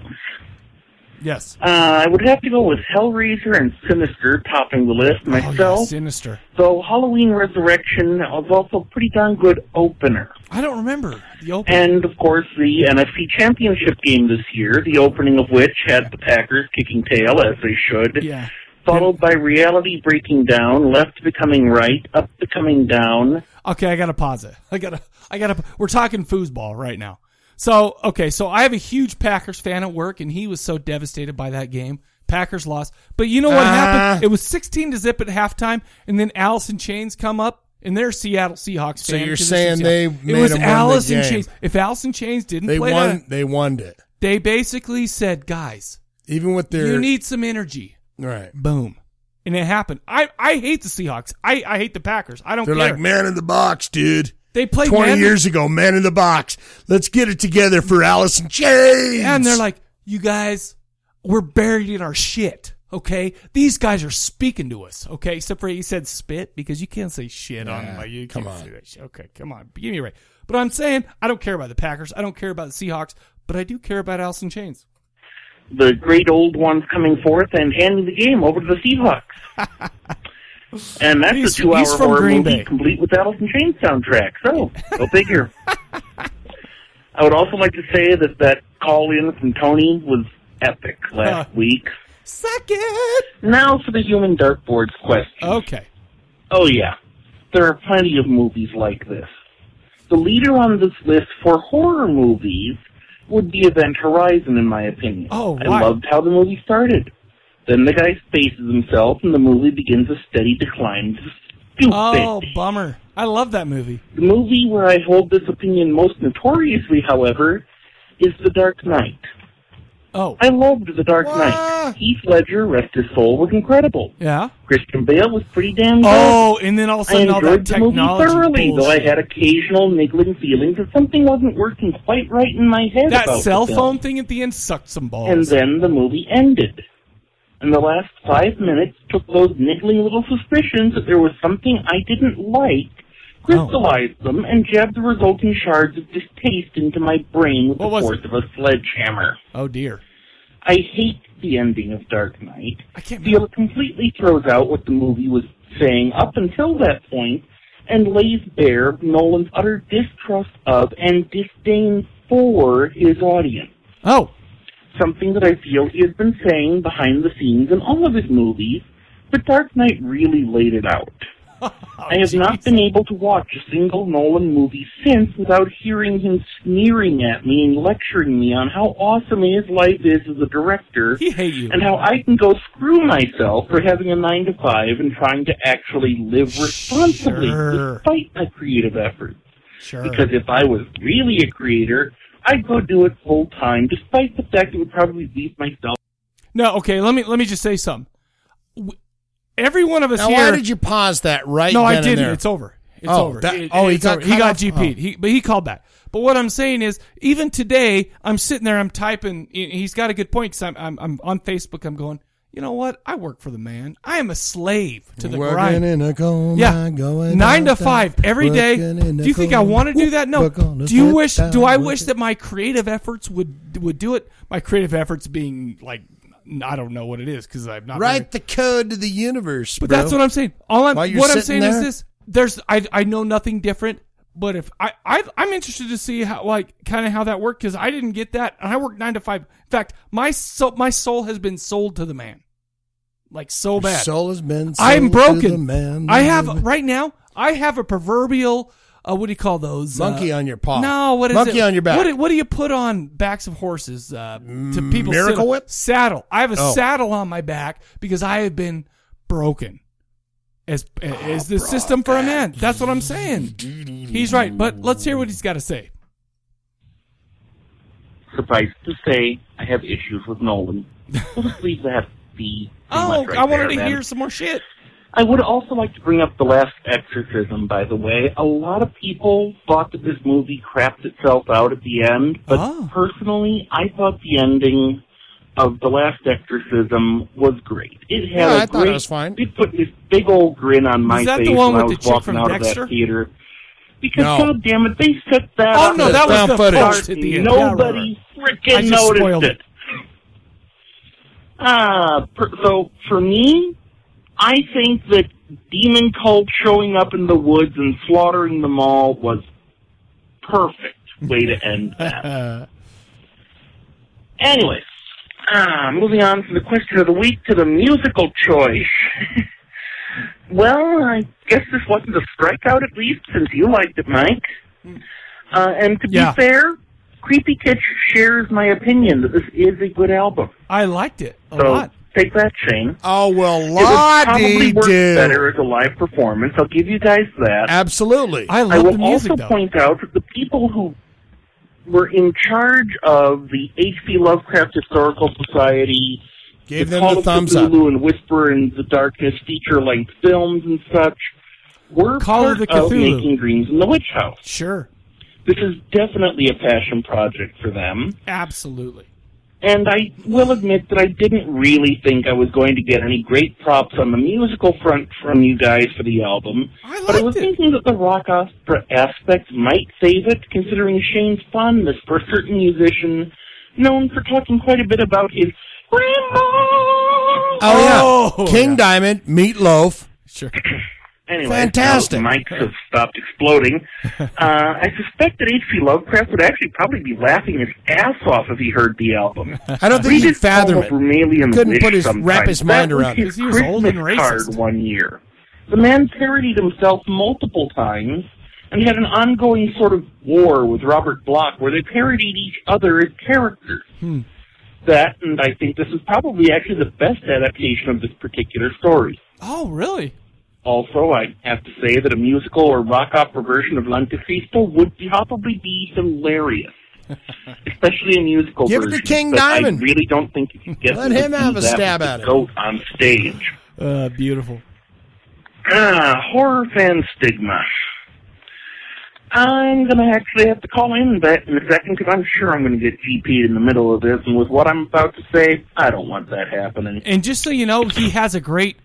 A: Yes.
P: Uh, I would have to go with Hellraiser and Sinister topping the list
B: Oh,
P: myself.
A: Sinister.
P: Though Halloween Resurrection was also a pretty darn good opener.
A: I don't remember the open.
P: And of course, the NFC Championship game this year, the opening of which had the Packers kicking tail as they should.
A: Yeah.
P: Followed by reality breaking down, left becoming right, up becoming down.
A: Okay, I gotta pause it. I gotta. I gotta. We're talking foosball right now. So okay, so I have a huge Packers fan at work, and he was so devastated by that game. Packers lost, but you know what
B: Uh.
A: happened? It was sixteen to zip at halftime, and then Alice in Chains come up, and they're Seattle Seahawks.
B: So
A: fans,
B: you're
A: 'cause they're
B: saying
A: Seattle.
B: they
A: it
B: made
A: was
B: them win the
A: Alice in
B: game.
A: Chains? If Alice in Chains didn't
B: They
A: play
B: won.
A: that,
B: They won it.
A: they basically said, guys,
B: even with their
A: you need some energy,
B: right.
A: Boom. and it happened. I I hate the Seahawks. I I hate the Packers. I don't.
B: They're
A: care.
B: like man in the box, dude.
A: They played
B: twenty
A: man-
B: years ago. Man in the box. Let's get it together for Allison Chains.
A: And they're like, you guys, we're buried in our shit. Okay, these guys are speaking to us. Okay, except for he said spit because you can't say shit on
B: Yeah,
A: my. You
B: come
A: can't
B: on.
A: say that shit. Okay, come on, give me a right. But I'm saying I don't care about the Packers. I don't care about the Seahawks. But I do care about Allison Chains.
P: the great old ones coming forth and handing the game over to the Seahawks. and that's
A: He's-
P: a two-hour
A: he's from
P: horror
A: Green
P: movie
A: Bay.
P: complete with Alice in Chains soundtrack. So go figure. I would also like to say that that call in from Tony was epic last week.
A: Suck it.
P: Now for the human dartboards question.
A: Okay.
P: Oh yeah, there are plenty of movies like this. The leader on this list for horror movies would be Event Horizon, in my opinion.
A: Oh,
P: I
A: wow.
P: loved how the movie started. Then the guy spaces himself, and the movie begins a steady decline. Stupid.
A: Oh, bummer. I love that movie.
P: The movie where I hold this opinion most notoriously, however, is The Dark Knight.
A: Oh.
P: I loved The Dark Knight. Heath Ledger, rest his soul, was incredible.
A: Yeah.
P: Christian Bale was pretty damn good.
A: Oh, and then all of a sudden
P: I
A: all
P: enjoyed
A: that
P: the movie
A: technology
P: thoroughly, though I
A: bullshit.
P: had occasional niggling feelings that something wasn't working quite right in my head.
A: That
P: about the
A: cell
P: film.
A: phone thing at the end sucked some balls.
P: And then the movie ended. And the last five minutes took those niggling little suspicions that there was something I didn't like, crystallized them, and jabbed the resulting shards of distaste into my brain with the force of a sledgehammer.
A: Oh dear.
P: I hate the ending of Dark Knight.
A: I can't
P: feel it completely throws out what the movie was saying up until that point and lays bare Nolan's utter distrust of and disdain for his audience.
A: Oh.
P: Something that I feel he has been saying behind the scenes in all of his movies, but Dark Knight really laid it out.
A: Oh,
P: I have not been able to watch a single Nolan movie since without hearing him sneering at me and lecturing me on how awesome his life is as a director
A: He hate you.
P: and how I can go screw myself for having a 9 to 5 and trying to actually live responsibly
A: Sure.
P: despite my creative efforts.
A: Sure.
P: Because if I was really a creator, I'd go do it full time despite the fact it would probably leave myself
A: No, okay. Let me let me just say something. W- Every one of us
B: Now,
A: here.
B: why did you pause that right?
A: no,
B: then
A: I
B: and
A: didn't.
B: there?
A: It's over. It's
B: oh,
A: over.
B: that-
A: It-
B: oh, he
A: it's
B: got
A: over. Oh. he
B: cut
A: got
B: off?
A: GP'd. He but he called back. But what I'm saying is, even today, I'm sitting there. I'm typing. he- He's got a good point because I'm, I'm I'm on Facebook. I'm going. You know what? I work for the man. I am a slave to the
B: Working
A: grind.
B: in a coal
A: yeah,
B: mine, going
A: nine to
B: out there,
A: five every day.
B: working in a
A: Do you think I
B: coal
A: want to
B: mine.
A: do that? No.
B: We're gonna
A: Do you
B: sit
A: wish?
B: down
A: Do I
B: with
A: wish that my creative efforts would would do it? My creative efforts being like I don't know what it is because I'm not very-
B: Write the code to the universe.
A: but
B: bro.
A: that's what I'm saying. All I'm
B: While you're
A: what I'm
B: sitting
A: saying is
B: there.
A: this: there's I I know nothing different. But if I, I I'm interested to see how like kind of how that worked because I didn't get that and I worked nine to five. In fact, my soul my soul has been sold to the man, like so
B: Your
A: bad.
B: soul has been
A: I'm
B: sold to
A: broken.
B: the man. Oh,
A: I have right now. I have a proverbial. Uh, what do you call those? uh,
B: Monkey on your paw.
A: No, what is
B: Monkey
A: it?
B: on your back. Mm,
A: What do, what do you put on backs of horses? Uh, to people sit
B: Miracle
A: on-
B: Whip?
A: saddle. I have a
B: Oh.
A: saddle on my back because I have been broken. As
B: Oh,
A: as the system for a man. That's what I'm saying. He's right, but let's hear what he's got to say.
P: Suffice to say, I have issues with Nolan. We'll just leave that be. pretty
A: Oh,
P: much right
A: I wanted
P: there,
A: to
P: then.
A: hear some more shit.
P: I would also like to bring up The Last Exorcism, by the way. A lot of people thought that this movie crapped itself out at the end, but
A: Oh.
P: personally, I thought the ending of The Last Exorcism was great. It had
B: Yeah,
P: a
B: I thought it
P: great,
B: was fine.
P: It put this big old grin on my
B: Was that the
P: face
B: one
P: when I
B: with
P: was
B: the chick
P: walking
B: from
P: out
B: Dexter?
P: of that theater. Because
B: No.
P: god damn it, they set that
A: Oh,
P: up
A: no,
P: at
A: that was
P: start
A: the post at the end. Yeah, right,
P: Nobody
A: I
P: freaking
A: just spoiled
P: noticed
A: it.
P: it. Ah, per, so for me, I think that demon cult showing up in the woods and slaughtering them all was perfect way to end that. anyway, ah, moving on from the question of the week to the musical choice. well, I guess this wasn't a strikeout at least, since you liked it, Mike. Uh, and to be fair, Creepy Kitsch shares my opinion that this is a good album.
A: I liked it a
P: so
A: lot.
P: take that, Shane.
B: Oh well,
P: it would probably work
B: la-dee-doo.
P: better as a live performance. I'll give you guys that.
B: Absolutely. I love
P: will
B: the music,
P: also
B: though.
P: point out that the people who were in charge of the H.P. Lovecraft Historical Society,
B: Gave
P: the
B: them
P: Call
B: the
P: of
B: thumbs
P: Cthulhu
B: up.
P: and Whisper in the Darkness feature-length films and such, were
A: Call
P: part
A: of the
P: of
A: Cthulhu.
P: making Dreams in the Witch House.
A: Sure.
P: This is definitely a passion project for them.
A: Absolutely.
P: And I will admit that I didn't really think I was going to get any great props on the musical front from you guys for the album. but I was thinking that the rock opera aspect might save it, considering Shane's fondness for a certain musician known for talking quite a bit about his
B: Oh, yeah, King Diamond, Meatloaf.
A: Sure.
P: Anyway,
B: Fantastic.
P: now that mics have stopped exploding. uh, I suspect that H.P. Lovecraft would actually probably be laughing his ass off if he heard the album.
B: I don't think
P: Read
B: he'd
P: his
B: fathom
P: poem
B: it.
P: of Rumelian
B: Couldn't
P: Wish
B: put his-
P: sometime.
B: wrap his
P: That
B: mind
P: was
B: around it.
P: his
B: He was old
P: Christmas
B: and racist.
P: card one year. The man parodied himself multiple times and had an ongoing sort of war with Robert Block where they parodied each other as characters.
A: Hmm.
P: That, and I think this is probably actually the best adaptation of this particular story.
A: Oh, really?
P: Also, I have to say that a musical or rock opera version of L'Anticristo would probably be hilarious, especially a musical
B: Give it to
P: version.
B: King
P: but
B: Diamond.
P: I really don't think you can get
B: Let him have a stab at it.
P: Goat on stage.
A: Uh, beautiful.
P: Ah, horror fan stigma. I'm gonna actually have to call in that in a second because I'm sure I'm gonna get GP in the middle of this, and with what I'm about to say, I don't want that happening.
A: And just so you know, he has a great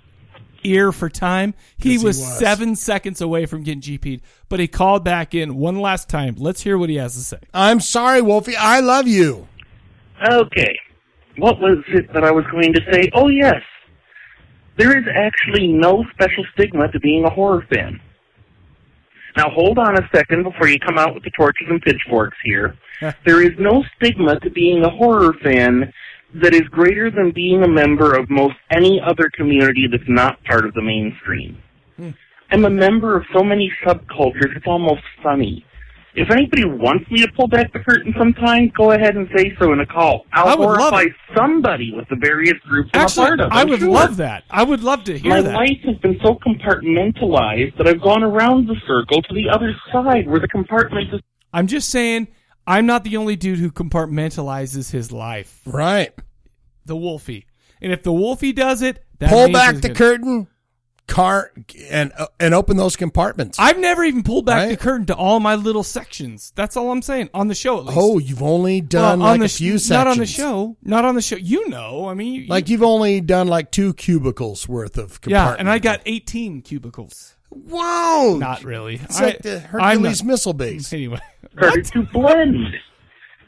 A: ear for time. He
P: Yes,
A: was,
P: he was.
A: seven seconds away from getting GP'd, but he called back in one last time. Let's hear what he has to say.
B: I'm sorry, Wolfie. I love you.
P: Okay. What was it that I was going to say? Oh, yes. There is actually no special stigma to being a horror fan. Now, hold on a second before you come out with the torches and pitchforks here. there is no stigma to being a horror fan that is greater than being a member of most any other community that's not part of the mainstream.
Q: Hmm.
P: I'm a member of so many subcultures, it's almost funny. If anybody wants me to pull back the curtain sometime, go ahead and say so in a call. I'll
A: I would love
P: horrify somebody with the various groups
A: Actually,
P: I'm a part of.
A: I
P: I'm
A: would
P: sure.
A: love that. I would love to hear
P: My
A: that.
P: life has been so compartmentalized that I've gone around the circle to the other side where the compartment is.
A: I'm just saying, I'm not the only dude who compartmentalizes his life.
B: Right.
A: The Wolfie. And if the Wolfie does it, that
B: Pull
A: means
B: back
A: it's
B: the
A: good.
B: curtain, car, and uh, and open those compartments.
A: I've never even pulled back the curtain to all my little sections. That's all I'm saying on the show at least.
B: Oh, you've only done
A: Well, on
B: like
A: the
B: a
A: sh-
B: few sections.
A: Not on the show. Not on the show. You know. I mean, you,
B: Like you've only done like two cubicles worth of
A: yeah.
B: compartments.
A: And I got 18 cubicles.
B: Whoa!
A: Not really.
B: It's like the Hercules missile base.
A: Anyway,
P: started to blend.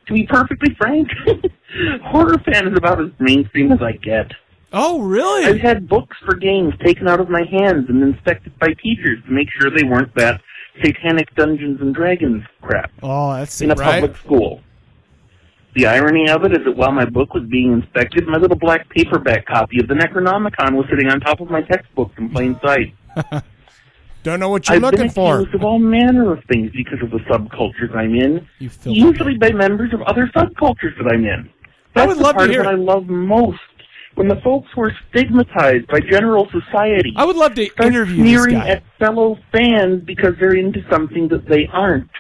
P: To be perfectly frank, horror fan is about as mainstream as I get.
A: Oh, really?
P: I've had books for games taken out of my hands and inspected by teachers to make sure they weren't that satanic Dungeons and Dragons crap
A: Oh, that's
P: in a
A: right.
P: public school. The irony of it is that while my book was being inspected, my little black paperback copy of the Necronomicon was sitting on top of my textbook in plain sight.
B: Don't know what
P: I've been accused of all manner of things because of the subcultures I'm in,
A: You filthy.
P: usually by members of other subcultures that I'm in. That's
A: would
P: the
A: love to
P: part of
A: hear
P: what
A: it.
P: I love most. When the folks who are stigmatized by general society, I
A: would love to interview this
P: sneering
A: guy.
P: at fellow fans because they're into something that they aren't.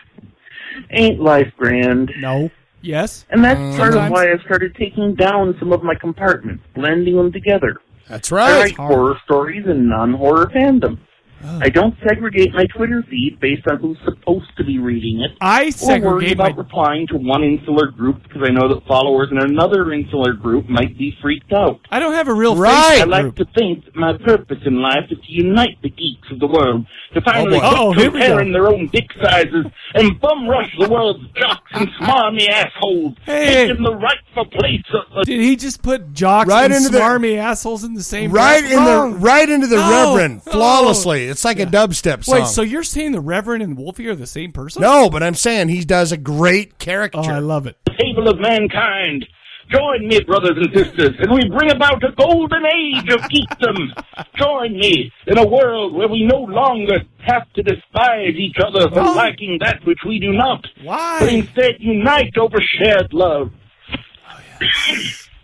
P: Ain't life grand?
A: No. Yes.
P: And that's
A: Mm.
P: part of
A: Sometimes.
P: why I've started taking down some of my compartments, blending them together.
B: That's
P: I
B: right.
P: write horror stories and non-horror fandom.
A: Oh.
P: I don't segregate my Twitter feed based on who's supposed to be reading it.
A: I
P: or worry
A: segregate
P: about
A: my-
P: replying to one insular group because I know that followers in another insular group might be freaked out.
A: I don't have a real
P: I
A: Facebook
P: like
A: group.
P: to think that my purpose in life is to unite the geeks of the world to
A: Oh, boy.
P: finally
A: Uh-oh,
P: quit
A: here we go.
P: comparing their own dick sizes and bum rush the world's jocks and smarmy assholes,
A: Hey.
P: taking the rightful place uh, of the
A: Did he just put jocks
B: Right
A: and
B: into the-
A: smarmy assholes in the same
B: right
A: breath?
B: in the
A: Wrong.
B: right into the
A: No.
B: Reverend
A: No.
B: flawlessly. It's like a dubstep song.
A: Wait, so you're saying the Reverend and Wolfie are the same person?
B: no, but I'm saying he does a great caricature.
A: I Oh, love it.
P: table of mankind.
I: Join me, brothers and sisters, and we bring about a golden age of geekdom. Join me in a world where we no longer have to despise each other for liking that which we do not. Why? But instead unite over shared love.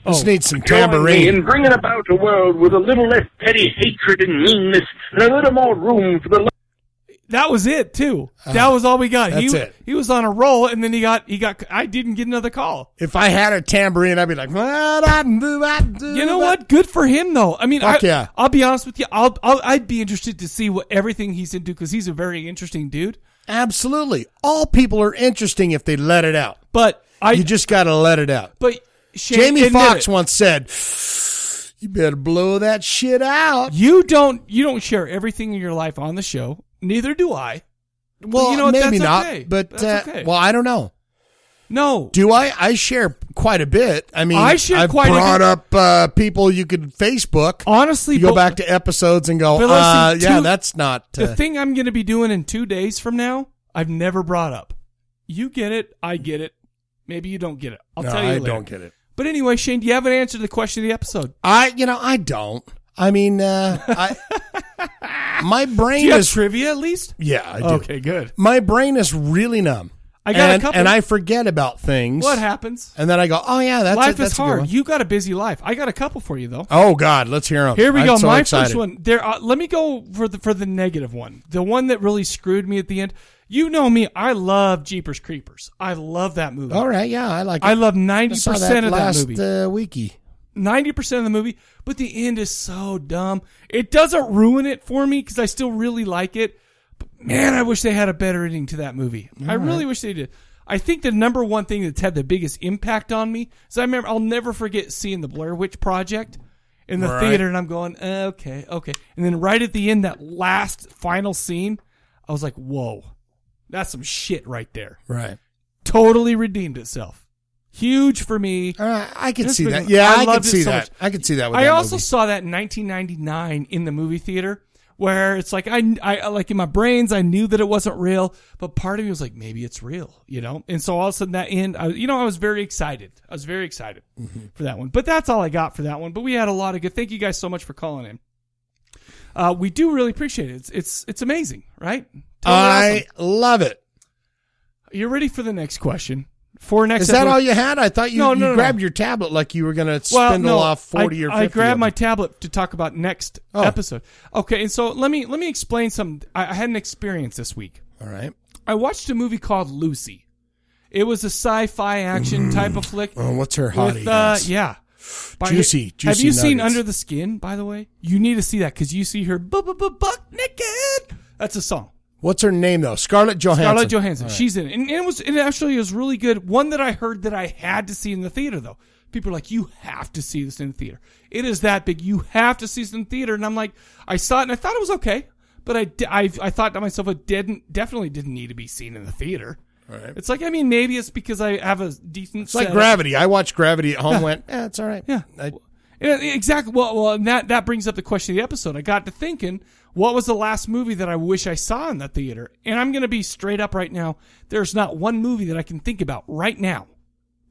I: Oh.
B: Just need some
I: Join me
B: tambourine.
I: in bringing about a world with a little less petty hatred and meanness, and a little more room for the love.
A: That was it too. that was all we got.
B: Uh, that's
A: he,
B: it.
A: He was on a roll, and then he got he got. I didn't get another call.
B: If I had a tambourine, I'd be like, "Well, I do, I do."
A: You know what? Good for him though. I mean,
B: Fuck
A: I,
B: yeah.
A: I'll be honest with you. I'll, I'll I'd be interested to see what everything he's into because he's a very interesting dude.
B: Absolutely. All people are interesting if they let it out.
A: But I,
B: you just got to let it out.
A: But Shane,
B: Jamie
A: admit
B: Foxx
A: it.
B: once said, "You better blow that shit out."
A: You don't you don't share everything in your life on the show. Neither do I.
B: Well,
A: you know what?
B: maybe
A: That's
B: not,
A: okay.
B: but
A: That's
B: uh,
A: okay.
B: well, I don't know.
A: No,
B: do I? I share quite a bit. I mean,
A: I share
B: I've
A: quite a
B: brought
A: bit.
B: up uh, people you could Facebook.
A: Honestly,
B: you go
A: but-
B: back to episodes and go,
A: But listen,
B: uh, yeah,
A: two-
B: that's not uh,
A: the thing I'm going to be doing in two days from now. I've never brought up. You get it. I get it. Maybe you don't get it. I'll
B: No,
A: tell you.
B: I
A: later.
B: don't get it.
A: But anyway, Shane, do you have an answer to the question of the episode?
B: I, you know, I don't. I mean, uh, I, my brain
A: Do you have
B: is
A: trivia at least.
B: Yeah, I do.
A: Okay, good.
B: My brain is really numb.
A: I got a
B: and,
A: couple-
B: and I forget about things.
A: What happens?
B: And then I go, oh yeah, that's
A: life
B: is
A: is hard. You got a busy life. I got a couple for you though.
B: Oh God, let's hear them.
A: Here we
B: I'm
A: go.
B: so
A: My
B: excited.
A: first one. There. Uh, let me go for the for the negative one. The one that really screwed me at the end. You know me. I love Jeepers Creepers. I love that movie.
B: All right, yeah, I like. it.
A: I love
B: I
A: ninety
B: saw
A: percent of
B: last,
A: that movie.
B: Uh, wiki.
A: Ninety percent of the movie, but the end is so dumb. It doesn't ruin it for me because I still really like it. But man, I wish they had a better ending to that movie. I
L: All right.
A: really wish they did. I think the number one thing that's had the biggest impact on me is I remember I'll never forget seeing the Blair Witch Project in the
L: Right.
A: theater, and I'm going, okay, okay, and then right at the end, that last final scene, I was like, whoa, that's some shit right there.
B: Right.
A: Totally redeemed itself. Huge for me.
B: Uh, I can
A: This
B: see
A: big
B: that.
A: one.
B: Yeah, I, can
A: loved it
B: see
A: so
B: that.
A: much.
B: I can see that. With
A: I
B: that
A: also
B: movie.
A: saw that in 1999 in the movie theater, where it's like I, I like in my brains I knew that it wasn't real, but part of me was like maybe it's real, you know. And so all of a sudden that end, I, you know, I was very excited. I was very excited for that one. But that's all I got for that one. But we had a lot of good. Thank you guys so much for calling in. Uh, we do really appreciate it. It's it's, it's amazing, right?
B: I love it.
A: You're ready for the next question. For next,
B: Is that
A: episode-
B: all you had? I thought you,
A: No,
B: you
A: no, no,
B: grabbed
A: no.
B: your tablet like you were going to
A: Well,
B: spindle
A: no,
B: off forty
A: I,
B: or
A: I
B: fifty.
A: grabbed
B: of
A: my
B: them.
A: tablet to talk about next
B: Oh.
A: episode. Okay, and so let me let me explain some. I, I had an experience this week.
B: All right.
A: I watched a movie called Lucy. It was a sci-fi action type of flick.
B: Oh, what's her hottie
A: With, uh,
B: ass?
A: yeah.
B: Juicy,
A: Have
B: juicy
A: you seen
B: nuggets.
A: Under the Skin? By the way, you need to see that because you see her bu- bu- bu- buck naked. That's a song.
B: What's her name though? Scarlett Johansson.
A: Scarlett Johansson.
B: Oh, All right.
A: She's in it. And it was it actually is really good. One that I heard that I had to see in the theater though. People are like, you have to see this in the theater. It is that big. You have to see this in the theater. And I'm like, I saw it and I thought it was okay, but I, d- I, I thought to myself, it didn't definitely didn't need to be seen in the theater.
B: Right.
A: It's like I mean maybe it's because I have a decent.
B: It's like
A: setup.
B: Gravity. I watched Gravity at home.
A: Yeah.
B: Went, eh, it's all right.
A: Yeah.
B: I,
A: Yeah, exactly. Well, well, and that that brings up the question of the episode. I got to thinking, what was the last movie that I wish I saw in the theater? And I'm going to be straight up right now. There's not one movie that I can think about right now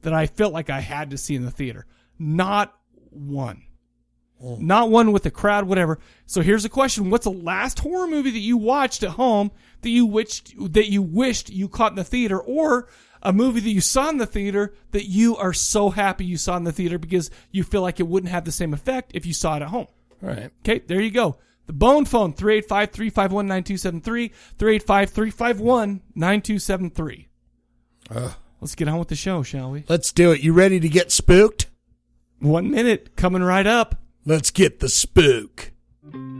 A: that I felt like I had to see in the theater. Not one. Mm. Not one with a crowd, whatever. So here's a question: What's the last horror movie that you watched at home that you wished that you wished you caught in the theater, or a movie that you saw in the theater that you are so happy you saw in the theater because you feel like it wouldn't have the same effect if you saw it at home?
B: Right.
A: Okay, there you go. The bone phone, 385 351 9273, 385 351 9273. Let's get on with the show, shall we?
B: Let's do it. You ready to get spooked?
A: One minute coming right up.
B: Let's get the spook.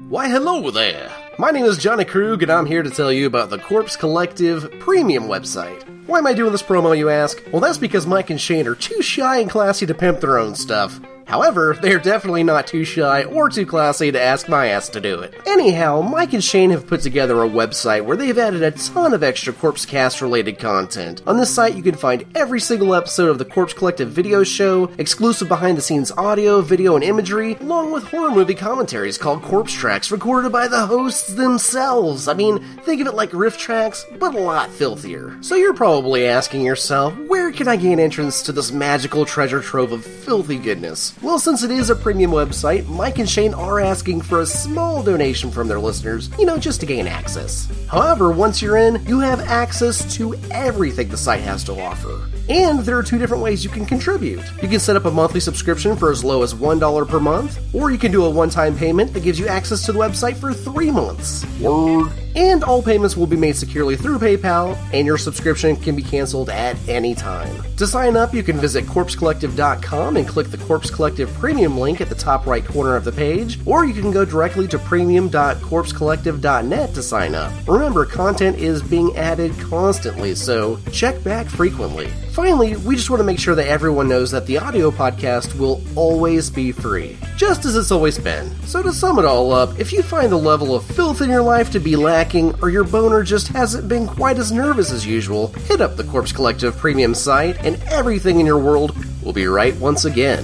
Q: Why, hello there! My name is Johnny Krug, and I'm here to tell you about the Corpse Collective premium website. Why am I doing this promo, you ask? Well, that's because Mike and Shane are too shy and classy to pimp their own stuff. However, they're definitely not too shy or too classy to ask my ass to do it. Anyhow, Mike and Shane have put together a website where they've added a ton of extra Corpse Cast related content. On this site, you can find every single episode of the Corpse Collective video show, exclusive behind the scenes audio, video, and imagery, along with horror movie commentaries called Corpse Tracks recorded by the hosts themselves. I mean, think of it like riff tracks, but a lot filthier. So you're probably asking yourself, where can I gain entrance to this magical treasure trove of filthy goodness? Well, since it is a premium website, Mike and Shane are asking for a small donation from their listeners, you know, just to gain access. However, once you're in, you have access to everything the site has to offer. And there are two different ways you can contribute. You can set up a monthly subscription for as low as $1 per month, or you can do a one time payment that gives you access to the website for three months. Word. And all payments will be made securely through PayPal, and your subscription can be canceled at any time. To sign up, you can visit corpsecollective.com and click the Corpse Collective Premium link at the top right corner of the page, or you can go directly to premium.corpsecollective.net to sign up. Remember, content is being added constantly, so check back frequently. Finally, we just want to make sure that everyone knows that the audio podcast will always be free, just as it's always been. So, to sum it all up, if you find the level of filth in your life to be lacking, or your boner just hasn't been quite as nervous as usual, hit up the Corpse Collective premium site, and everything in your world will be right once again.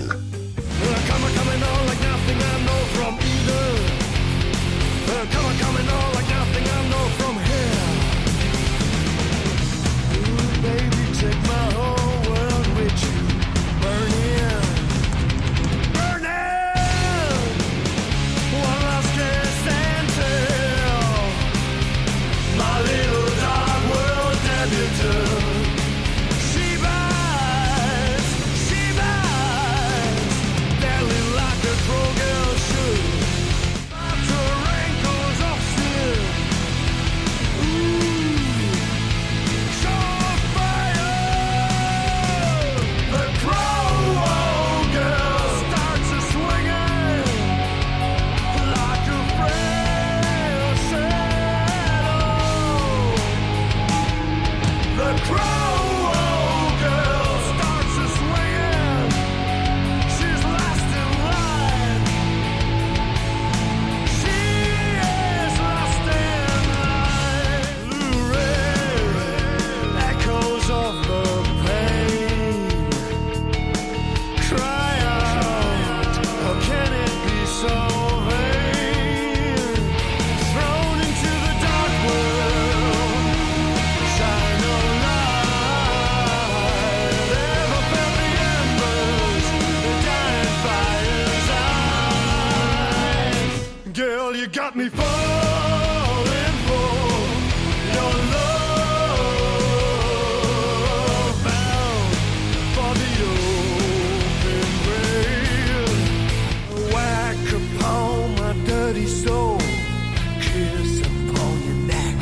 G: Girl, you got me falling for your love, bound for the open grave. Whack upon my dirty soul, kiss upon your neck.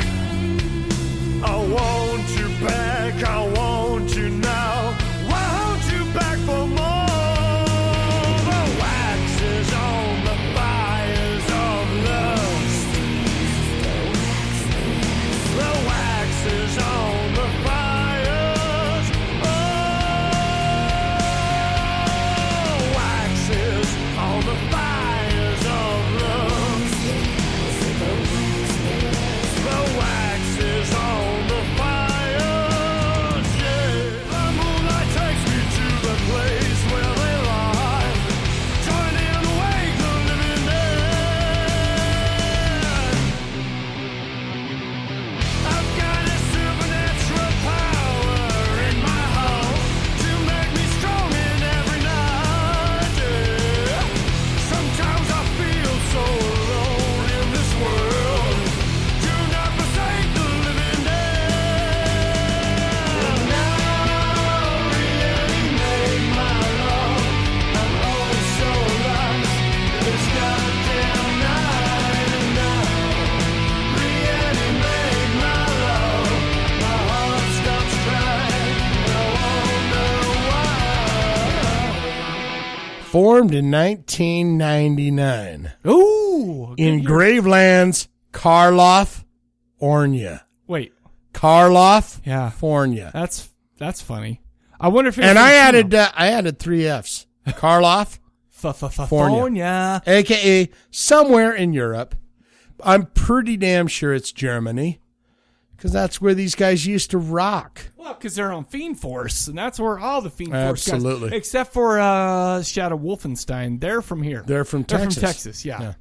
G: I want you back, I want you now. Want you back for more. The wax is on the fires of lust. The wax is on the fires of Oh, wax is on the fires of lust. The wax is on the fires. Yeah. The moonlight takes me to the place where they lie. Join in, wake the living dead. I've got a supernatural power in my heart to make me strong in every night. Yeah. Sometimes I feel so alone in this world. Do not forsake the living dead. And now reanimate my love. I'm always so lost this goddamn night. And now reanimate my love. My heart stops crying. I wonder why.
B: Formed in 1999.
A: Ooh.
B: In Gravelands, Karloff, Ornia.
A: Wait.
B: Karloff,
A: Yeah.
B: Fornia.
A: That's that's funny. I wonder if it's
B: And I
A: Latino.
B: added uh, I added three Fs. Karloff, Fornia, aka somewhere in Europe. I'm pretty damn sure it's Germany, because that's where these guys used to rock.
A: Well, because they're on Fiend Force, and that's where all the Fiend Force guys-
B: Absolutely.
A: except for uh, Shadow Wolfenstein, they're from here.
B: They're from
A: They're
B: Texas.
A: from Texas, yeah.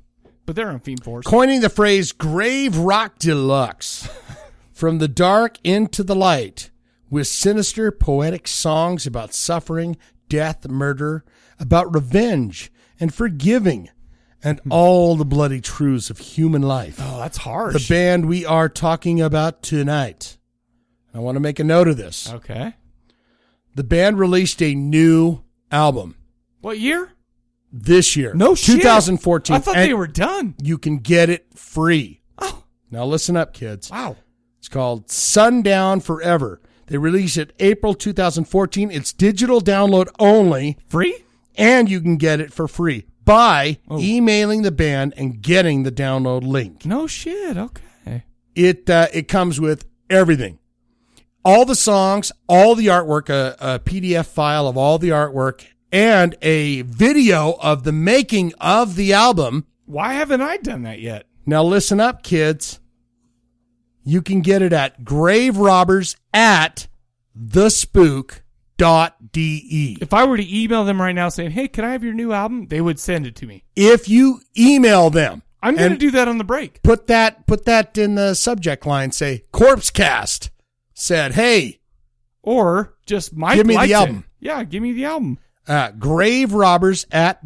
A: But they're on Fiend Force.
B: Coining the phrase "grave rock deluxe," from the dark into the light, with sinister poetic songs about suffering, death, murder, about revenge and forgiving, and all the bloody truths of human life.
A: Hmm. Oh, that's harsh.
B: The band we are talking about tonight. I want to make a note of this.
A: Okay.
B: The band released a new album
A: What year?
B: this year.
A: No shit.
B: 2014.
A: I thought
B: And
A: they were done.
B: You can get it free. Oh. Now listen up, kids.
A: Wow.
B: It's called Sundown Forever. They released it April 2014. It's digital download only.
A: Free? Oh.
B: And you can get it for free by emailing the band and getting the download link.
A: No shit. Okay.
B: It uh, it comes with everything all the songs, all the artwork, a, a PDF file of all the artwork, and a video of the making of the album.
A: Why haven't I done that yet?
B: Now listen up, kids. You can get it at graverobbers at thespook.de.
A: If I were to email them right now saying, "Hey, can I have your new album?" They would send it to me.
B: If you email them,
A: I'm going to
B: and
A: do that on the break.
B: put that put that in the subject line. Say Corpse Cast said, "Hey,
A: or just Mike
B: give me
A: likes
B: the
A: it.
B: album."
A: Yeah, give me the album.
B: uh, grave robbers at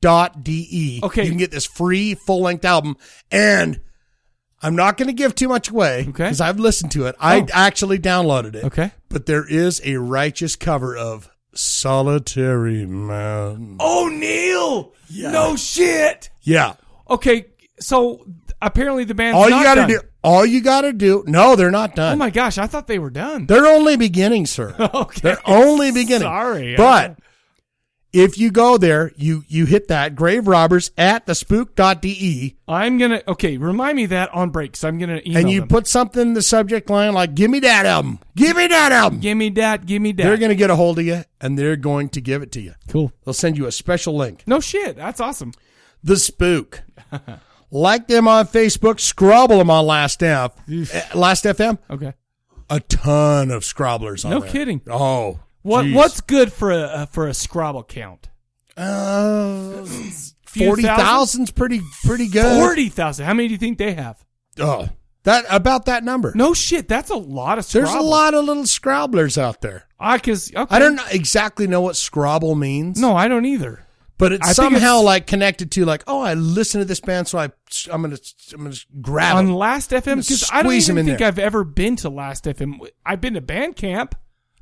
B: thespook.de. Okay. You can get this free full length album. And I'm not going to give too much away because I've listened to it. I
A: Oh.
B: actually downloaded it.
A: Okay.
B: But there is a righteous cover of Solitary Man.
A: Oh, Neil! No shit.
B: Yeah.
A: Okay, so apparently the band's
B: All you
A: not
B: got to
A: done.
B: do, all you got to do, no, they're not done.
A: Oh my gosh, I thought they were done.
B: They're only beginning, sir.
A: Okay.
B: They're only beginning.
A: Sorry.
B: But if you go there, you you hit that grave robbers at the spook.de
A: I'm gonna okay. Remind me that on break, so I'm gonna email
B: and you
A: them.
B: put something in the subject line like give me that album. Give me that album.
A: Give me that, give me that.
B: They're going to get a hold of you and they're going to give it to you.
A: Cool.
B: They'll send you a special link.
A: No shit, that's awesome.
B: The Spook. like them on Facebook, scrabble them on Last F. eh, Last FM.
A: Okay.
B: A ton of scrabblers on
A: No
B: there.
A: kidding.
B: Oh.
A: What
B: geez.
A: what's good for a uh, for a Scrabble count?
B: Uh,
A: Few
B: forty
A: thousand?
B: thousand's pretty pretty good.
A: Forty thousand. How many do you think they have?
B: Oh, that about that number.
A: No shit, that's a lot of.
B: There's
A: Scrabble.
B: a lot of little scrabblers out there.
A: I cause okay.
B: I don't know- exactly know what Scrabble means.
A: No, I don't either.
B: But it's
A: I think
B: somehow
A: it's-
B: like connected to like, oh, I listen to this band, so I I'm gonna I'm gonna grab
A: on
B: them.
A: Last FM because I don't
B: squeeze 'em
A: even
B: in
A: think
B: there.
A: I've ever been to Last FM. I've been to Bandcamp.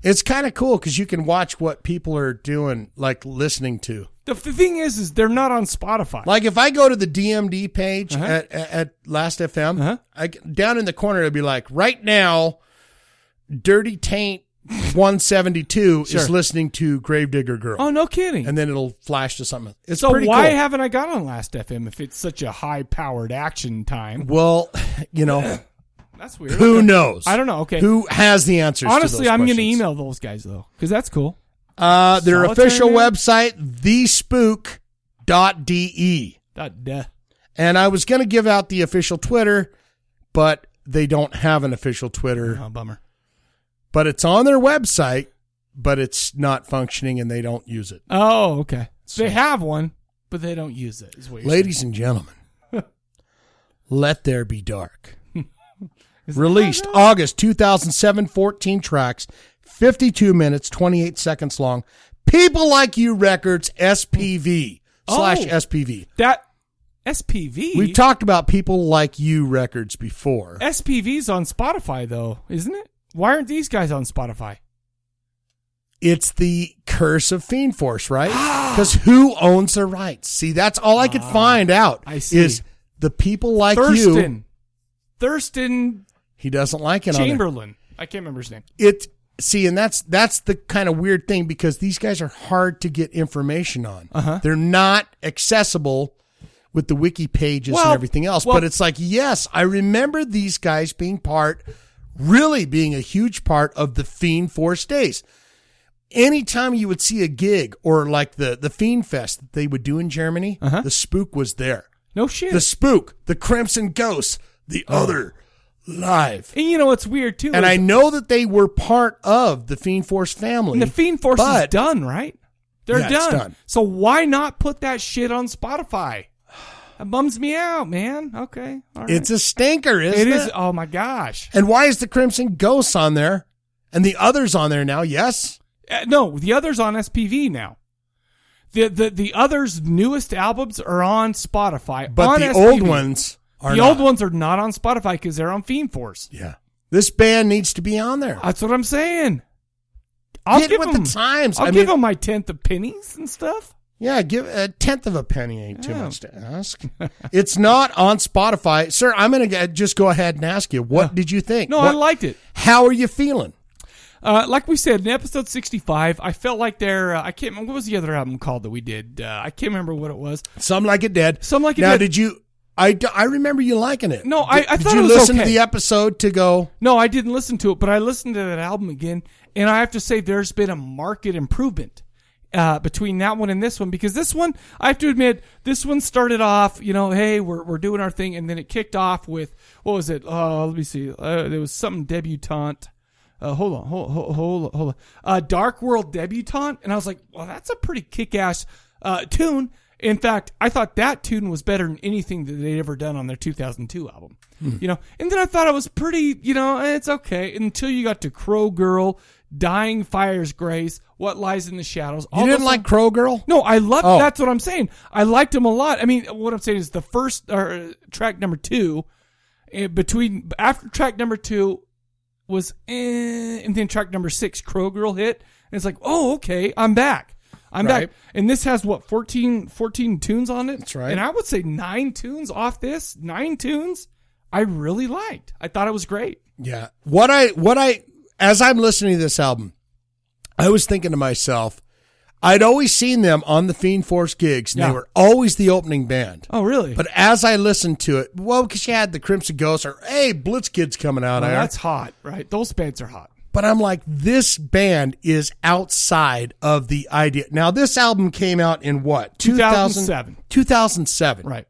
B: It's kind of cool because you can watch what people are doing, like listening to.
A: The, the thing is, is they're not on Spotify.
B: Like if I go to the DMD page
A: Uh-huh.
B: at, at at Last FM, I, down in the corner it'd be like, right now, Dirty Taint 172
A: Sure.
B: is listening to Gravedigger Girl.
A: Oh, no kidding!
B: And then it'll flash to something. It's
A: so
B: pretty
A: why
B: cool.
A: haven't I got on Last FM if it's such a high powered action time?
B: well, you know,
A: that's weird.
B: Who
A: Okay.
B: knows?
A: I don't know. Okay,
B: Who has the answers?
A: Honestly,
B: to those
A: I'm going to
B: questions?
A: email those guys though because that's cool.
B: Uh, their
A: Solitary
B: official
A: Man?
B: website, thespook.de.
A: Dot de.
B: And I was going to give out the official Twitter, but they don't have an official Twitter.
A: Oh, bummer.
B: But it's on their website, but it's not functioning and they don't use it.
A: Oh, okay. they have one, but they don't use it. Is what you're
B: Ladies
A: saying.
B: and gentlemen, Let There Be Dark. Released August 2007, 14 tracks, 52 minutes, 28 seconds long. People Like You Records, SPV slash
A: Oh.
B: SPV.
A: that SPV.
B: We've talked about People Like You Records before.
A: SPV's on Spotify though, isn't it? Why aren't these guys on Spotify?
B: It's the curse of Fiend Force, right? Because who owns the rights? See, that's all I could find out. I
A: Ah, see.
B: Is the people like you?
A: Thurston. Thurston
B: He doesn't like it. on there.
A: Chamberlain. I can't remember his name.
B: it see and that's that's the kind of weird thing because these guys are hard to get information on
A: Uh-huh.
B: they're not accessible with the wiki pages
A: Well,
B: and everything else
A: well-
B: but it's like yes i remember these guys being part really being a huge part of the fiend force days anytime you would see a gig or like the the Fiend Fest that they would do in Germany, the spook was there.
A: Uh-huh. No shit. Oh.
B: The spook, the Crimson Ghost, the other live.
A: And you know what's weird too?
B: And
A: is-
B: I know that they were part of the Fiend Force family.
A: And the Fiend Force
B: but-
A: is done, right? They're
B: Yeah, it's
A: done.
B: done.
A: So why not put that shit on Spotify? That bums me out, man. Okay. all right.
B: It's a stinker, isn't it?
A: It is. Oh my gosh.
B: And why is the Crimson Ghost on there and the others on there now? Yes.
A: Uh, no, the others on SPV now. The the the others newest albums are on Spotify.
B: But
A: on
B: the
A: SPV.
B: old ones are
A: the
B: not.
A: old ones are not on Spotify because they're on Fiend Force.
B: Yeah. This band needs to be on there.
A: That's what I'm saying. I'll
B: Get
A: give
B: with
A: them,
B: the times.
A: I'll
B: I
A: give
B: mean-
A: them my tenth of pennies and stuff.
B: Yeah, give a tenth of a penny ain't too much to ask. It's not on Spotify. Sir, I'm going to just go ahead and ask you, what did you think?
A: No, I
B: What-
A: liked it.
B: How are you feeling?
A: Uh, like we said in episode 65, I felt like there. Uh, I can't remember what was the other album called that we did. Uh, I can't remember what it was.
B: Some like it dead.
A: Some like it
B: now,
A: dead.
B: did you? I, d- I remember you liking it.
A: No, Oh, I,
B: Did-
A: I
B: did
A: thought
B: you
A: it was
B: listen
A: okay.
B: to the episode to go.
A: No, I didn't listen to it, but I listened to that album again, and I have to say there's been a marked improvement uh, between that one and this one because this one, I have to admit, this one started off, you know, hey, we're we're doing our thing, and then it kicked off with what was it? Uh, let me see, uh, there was something debutante. Uh, hold on, hold, hold, hold, hold on. Uh, Dark World debutante, and I was like, well, that's a pretty kick-ass uh, tune. In fact, I thought that tune was better than anything that they'd ever done on their 2002 album. You know, and then I thought it was pretty, you know, eh, it's okay until you got to Crow Girl, Dying Fire's Grace, What Lies in the Shadows.
B: You didn't
A: those
B: like
A: songs-
B: Crow Girl?
A: No, I loved.
B: Oh.
A: That's what I'm saying. I liked them a lot. I mean, what I'm saying is the first or uh, track number two, eh, between after track number two was, eh, and then track number six, Crow Girl hit, and it's like, oh, okay, I'm back. I'm
B: Right.
A: back. And this has what 14, 14 tunes on it. That's
B: right.
A: And I would say nine tunes off this. Nine tunes. I really liked. I thought it was great.
B: Yeah. What I what I as I'm listening to this album, I was thinking to myself, I'd always seen them on the Fiend Force gigs, and
A: Yeah.
B: they were always the opening band.
A: Oh, really?
B: But as I listened to it, well, because you had the Crimson Ghost or hey, Blitz Kids coming out.
A: Well,
B: there.
A: that's hot, right? Those bands are hot.
B: But I'm like, this band is outside of the idea. Now, this album came out in what?
A: 2007.
B: 2007.
A: Right.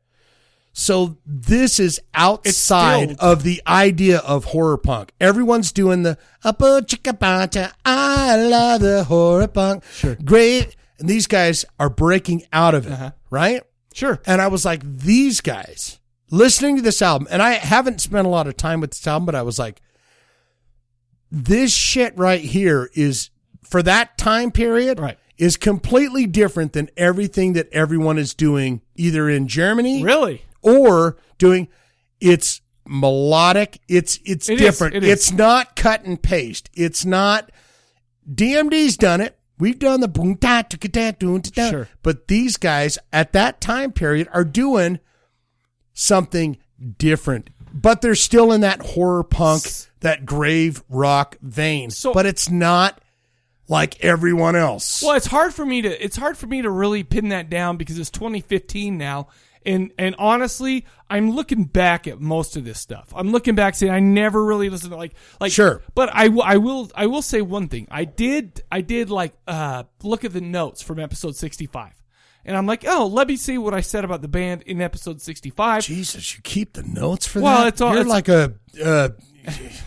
B: So this is outside of the idea of horror punk. Everyone's doing the "Apo Chicapata, I love the horror punk. Sure. Great. And these guys are breaking out of it, right?
A: Uh-huh. Sure.
B: And I was like, these guys listening to this album, and I haven't spent a lot of time with this album, but I was like, this shit right here is for that time period right. is completely different than everything that everyone is doing either in Germany
A: really
B: or doing it's melodic it's it's
A: It is,
B: different
A: it is.
B: it's not cut and paste it's not DMD's done it we've done the boom ta ta ta ta ta
A: Sure.
B: but these guys at that time period are doing something different but they're still in that horror punk that grave rock vein but it's not like everyone else
A: Well, it's hard for me to it's hard for me to really pin that down because it's 2015 now. And and honestly, I'm looking back at most of this stuff. I'm looking back saying I never really listened to like like
B: Sure.
A: But I, w- I will I will say one thing. I did I did like uh look at the notes from episode 65. And I'm like, "Oh, let me see what I said about the band in episode 65."
B: Jesus, you keep the notes for
A: well,
B: that?
A: it's all
B: you're
A: it's-
B: like a uh,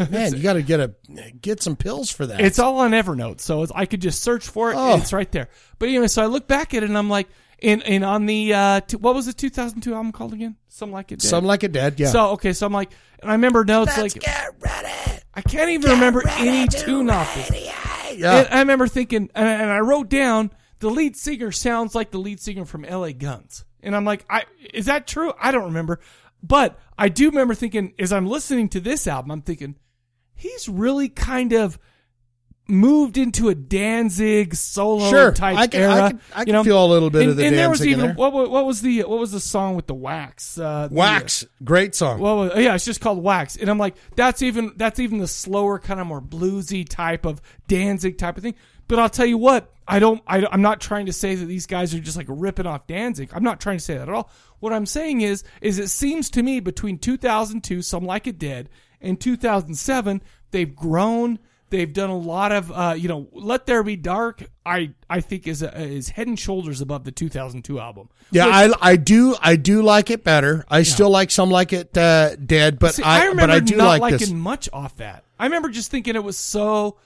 B: man you got to get a get some pills for that
A: It's all on Evernote, so it's, I could just search for it.
B: Oh.
A: And it's right there. But anyway, so I look back at it and I'm like, and, and on the uh, t- what was the 2002 album called again? Some like it. Dead.
B: Some Like It Dead, yeah.
A: So okay, so I'm like, and I remember notes like, I can't even remember any tune off this.
B: Yeah.
G: uh,
A: And I remember thinking, and I, and I wrote down the lead singer sounds like the lead singer from L.A. Guns, and I'm like, I is that true? I don't remember, but I do remember thinking as I'm listening to this album, I'm thinking he's really kind of moved into a Danzig solo
B: Sure.
A: type
B: I can- I
A: era.
B: can- I can feel a little bit of the
A: and there was
B: Danzig in
A: even
B: there.
A: What, wa- what was the what was the song with the wax? Uh, the-
B: Wax, great song.
A: Well, well, yeah, it's just called Wax, and I'm like, that's even that's even the slower kind of more bluesy type of Danzig type of thing. But I'll tell you what, I don't, I, don't- I'm not trying to say that these guys are just like ripping off Danzig. I'm not trying to say that at all. What I'm saying is, is it seems to me between 2002, Some Like It Dead, and 2007, they've grown. They've done a lot of, uh, you know, "Let There Be Dark." I I think is a, is head and shoulders above the 2002 album.
B: Yeah,
A: Which-
B: I, I do I do like it better. I still like some like it uh, dead, but
A: See,
B: I,
A: remember
B: but I do
A: not
B: like
A: liking
B: this.
A: much off that. I remember just thinking it was so.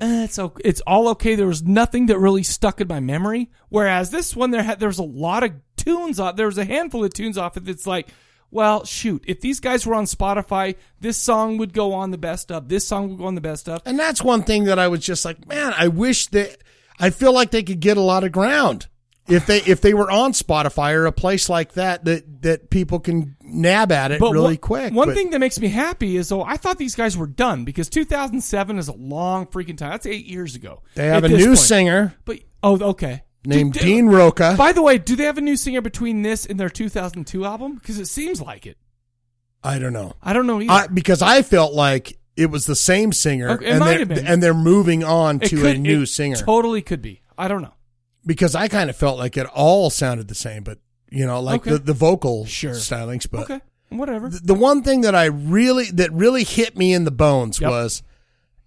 A: eh, it's okay. It's all okay. There was nothing that really stuck in my memory. Whereas this one, there had there was a lot of tunes off. There was a handful of tunes off it. That's like, well, shoot. If these guys were on Spotify, this song would go on the best of. This song would go on the best of.
B: And that's one thing that I was just like, man, I wish that I feel like they could get a lot of ground if they if they were on Spotify or a place like that that that people can nab at it really
A: one,
B: quick.
A: One
B: but-
A: thing that makes me happy is though I thought these guys were done because 2007 is a long freaking time. That's eight years ago.
B: they have a
A: At this
B: new
A: point.
B: singer
A: But oh, okay.
B: named Dean Roca.
A: By the way, do they have a new singer between this and their 2002 album? Because it seems like it.
B: I don't know.
A: I don't know either.
B: I, because I felt like it was the same singer,
A: Okay, it
B: and
A: might
B: they're
A: have been.
B: and they're moving on
A: It
B: to
A: could-
B: a new
A: it
B: singer.
A: Totally could be. I don't know.
B: because I kind of felt like it all sounded the same, but you know, like
A: Okay.
B: the, the vocal stylings. But
A: Okay, whatever.
B: the one thing that I really that really hit me in the bones was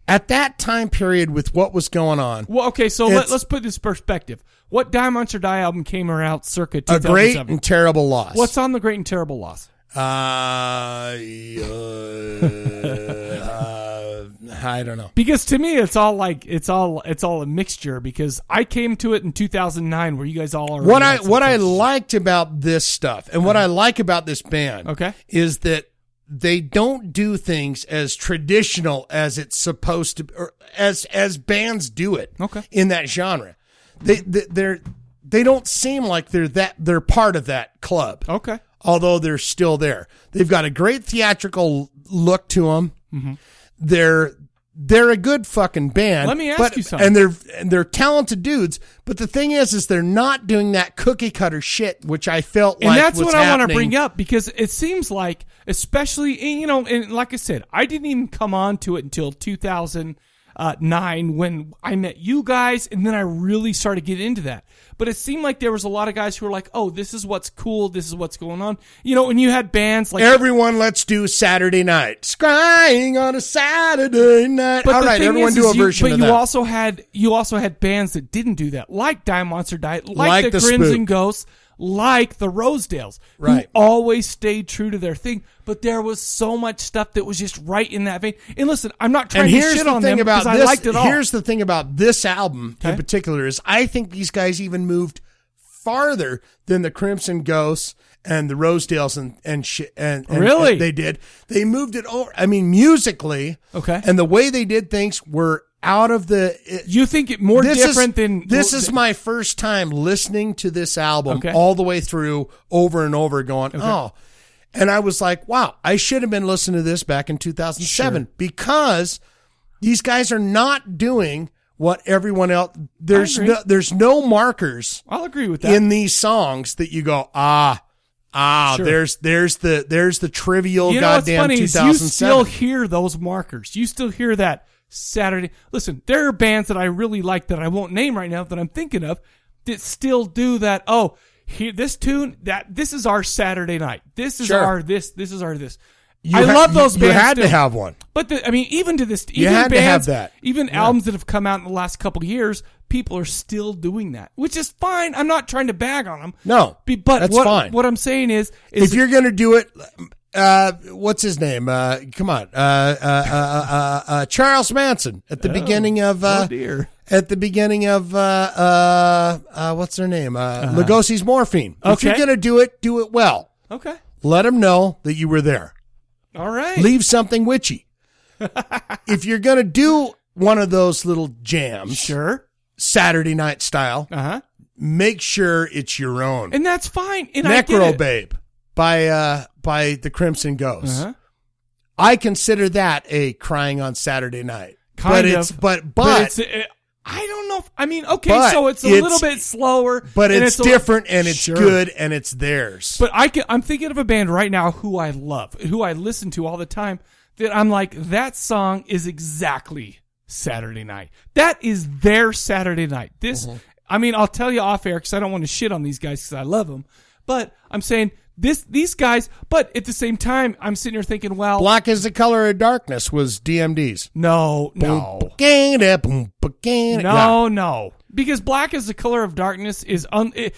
B: at that time period with what was going on.
A: Well, okay. So let,
B: It's-
A: let's put this in perspective. What Diamonds or Die album came out circa
B: A great
A: 2007?
B: and terrible loss.
A: What's on the Great and Terrible Loss?
B: Uh, uh, I don't know.
A: Because to me, it's all like it's all it's all a mixture. Because I came to it in 2009, where you guys all are.
B: What I what I liked about this stuff and what I like about this band
A: Uh-huh. Okay.
B: is that they don't do things as traditional as it's supposed to or as as bands do it okay. in that genre. They, they they're they don't seem like they're that they're part of that club.
A: Okay.
B: Although they're still there. They've got a great theatrical look to them.
A: Mhm.
B: They're they're a good fucking band.
A: Let me ask
B: but-
A: you something.
B: And they're and they're talented dudes, but the thing is, is they're not doing that cookie cutter shit, which I felt
A: and
B: like
A: that's
B: was
A: what I want to
B: happening.
A: bring up because it seems like, especially and, you know, and like I said, I didn't even come on to it until 2009 when I met you guys, and then I really started getting into that. But it seemed like there was a lot of guys who were like, "Oh, this is what's cool. This is what's going on," you know. And you had bands like
B: everyone, let's do Saturday night. Scrying on a Saturday night.
A: But
B: All
A: the
B: right,
A: thing
B: everyone
A: is,
B: do
A: is
B: a
A: you-
B: version
A: But
B: of
A: you
B: that.
A: also had you also had bands that didn't do that, like Die Monster Diet, like,
B: Like
A: the,
B: the
A: Crimson
B: Spook.
A: Ghosts, like the Rosedales,
B: Right.
A: who always stayed true to their thing. But there was so much stuff that was just right in that vein. And listen, I'm not trying
B: and here's
A: to shit
B: the
A: on
B: thing
A: them
B: about
A: because
B: this.
A: I liked it all.
B: Here's the thing about this album in particular is I think these guys even moved farther than the Crimson Ghosts and the Rosedales and and shit and, and-
A: Really?
B: and they did. They moved it over. I mean, musically,
A: Okay.
B: and the way they did things were out of the.
A: you think it more different than-
B: this is my first time listening to this album all the way through, over and over, going oh. And I was like, wow, I should have been listening to this back in 2007 because these guys are not doing what everyone else there's
A: agree.
B: no there's no markers
A: I'll agree with that.
B: in these songs that you go ah ah
A: Sure.
B: there's there's the there's the trivial
A: you know what's
B: Oh, goddamn
A: funny is you still
B: 2007
A: hear those markers. You still hear that Saturday. Listen, there are bands that I really like that I won't name right now that I'm thinking of that still do that. Oh, here this tune that this is our Saturday night. This is
B: Sure.
A: our this. This is our this.
B: You
A: I
B: ha-
A: love those
B: you- you
A: bands.
B: had to
A: still.
B: have one.
A: But the, I mean, even to this,
B: You
A: even
B: had to
A: bands,
B: have that.
A: Even
B: Yeah.
A: albums that have come out in the last couple of years, people are still doing that, which is fine. I'm not trying to bag on them.
B: no
A: Be- but
B: that's
A: what,
B: fine
A: What I'm saying is, is
B: if you're gonna do it uh what's his name uh come on uh uh uh uh, uh charles manson at the
A: Oh.
B: beginning of uh
A: Oh, dear.
B: at the beginning of uh uh, uh what's her name uh,
A: Uh-huh.
B: lugosi's morphine if you're
A: Okay.
B: gonna do it do it well
A: okay,
B: let them know that you were there
A: all right.
B: leave something witchy. if you're gonna do one of those little jams,
A: sure,
B: Saturday night style,
A: uh-huh.
B: make sure it's your own.
A: and that's fine. And I get
B: Necro
A: it.
B: Babe by uh, by the Crimson Ghosts.
A: Uh-huh.
B: I consider that a crying on Saturday night.
A: Kind
B: but
A: of,
B: it's but but,
A: it's, it- I don't know. If, I mean, okay,
B: But
A: so it's a
B: it's-
A: little bit slower,
B: but
A: and
B: it's,
A: a-
B: different and it's
A: Sure.
B: good and it's theirs.
A: But I can, I'm thinking of a band right now who I love, who I listen to all the time. That I'm like, that song is exactly Saturday night. That is their Saturday night.
B: Mm-hmm.
A: This, I mean, I'll tell you off air because I don't want to shit on these guys because I love them. But I'm saying This these guys, but at the same time, I'm sitting here thinking, well,
B: Black is the color of darkness was DMD's.
A: No, no. No, no, Because black is the color of darkness is un- it,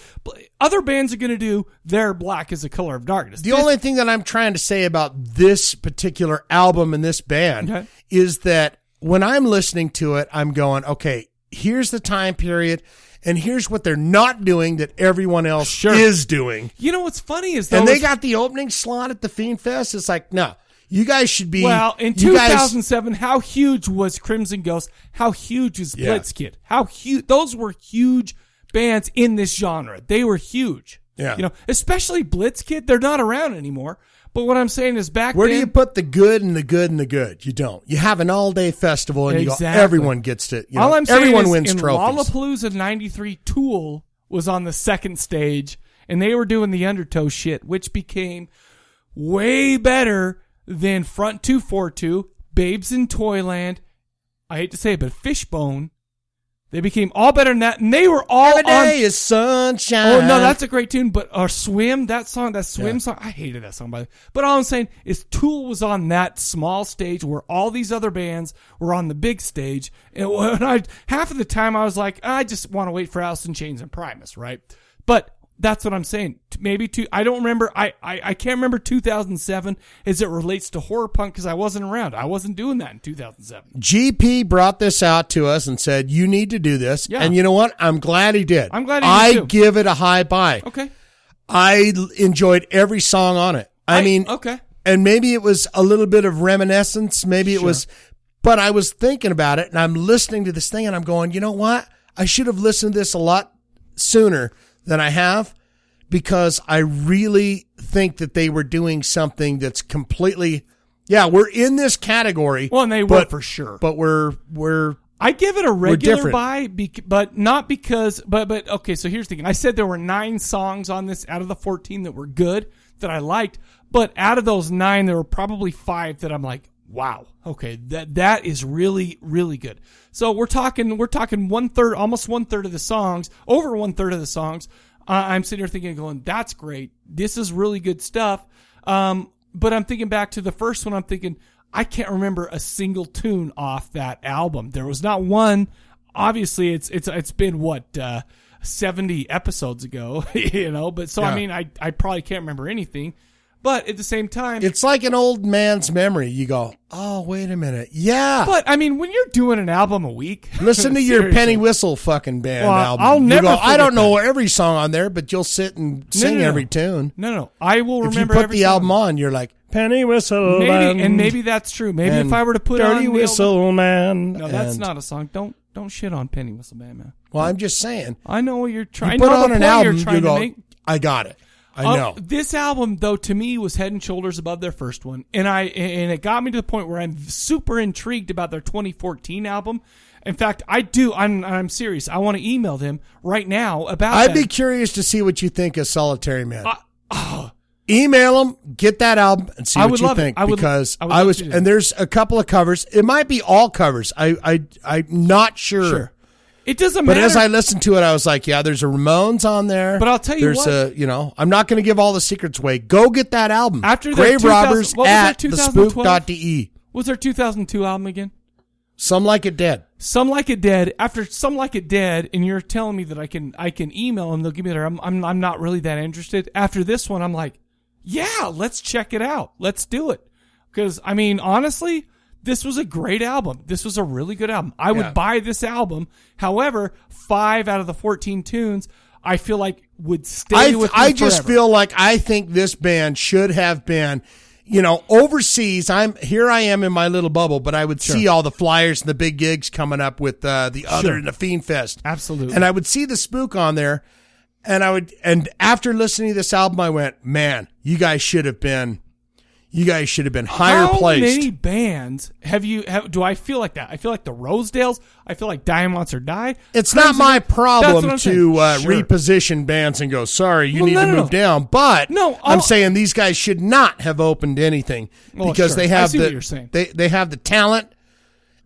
A: other bands are going to do their black is the color of darkness.
B: The only thing that I'm trying to say about this particular album and this band
A: Okay.
B: is that when I'm listening to it, I'm going, okay, here's the time period, and here's what they're not doing that everyone else is doing.
A: You know what's funny is though,
B: and they
A: is-
B: got the opening slot at the Fiend Fest. It's like, no, you guys should be.
A: well in
B: you guys-
A: 2007. how huge was Crimson Ghost? How huge was
B: Yeah.
A: Blitzkid? How huge? Those were huge bands in this genre. They were huge.
B: Yeah.
A: you know, especially Blitzkid. They're not around anymore. But what I'm saying is, back
B: Where do
A: then,
B: you put the good and the good and the good? You don't. You have an all-day festival, and you
A: Exactly.
B: go, everyone gets it. You know,
A: All I'm saying
B: everyone
A: is
B: wins
A: in
B: trophies.
A: Lollapalooza '93, Tool was on the second stage, and they were doing the Undertow shit, which became way better than Front Two Four Two, Babes in Toyland. I hate to say it, but Fishbone. They became all better than that, and they were all
B: Every day
A: on-
B: is sunshine.
A: Oh no, that's a great tune, but or swim that song, that swim
B: Yeah.
A: song, I hated that song. By the but all I'm saying is Tool was on that small stage where all these other bands were on the big stage, and when I half of the time I was like, I just want to wait for Alice in Chains and Primus, right? But that's what I'm saying. T- Maybe two. I don't remember. I, I, I can't remember 2007 as it relates to horror punk because I wasn't around. I wasn't doing that in 2007.
B: GP brought this out to us and said, "You need to do this."
A: Yeah.
B: And you know what? I'm glad he did.
A: I'm glad he did,
B: I
A: too.
B: give it a high buy.
A: Okay.
B: I l- enjoyed every song on it. I, mean,
A: okay.
B: And maybe it was a little bit of reminiscence. Maybe it
A: Sure.
B: was, but I was thinking about it and I'm listening to this thing and I'm going, you know what? I should have listened to this a lot sooner than I have because I really think that they were doing something that's completely, yeah, we're in this category.
A: Well, and they were
B: but,
A: for sure.
B: But we're, we're,
A: I give it a
B: We're
A: regular
B: different.
A: buy, bec- but not because. But but okay. So here's the thing. I said there were nine songs on this out of the fourteen that were good that I liked, but out of those nine, there were probably five that I'm like, wow, okay, that that is really really good. So we're talking we're talking one third, almost one third of the songs, over one third of the songs. Uh, I'm sitting here thinking, going, that's great. This is really good stuff. Um, but I'm thinking back to the first one. I'm thinking I can't remember a single tune off that album. There was not one. Obviously, it's it's it's been what uh, seventy episodes ago, you know. But so I
B: Yeah.
A: mean, I I probably can't remember anything. But at the same time,
B: it's like an old man's memory. You go, oh, wait a minute. Yeah.
A: But I mean, when you're doing an album a week,
B: Listen to your
A: seriously.
B: Penny Whistle fucking band
A: Well,
B: album.
A: I'll
B: You
A: never
B: go, I
A: forget
B: don't know every song on there, but you'll sit and
A: No,
B: sing
A: no, no.
B: every tune.
A: No, no, I will
B: If you
A: remember
B: put
A: every
B: the
A: song.
B: album on, you're like Penny Whistle
A: Maybe,
B: Man.
A: and maybe that's true. Maybe if
B: and
A: I were to put on the
B: Dirty
A: old-
B: Whistle Man.
A: No, that's
B: and-
A: not a song. Don't don't shit on Penny Whistle Man, man.
B: Well, I'm just saying.
A: I know what you're trying.
B: You put
A: I know
B: on
A: the
B: an
A: point
B: album,
A: you're
B: you
A: trying
B: go.
A: to make.
B: I got it. I
A: Uh,
B: know.
A: this album, though, to me was head and shoulders above their first one, and I and it got me to the point where I'm super intrigued about their 2014 album. In fact, I do. I'm I'm serious. I want to email them right now about.
B: I'd
A: that.
B: be curious to see what you think of Solitary Man. Email them, get that album, and see
A: oh. I
B: what
A: would
B: you
A: love it.
B: think.
A: I would-
B: because
A: I
B: I,
A: would love
B: was,
A: to do
B: and there's a couple of covers. It might be all covers. I, I, I'm not sure.
A: Sure. It doesn't
B: But
A: matter.
B: as I listened to it, I was like, yeah, there's a Ramones on there.
A: But I'll tell you
B: there's
A: what-
B: a, you know, I'm not going to give all the secrets away. Go get that album.
A: After their
B: Grave
A: 2000
B: Robbers
A: what was
B: at
A: their
B: the
A: 2012?
B: spook.de.
A: What's their 2002 album again?
B: Some Like It Dead.
A: Some Like It Dead. After Some Like It Dead, and you're telling me that I can I can email them, they'll give me their. I'm I'm, I'm not really that interested. After this one, I'm like, yeah, let's check it out. Let's do it. Because I mean, honestly, this was a great album. This was a really good album. I would
B: Yeah.
A: buy this album. However, five out of the 14 tunes, I feel like would stay
B: I,
A: with. Me
B: I just
A: forever.
B: feel like I think this band should have been, you know, overseas. I'm here. I am in my little bubble, but I would see all the flyers and the big gigs coming up with uh, the other
A: Sure.
B: and the Fiend Fest.
A: Absolutely.
B: And I would see the spook on there, and I would. And after listening to this album, I went, man, you guys should have been, you guys should have been higher
A: How
B: placed.
A: many bands have you? Have, do I feel like that? I feel like the Rosedales. I feel like Diamonds or Die.
B: It's not
A: Crimson-
B: my
A: That's what
B: problem
A: I'm saying.
B: to uh,
A: Sure.
B: reposition bands and go, sorry, you
A: Well,
B: need
A: no,
B: to
A: no,
B: move
A: no.
B: down. But
A: No,
B: I'm
A: I'll-
B: saying these guys should not have opened anything
A: Well,
B: because
A: sure.
B: they
A: I
B: have
A: see
B: the
A: what you're saying.
B: they they have the talent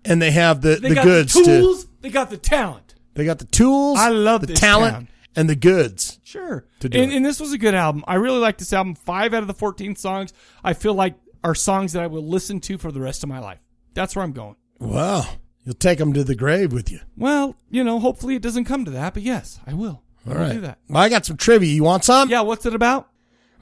B: and they have the,
A: They
B: the
A: got
B: goods
A: the
B: to
A: tools. They got the talent.
B: they got the tools. I love the
A: this
B: talent
A: town.
B: and the goods.
A: Sure.
B: To do
A: and,
B: it.
A: and this was a good album. I really like this album. Five out of the 14 songs I feel like are songs that I will listen to for the rest of my life. That's where I'm going.
B: Wow. You'll take them to the grave with you.
A: Well, you know, hopefully it doesn't come to that, but yes, I will. I
B: All
A: will
B: right.
A: do that.
B: Well, I got some trivia. You want some?
A: Yeah, what's it about?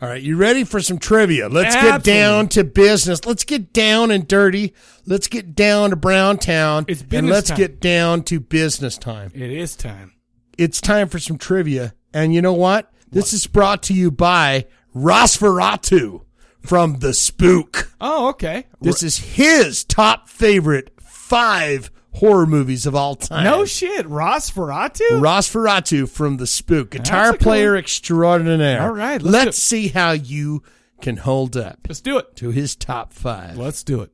B: All right, you ready for some trivia? Let's get
A: Absolutely.
B: down to business. Let's get down and dirty. Let's get down to Brown Town. It's And
A: business
B: let's
A: time.
B: get down to business time.
A: It is time.
B: It's time for some trivia. And you know what? This is brought to you by Rosferatu from The Spook.
A: Oh, okay.
B: This is his top favorite five horror movies of all time.
A: No shit. Ross Ferratu?
B: Rosferatu from The Spook, guitar
A: That's a
B: player
A: cool-
B: extraordinaire.
A: All right,
B: let's,
A: let's
B: see how you can hold up.
A: Let's do it
B: to his top five.
A: Let's do it.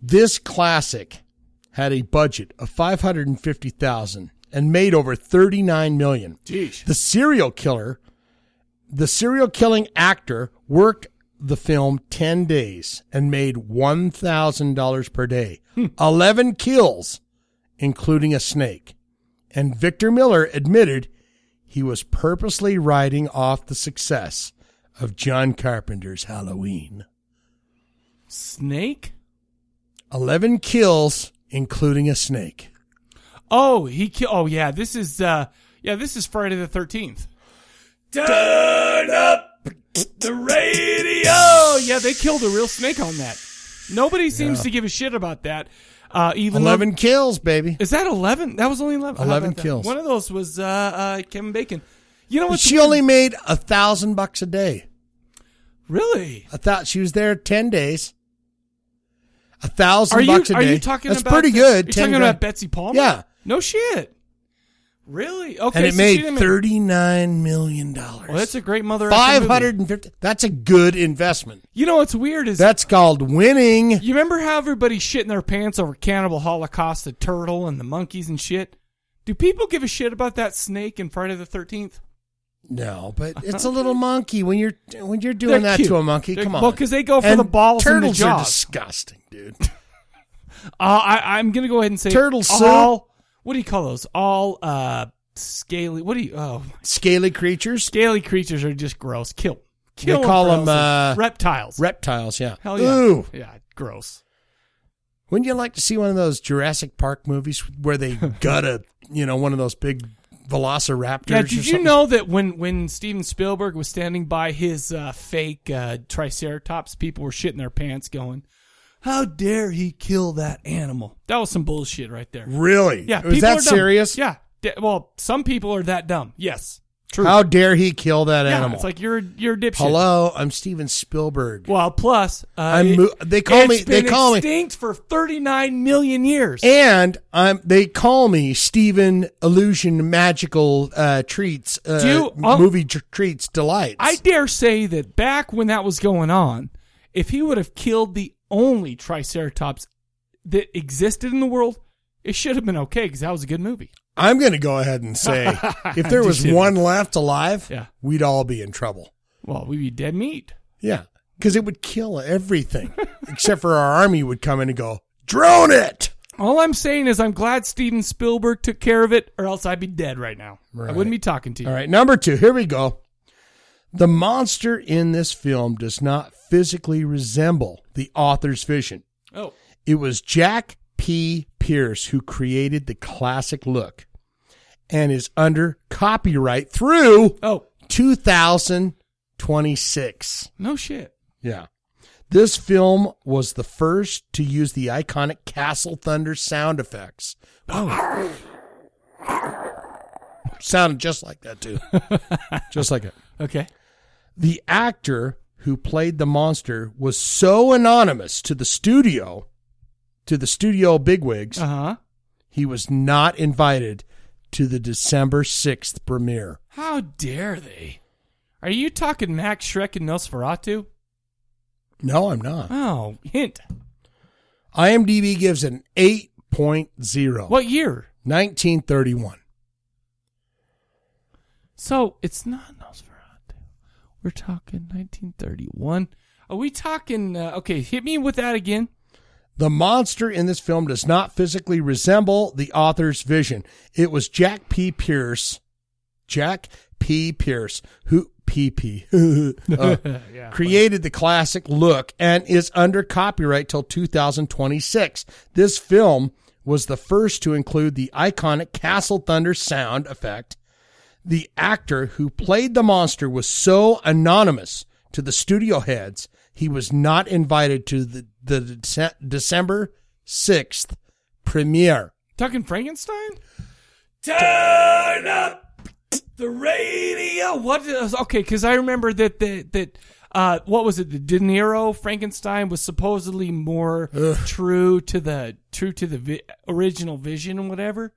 B: This classic had a budget of five hundred and fifty thousand and made over thirty nine million.
A: Jeez.
B: The serial killer, the serial killing actor, worked the film ten days and made one thousand dollars per day.
A: Hmm.
B: Eleven kills, including a snake. And Victor Miller admitted he was purposely riding off the success of John Carpenter's Halloween.
A: Snake?
B: 11 kills, including a snake.
A: Oh, he ki- Oh, yeah. This is, uh, yeah, this is Friday the 13th. Turn up the radio. Yeah, they killed a real snake on that. Nobody seems
B: Yeah.
A: to give a shit about that. Uh, even though-
B: 11 kills, baby.
A: Is that 11? That was only 11. How
B: 11
A: about that?
B: kills.
A: One of those was uh, uh, Kevin Bacon. You know what?
B: she only made a thousand bucks a day.
A: Really?
B: I thought she was there 10 days. A thousand
A: Are you-
B: bucks a
A: are
B: day.
A: you talking
B: That's
A: about
B: pretty
A: the-
B: good.
A: you're
B: 10
A: talking
B: grand.
A: about Betsy Palmer?
B: Yeah.
A: No shit. Really? Okay.
B: and it
A: so she
B: made
A: didn't make-
B: $39 million.
A: Well, that's a great mother. effer movie.
B: 550 That's a good investment.
A: You know what's weird is
B: that's called winning.
A: You remember how everybody's shitting their pants over Cannibal Holocaust, the turtle, and the monkeys and shit? Do people give a shit about that snake in Friday the Thirteenth?
B: No, but it's a little monkey when you're when you're doing
A: They're
B: that
A: cute.
B: to a monkey.
A: They're-
B: Come on.
A: well, 'cause they go for
B: And
A: the balls and the
B: Turtles are
A: jaws.
B: disgusting, dude.
A: Uh, I, I'm gonna go ahead and say
B: Turtle soup?
A: All what do you call those? All uh scaly. What do you? Oh,
B: scaly creatures.
A: Scaly creatures are just gross. Kill.
B: They
A: Kill.
B: call
A: for
B: them uh,
A: else. reptiles.
B: Reptiles, yeah.
A: Hell yeah.
B: Ooh.
A: Yeah. Gross.
B: Wouldn't you like to see one of those Jurassic Park movies where they gut a, you know, one of those big velociraptors?
A: Yeah,
B: or
A: did you
B: something?
A: know that when when Steven Spielberg was standing by his uh, fake uh, Triceratops, people were shitting their pants, going, "How dare he kill that animal?" That was some bullshit right there.
B: Really?
A: Yeah.
B: Was
A: people
B: that
A: are dumb.
B: serious?
A: Yeah. D- well, some people are that dumb. Yes. True.
B: How dare he kill that
A: Yeah,
B: animal?
A: It's like you're you're a dipshit.
B: Hello, I'm Steven Spielberg.
A: Well, plus uh,
B: I'm mo- they call me- they call me-
A: extinct for 39 million years.
B: And I'm they call me Steven Illusion Magical uh, Treats uh,
A: Do you-
B: m- Movie tr- Treats Delight.
A: I dare say that back when that was going on, if he would have killed the only Triceratops that existed in the world, it should have been okay because that was a good movie.
B: I'm going to go ahead and say if there
A: Just
B: was
A: kidding.
B: one left alive,
A: Yeah.
B: we'd all be in trouble.
A: Well, we'd be dead meat.
B: Yeah, because it would kill everything except for our army would come in and go drone it.
A: All I'm saying is I'm glad Steven Spielberg took care of it, or else I'd be dead right now. I
B: Right.
A: wouldn't be talking to you.
B: All right, number two. Here we go. The monster in this film does not physically resemble the author's vision.
A: Oh.
B: It was Jack P. Pierce who created the classic look and is under copyright through
A: oh.
B: 2026.
A: No shit.
B: Yeah. This film was the first to use the iconic Castle Thunder sound effects.
A: Oh.
B: Sounded just like that, too. just like it.
A: Okay.
B: The actor who played the monster was so anonymous to the studio, to the studio bigwigs,
A: uh-huh.
B: he was not invited to the December 6th premiere.
A: How dare they? Are you talking Max Shrek and Nosferatu?
B: No, I'm not.
A: Oh, hint.
B: IMDb gives an 8.0.
A: What year?
B: 1931.
A: So it's not Nosferatu. We're talking 1931. Are we talking? Uh, okay, hit me with that again.
B: The monster in this film does not physically resemble the author's vision. It was Jack P. Pierce Jack P. Pierce, who PP uh,
G: Yeah,
B: created the classic look and is under copyright till 2026. This film was the first to include the iconic Castle Thunder sound effect. The actor who played the monster was so anonymous to the studio heads, he was not invited to the, the Dece- December 6th premiere.
A: Talking Frankenstein? Turn up the radio. What? Is, okay, because I remember that that that uh, what was it? The De Niro Frankenstein was supposedly more true to the true to the vi- original vision and whatever.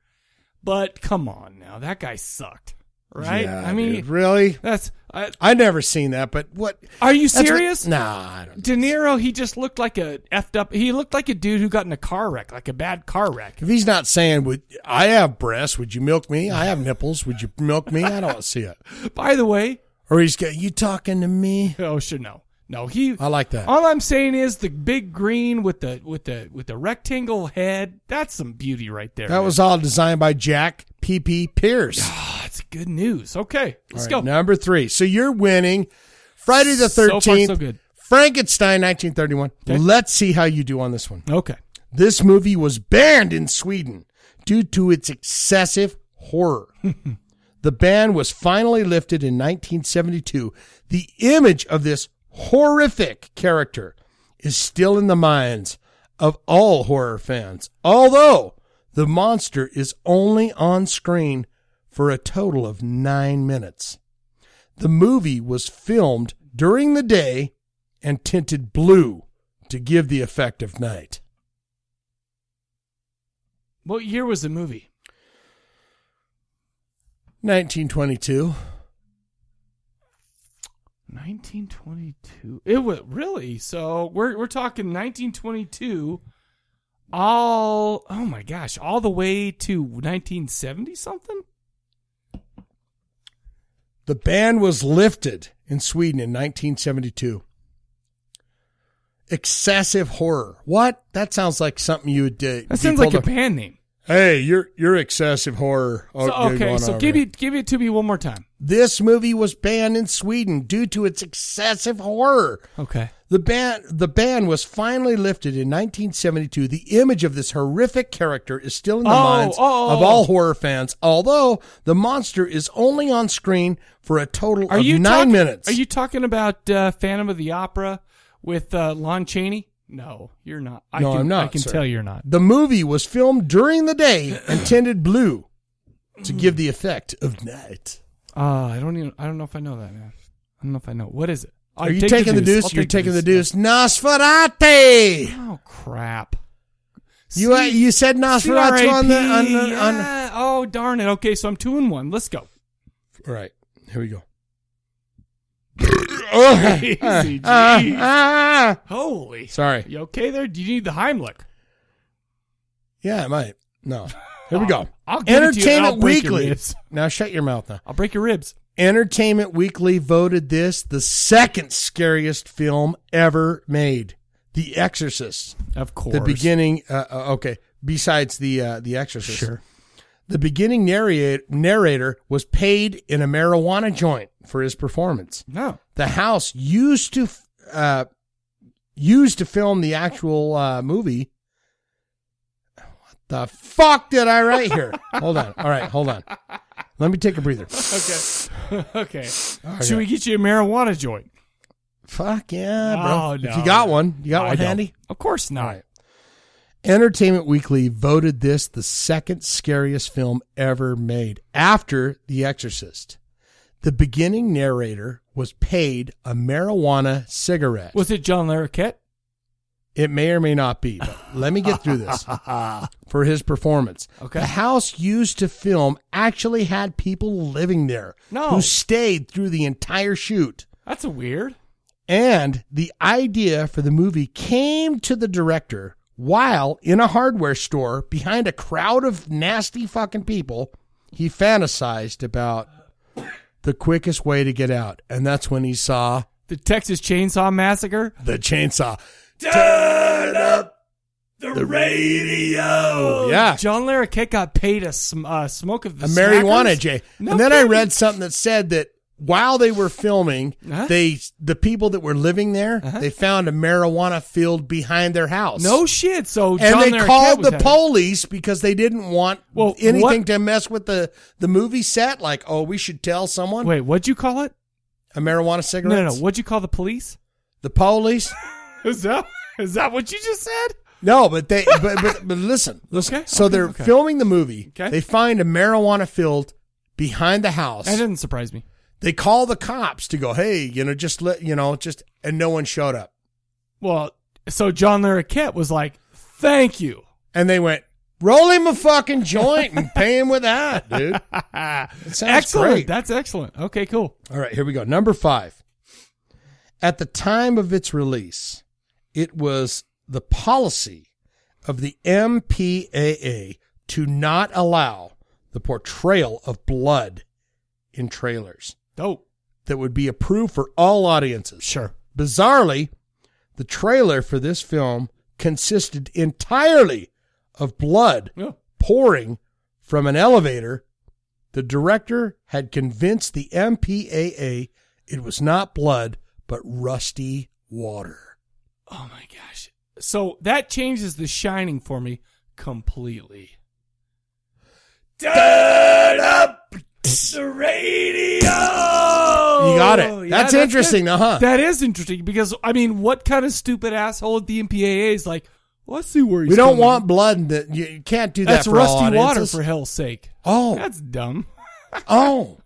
A: But come on, now that guy sucked, right?
B: Yeah,
A: I mean,
B: dude, really?
A: That's I,
B: I never seen that, but what?
A: Are you
B: that's what-
A: serious?
B: nah, I don't.
A: De Niro, he just looked like a effed up. He looked like a dude who got in a car wreck, like a bad car wreck.
B: If he's not saying, "Would I have breasts? Would you milk me? I have nipples. Would you milk me?" I don't see it.
A: By the way,
B: or he's got you talking to me.
A: Oh, sure, no, no. He,
B: I like that.
A: All I'm saying is the big green with the with the with the rectangle head. That's some beauty right there.
B: that was all designed by Jack P. P. Pierce.
A: That's good news. Okay, let's
B: All
A: go.
B: right, Number three. So you're winning. Friday the
A: So far,
B: Thirteenth.
A: so good.
B: Frankenstein, 1931.
A: Okay.
B: Let's see how you do on this one.
A: Okay.
B: This movie was banned in Sweden due to its excessive horror. the ban was finally lifted in 1972. The image of this horrific character is still in the minds of all horror fans, although the monster is only on screen for a total of nine minutes. The movie was filmed during the day and tinted blue to give the effect of night.
A: What year was the movie?
B: 1922.
A: 1922. It was really so. We're we're talking 1922. All oh my gosh, all the way to 1970 something.
B: The ban was lifted in Sweden in 1972. Excessive horror. What? That sounds like something you would uh, do.
A: That sounds like a band name.
B: Hey, you're you're excessive horror. Oh,
A: So,
B: you're
A: okay,
B: going
A: so
B: over
A: give
B: there.
A: it give it to me one more time.
B: This movie was banned in Sweden due to its excessive horror.
A: Okay.
B: The ban the ban was finally lifted in 1972. The image of this horrific character is still in the
A: Oh,
B: minds
A: oh,
B: of
A: oh.
B: all horror fans, although the monster is only on screen for a total
A: Are
B: of
A: you
B: 9
A: talking-
B: minutes.
A: Are you talking about uh, Phantom of the Opera with uh, Lon Chaney? No, you're not. I
B: no,
A: can,
B: I'm not.
A: I can
B: sir.
A: tell you're not.
B: The movie was filmed during the day and tinted blue to give the effect of night.
A: Uh, I don't even. I don't know if I know that man. I don't know if I know. What is it?
B: Are
A: I'll
B: you
A: take
B: taking the deuce?
A: I'll
B: You're
A: take
B: taking the deuce. Nosferatu.
A: Oh crap!
B: You uh, you said Nosferatu on the on the
A: CRAP,
B: on. The,
A: yeah. Oh darn it! Okay, so I'm two and one. Let's go.
B: all right, here we go.
A: Easy, jeez.
B: Ah, ah.
A: Holy.
B: Sorry.
A: You okay there? Do you need the Heimlich?
B: Yeah, I might. No. Here we go.
A: Oh, I'll give it to you and I'll break your
B: Weekly.
A: ribs.
B: Now shut your mouth now.
A: I'll break your ribs.
B: Entertainment Weekly voted this the second scariest film ever made. The Exorcist.
A: Of course.
B: The beginning uh, uh, okay, besides the uh, The Exorcist.
A: Sure.
B: The beginning narrate, narrator was paid in a marijuana joint for his performance.
A: No.
B: The house used to uh, used to film the actual uh, movie the fuck did I write here? hold on. All right, hold on. Let me take a breather.
A: Okay. okay.
B: right.
A: Should we get you a marijuana joint?
B: Fuck yeah,
A: Oh,
B: bro.
A: no.
B: If you got one, you got
A: I
B: one
A: don't.
B: handy?
A: Of course not.
B: Entertainment Weekly voted this the second scariest film ever made after The Exorcist. The beginning narrator was paid a marijuana cigarette.
A: Was it John Larroquette?
B: It may or may not be, but let me get through this. for his performance.
A: Okay.
B: The house used to film actually had people living there
A: No.
B: who stayed through the entire shoot.
A: That's a weird.
B: And the idea for the movie came to the director while in a hardware store behind a crowd of nasty fucking people. He fantasized about the quickest way to get out. And that's when he saw
A: The Texas Chainsaw Massacre.
B: the chainsaw.
A: Turn up The, radio.
B: Yeah.
A: John Larroquette got paid a sm- uh, smoke of the
B: a marijuana
A: Smackers?
B: Jay.
A: No
B: and then I
A: kidding.
B: read something that said that while they were filming,
A: Uh-huh.
B: they the people that were living there, they found a marijuana field behind their house.
A: No shit. So
B: and
A: Oh, John
B: they
A: Larroquette
B: called
A: was
B: the
A: having-
B: police because they didn't want anything
A: what-
B: to mess with the the movie set. Like, oh, we should tell someone.
A: Wait, what'd you call it?
B: A marijuana
A: No, no,
B: cigarette?
A: no. What'd you call the police?
B: The police.
A: is that is that what you just said?
B: No, but they but but, but listen, listen. so
A: okay,
B: they're
A: okay.
B: filming the movie.
A: Okay.
B: They find a marijuana field behind the house.
A: That doesn't surprise me.
B: They call the cops to go, hey, you know, just let you know, just and no one showed up.
A: Well, so John Larroquette was like, "Thank you,"
B: and they went, "Roll him a fucking joint and pay him with that, dude." It sounds
A: excellent.
B: great.
A: That's excellent. Okay, cool.
B: All right, here we go. Number five. At the time of its release, it was the policy of the MPAA to not allow the portrayal of blood in trailers.
A: Dope.
B: That would be approved for all audiences.
A: Sure.
B: Bizarrely, the trailer for this film consisted entirely of blood pouring from an elevator the director had convinced the MPAA it was not blood, but rusty water.
A: Oh So that changes The Shining for me completely.
G: Turn up the radio.
B: You got it. That's interesting,
A: Oh,
B: uh-huh.
A: good.
B: though, huh?
A: That is interesting because I mean, what kind of stupid asshole at the MPAA is like? Well, let's see where he's
B: we don't
A: coming.
B: want blood. In the, you you can't do that.
A: That's
B: for all
A: rusty water
B: audiences.
A: for hell's sake.
B: Oh,
A: that's dumb.
B: oh,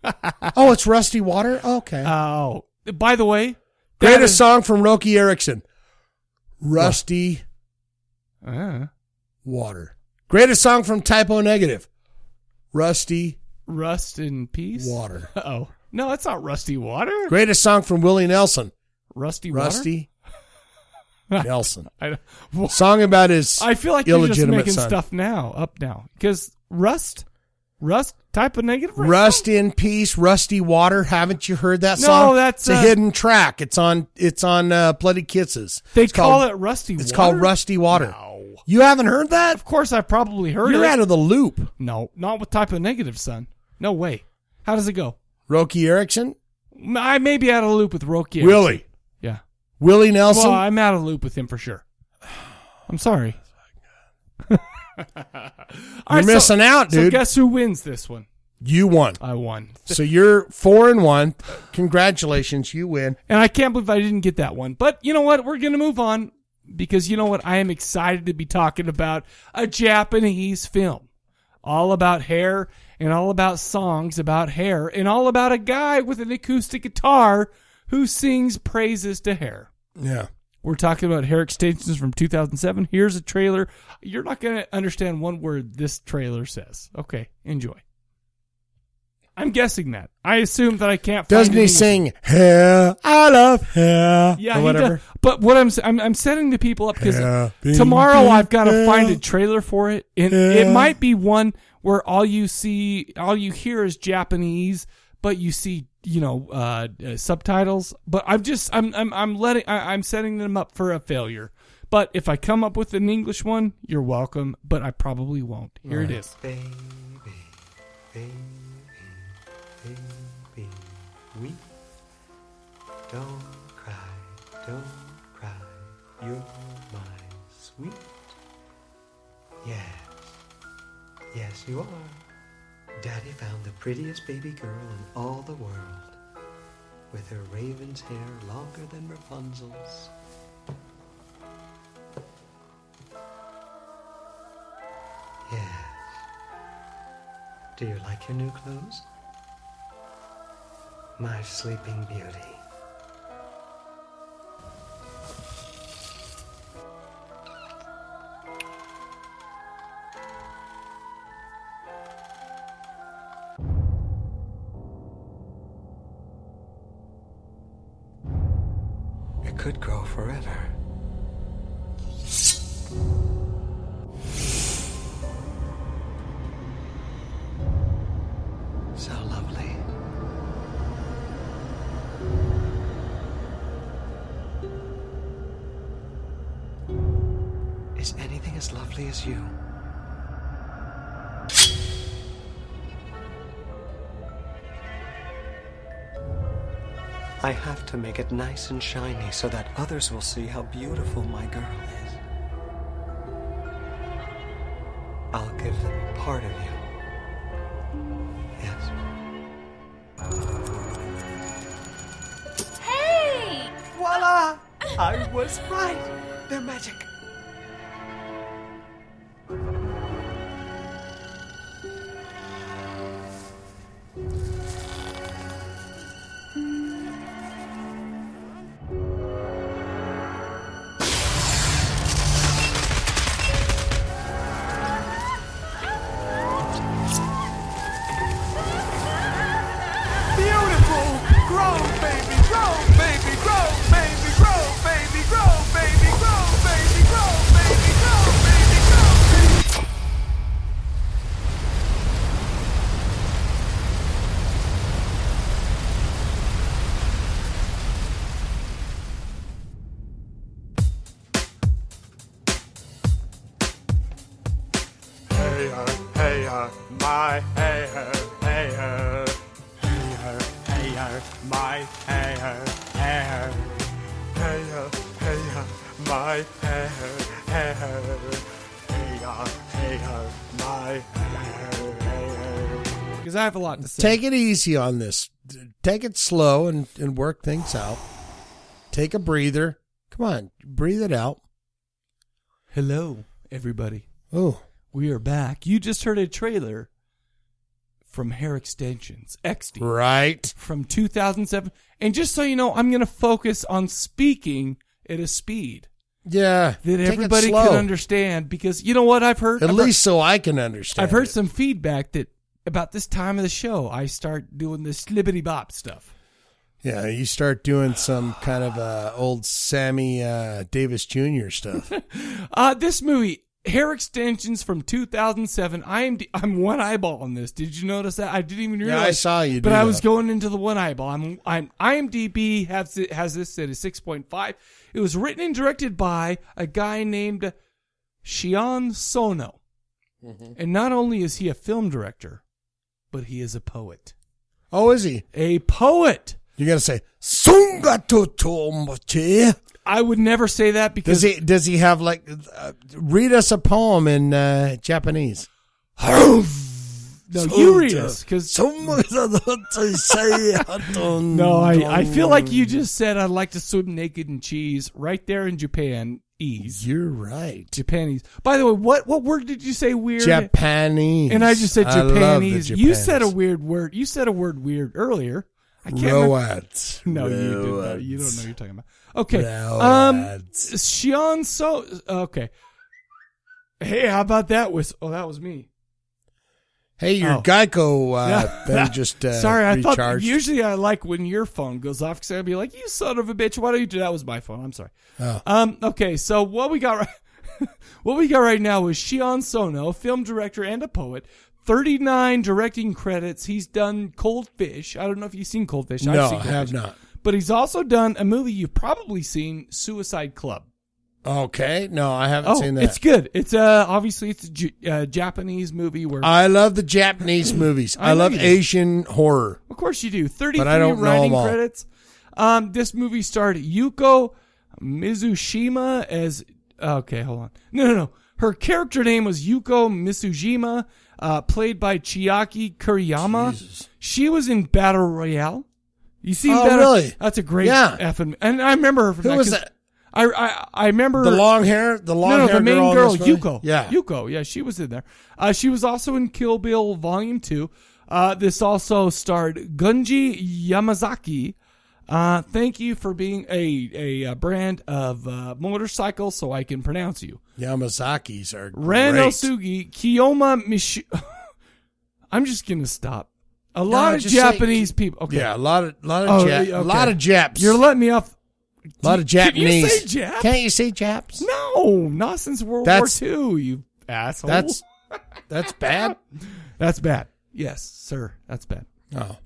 B: oh, it's rusty water. Okay.
A: Oh, by the way, that
B: greatest
A: is-
B: song from Roki Erickson, "Rusty
A: Uh-huh.
B: Water." Greatest song from Typo Negative, "Rusty
A: Rust in peace.
B: Water."
A: Oh no, that's not rusty water.
B: Greatest song from Willie Nelson,
A: Rusty water?
B: "Rusty Nelson."
A: I,
B: song about his.
A: I feel like you're
B: illegitimate
A: just making
B: son.
A: stuff now up now because rust, rust type of negative.
B: Rust in peace, rusty water. Haven't you heard that
A: No,
B: song?
A: that's,
B: it's a
A: uh,
B: hidden track. It's on. It's on uh, Bloody Kisses.
A: They
B: It's
A: call
B: called-
A: it rusty.
B: It's
A: water?
B: called rusty water. You haven't heard that? Of
A: course, I probably heard
B: You're
A: it.
B: out of the loop.
A: No, not with type of negative, son. No way. How does it go?
B: Roki Erickson.
A: I may be out of the loop with Roki. Erickson.
B: Willie.
A: Yeah.
B: Willie Nelson.
A: Well, I'm out of the loop with him for sure. I'm sorry.
B: you're
A: All right, so-
B: missing out,
A: so
B: dude.
A: guess who wins this one?
B: you won.
A: I won.
B: so you're four and one. Congratulations, you win.
A: And I can't believe I didn't get that one. But you know what? We're going to move on because you know what? I am excited to be talking about a Japanese film all about hair and all about songs about hair and all about a guy with an acoustic guitar who sings praises to hair.
B: Yeah.
A: We're talking about hair extensions from 2007. Here's a trailer. You're not going to understand one word this trailer says. Okay, enjoy. I'm guessing that. I assume that I can't.
B: Doesn't
A: find
B: he
A: any-
B: sing hair? I love hair.
A: yeah,
B: or
A: he
B: whatever.
A: does. But what I'm s- I'm, I'm setting the people up because
B: Yeah.
A: tomorrow
B: Yeah.
A: I've got to find a trailer for it, and
B: Yeah.
A: it might be one where all you see, all you hear is Japanese, but you see, you know, uh, uh, subtitles. But I'm just I'm I'm I'm letting I, I'm setting them up for a failure. But if I come up with an English one, you're welcome. But I probably won't. Here it
G: Right.
A: is.
R: Baby, we don't cry, don't cry. You're my sweet. Yes, yes, you are. Daddy found the prettiest baby girl in all the world, with her raven's hair longer than Rapunzel's. Yes. Do you like your new clothes? My sleeping beauty. It could grow forever. So lovely. Is anything nothing as lovely as you. I have to make it nice and shiny so that others will see how beautiful my girl is. I'll give them part of you. Yes.
G: Hey!
R: Voila! I was right! They're magic.
G: Beautiful! Grow, baby, grow, baby, grow, baby, grow, baby, grow, baby, grow, baby, grow, baby, grow, baby, grow, baby.
S: Hey her, hey her, my hey her, hey her. Hey her, hey her, my hey her, hey her. Hey her, hey her, my hey her, hey her. Hey her, hey her, my hey her, hey her.
A: Because I have a lot to say.
B: Take it easy on this. Take it slow and, and work things out. Take a breather. Come on, breathe it out.
A: Hello, everybody.
B: Oh.
A: We are back. You just heard a trailer from Hair Extensions, XD.
B: Right.
A: From 2007. And just so you know, I'm going to focus on speaking at a speed
B: Yeah.
A: that
B: take it
A: everybody
B: slow.
A: can understand because you know what I've heard?
B: At
A: I've heard-
B: least so I can understand.
A: I've heard some feedback that about this time of the show, I start doing this slibbity bop stuff.
B: Yeah, you start doing some kind of uh, old Sammy uh, Davis Jr. stuff.
A: Uh, this movie, Hair Extensions from 2007. I'm I'm one eyeball on this. Did you notice that? I didn't even
B: Yeah,
A: realize.
B: I saw you
A: But
B: do
A: I
B: that.
A: was going into the one eyeball. I'm I'm IMDb has it, has this at a 6.5. It was written and directed by a guy named Shion Sono, and not only is he a film director, but he is a poet.
B: Oh, is he?
A: A poet.
B: You gotta say Sunga to
A: I would never say that because
B: Does he does he have like uh, read us a poem in uh, Japanese?
A: No, you read us because No,
B: Mm.
A: I, I feel like you just said I'd like to swim naked in cheese right there in Japan. Ease.
B: You're right.
A: Japanese. By the way, what what word did you say weird?
B: Japanese.
A: And I just said
B: I love the
A: Japanese. You
B: Japanese.
A: said a weird word. You said a word weird earlier. I can't
B: Roads.
A: remember. No, you didn't. know.
B: Roads.
A: You don't know what you're talking about. Okay. Um
B: Roads.
A: Shion so okay. Hey, how about that whistle? Oh, that was me.
B: Hey, your
A: Oh.
B: Geico uh,
A: Yeah.
B: thing just uh,
A: Sorry, I
B: recharged.
A: thought usually I like when your phone goes off because I'd be like, "You son of a bitch, why don't you do that?" Was my phone. I'm sorry.
B: Oh.
A: Um. Okay. So what we got, right, what we got right now is Shion Sono, film director and a poet. 39 directing credits. He's done Cold Fish. I don't know if you've seen Cold Fish.
B: No,
A: I've seen Cold
B: I have
A: Fish.
B: not.
A: But he's also done a movie you've probably seen, Suicide Club.
B: Okay, no, I haven't
A: Oh,
B: seen that.
A: it's good. It's uh obviously it's a Ju- uh, Japanese movie where
B: I love the Japanese movies.
A: I
B: I,
A: know
B: love
A: you do.
B: Asian horror.
A: Of course you do. 33
B: But I don't know
A: writing
B: them all.
A: credits. Um, this movie starred Yuko Mizushima as. oh, Okay, hold on. No, no, no. Her character name was Yuko Mizushima, uh, played by Chiaki Kuriyama. She was in Battle Royale. You seen
B: Oh,
A: Battle
B: really?
A: That's a great
B: Yeah.
A: effing. And I remember her from
B: Who
A: that
B: was
A: 'cause
B: that?
A: I, I I remember
B: The long hair- the long
A: no, no,
B: hair
A: the main
B: girl in
A: girl,
B: this movie?
A: Yuko.
B: Yeah.
A: Yuko. Yeah, she was in there. Uh, she was also in Kill Bill Volume 2. Uh, this also starred Gunji Yamazaki. Uh, thank you for being a, a, uh brand of uh, motorcycles so I can pronounce you.
B: Yamazakis are
A: Ren
B: great.
A: Osugi, Kiyoma Mish. I'm just going to stop. A
B: No,
A: lot of
B: just say-
A: Japanese people. Okay.
B: Yeah, a lot of lot of
A: Oh,
B: Jap-
A: okay.
B: a lot of Japs.
A: You're letting me off.
B: a lot of
A: Can you
B: Japanese.
A: say Jap?
B: Can't you say Japs?
A: No, not since World
B: That's-
A: War II. You asshole.
B: That's that's bad.
A: That's bad. Yes, sir. That's bad.
B: Oh.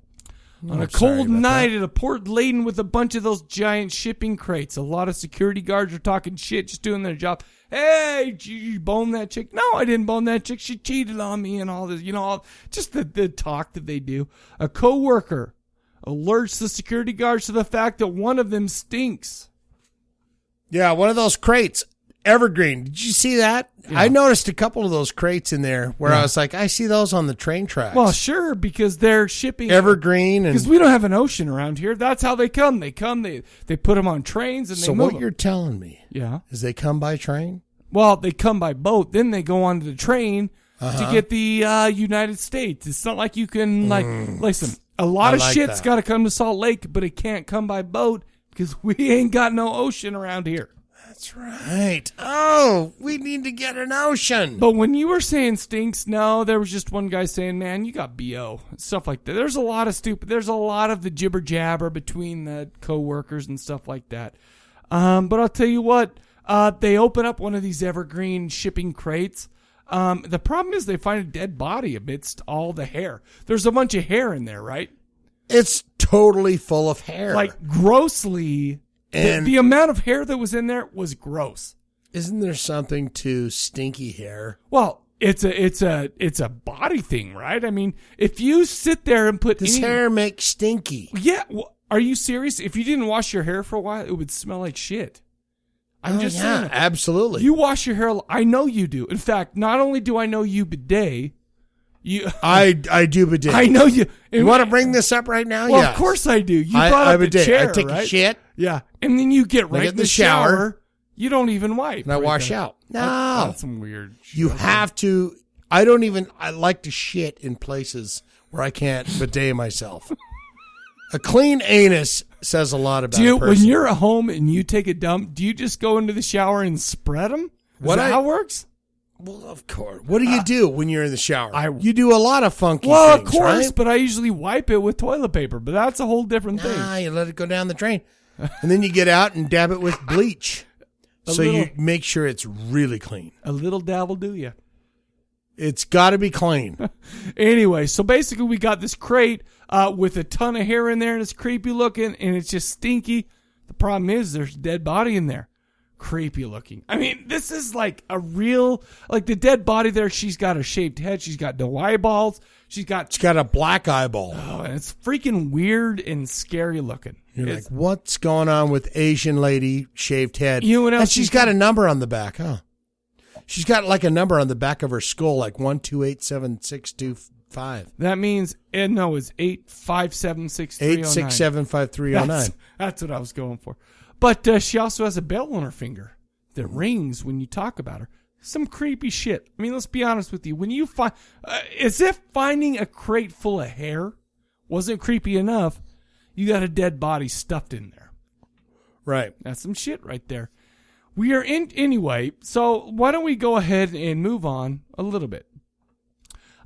A: On
B: I'm
A: a
B: sorry
A: cold
B: about
A: night at a port laden with a bunch of those giant shipping crates, a lot of security guards are talking shit, just doing their job. hey, did you bone that chick? No, I didn't bone that chick. She cheated on me and all this, you know, all, just the, the talk that they do. A coworker alerts the security guards to the fact that one of them stinks.
B: Yeah, one of those crates, evergreen. Did you see that? I noticed a couple of those crates in there where I
A: Yeah.
B: was like, I see those on the train tracks.
A: Well, sure, because they're shipping
B: evergreen and
A: Because we don't have an ocean around here. That's how they come. They come. They they put them on trains and they
B: so
A: move
B: what
A: 'em.
B: you're telling me
A: yeah
B: is they come by train
A: Well, they come by boat, then they go onto the train
B: Uh-huh.
A: to get the uh, United States. It's not like you can like listen. A lot
B: Mm. I
A: of
B: like
A: shit's
B: that.
A: got to come to Salt Lake, but it can't come by boat because we ain't got no ocean around here.
B: That's right. Oh, we need to get an ocean.
A: But when you were saying stinks, no, there was just one guy saying, "Man, you got bo," and stuff like that. There's a lot of stupid. There's a lot of the jibber jabber between the coworkers and stuff like that. Um, but I'll tell you what, uh, they open up one of these evergreen shipping crates. Um, the problem is they find a dead body amidst all the hair. There's a bunch of hair in there, right?
B: It's totally full of hair.
A: Like grossly.
B: And-
A: the, the amount of hair that was in there was gross.
B: Isn't there something to stinky hair?
A: Well, it's a it's a it's a body thing, right? I mean, if you sit there and put
B: Does
A: any-
B: hair make stinky?
A: yeah, wh- are you serious? If you didn't wash your hair for a while, it would smell like shit. I'm
B: Oh,
A: just
B: yeah,
A: saying,
B: absolutely.
A: You wash your hair. I know you do. In fact, not only do I know you bidet, you
B: I I do bidet.
A: I know you.
B: You want to bring this up right now?
A: Well,
B: yeah.
A: of course I do. You
B: I-
A: brought
B: I
A: up the
B: bidet. I
A: chair,
B: take a
A: right?
B: shit.
A: Yeah, and then you get
B: And I
A: right
B: get
A: in
B: in
A: the
B: the shower.
A: shower. You don't even wipe.
B: And I
A: right
B: wash
A: then.
B: out.
A: That-
B: No.
A: that's some weird.
B: You have to. I don't even. I like to shit in places where I can't bidet myself. a clean anus says a lot about
A: Do you,
B: a
A: when
B: person.
A: you're at home and you take a dump, do you just go into the shower and spread them?
B: What
A: that
B: I-
A: how it works?
B: Well, of course. What do you do when you're in the shower? you do a lot of funky
A: Uh, Well,
B: things,
A: of course,
B: right?
A: but I usually wipe it with toilet paper. But that's a whole different thing.
B: Ah, you let it go down the drain, and then you get out and dab it with bleach,
A: A
B: so you
A: little-
B: make sure it's really clean.
A: A little dabble, do you?
B: It's got to be clean.
A: anyway, so basically, we got this crate uh, with a ton of hair in there, and it's creepy looking, and it's just stinky. The problem is, there's a dead body in there. Creepy looking. I mean, this is like a real, like the dead body there. She's got a shaved head. She's got no eyeballs. She's got.
B: She's got a black eyeball.
A: Oh, and it's freaking weird and scary looking.
B: You're
A: It's-
B: like, what's going on with Asian lady shaved head?
A: You know what
B: And
A: else
B: she's
A: you-
B: got a number on the back, huh? She's got like a number on the back of her skull, like one two eight seven six two five.
A: That means and no, it's eight five seven six three oh
B: Eight six seven five three oh nine.
A: That's, that's what I was going for. But uh, she also has a bell on her finger that rings when you talk about her. Some creepy shit. I mean, let's be honest with you. When you find, uh, as if finding a crate full of hair wasn't creepy enough, you got a dead body stuffed in there.
B: Right.
A: That's some shit right there. We are in anyway. So why don't we go ahead and move on a little bit?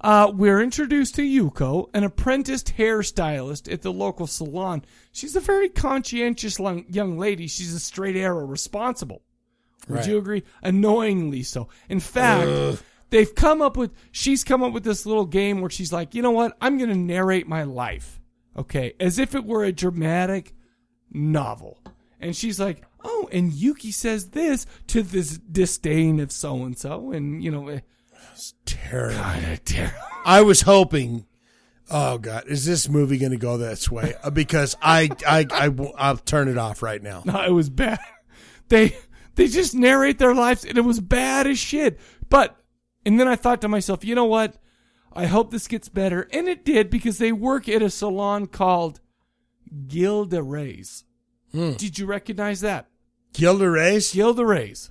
A: Uh, we're introduced to Yuko, an apprenticed hairstylist at the local salon. She's a very conscientious lung- young lady. She's a straight arrow responsible. Would
G: Right.
A: you agree? Annoyingly so. In fact,
G: Ugh.
A: they've come up with, she's come up with this little game where she's like, you know what? I'm going to narrate my life. Okay. As if it were a dramatic novel. And she's like, oh, and Yuki says this to this disdain of so and so. And, you know, eh,
B: Terrible.
A: terrible.
B: I was hoping. Oh God, is this movie going to go this way? Uh, Because I, I, I, will- I'll turn it off right now.
A: No, it was bad. They they just narrate their lives, and it was bad as shit. But and then I thought to myself, you know what? I hope this gets better, and it did because they work at a salon called Gilda Ray's. Did you recognize that?
B: Hmm. Gilda Ray's.
A: Gilda Ray's.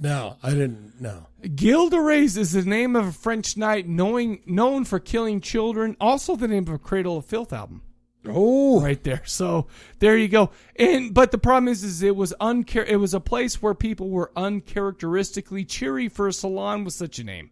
B: No, I didn't. No.
A: Gilda Reyes is the name of a French knight knowing, known for killing children, also the name of a Cradle of Filth album.
B: Oh,
A: right there. So there you go. And but the problem is, is it was unchar- It was a place where people were uncharacteristically cheery for a salon with such a name.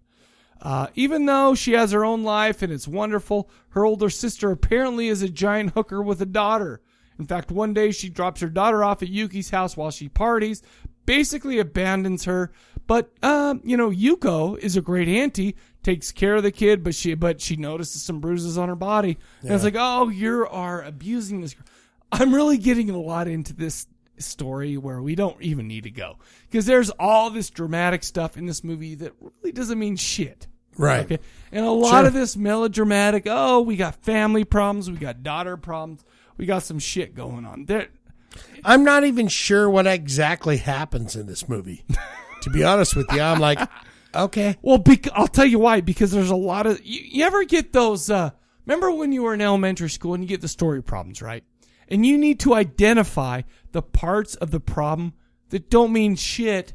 A: Uh, even though she has her own life and it's wonderful, her older sister apparently is a giant hooker with a daughter. In fact, one day she drops her daughter off at Yuki's house while she parties, basically abandons her. But um, you know, Yuko is a great auntie, takes care of the kid, but she but she notices some bruises on her body, and it's
G: Yeah.
A: like, oh, you are abusing this. girl." I'm really getting a lot into this story where we don't even need to go because there's all this dramatic stuff in this movie that really doesn't mean shit.
B: Right.
A: Okay. And a lot
B: Sure.
A: of this melodramatic, oh, we got family problems, we got daughter problems, we got some shit going on. There
B: I'm not even sure what exactly happens in this movie. to be honest with you, I'm like, okay.
A: Well, bec- I'll tell you why. Because there's a lot of you, you ever get those. Uh, remember when you were in elementary school and you get the story problems, right? And you need to identify the parts of the problem that don't mean shit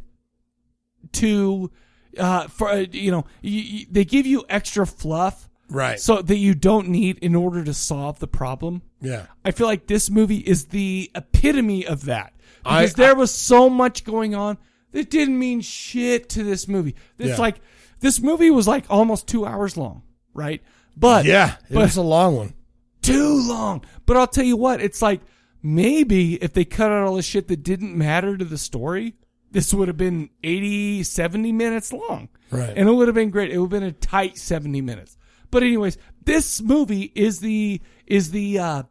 A: to, uh, for uh, you know, you, you, they give you extra fluff,
B: Right.
A: So that you don't need in order to solve the problem.
B: Yeah.
A: I feel like this movie is the epitome of that
B: I-
A: because there was so much going on that didn't mean shit to this movie. It's
B: Yeah.
A: like this movie was like almost two hours long, right? But
B: Yeah, it
A: but,
B: was a long one.
A: Too long. But I'll tell you what, it's like maybe if they cut out all the shit that didn't matter to the story, this would have been 80, 70 minutes long.
B: Right.
A: And it would have been great. It would have been a tight 70 minutes. But anyways, this movie is the, is the, uh,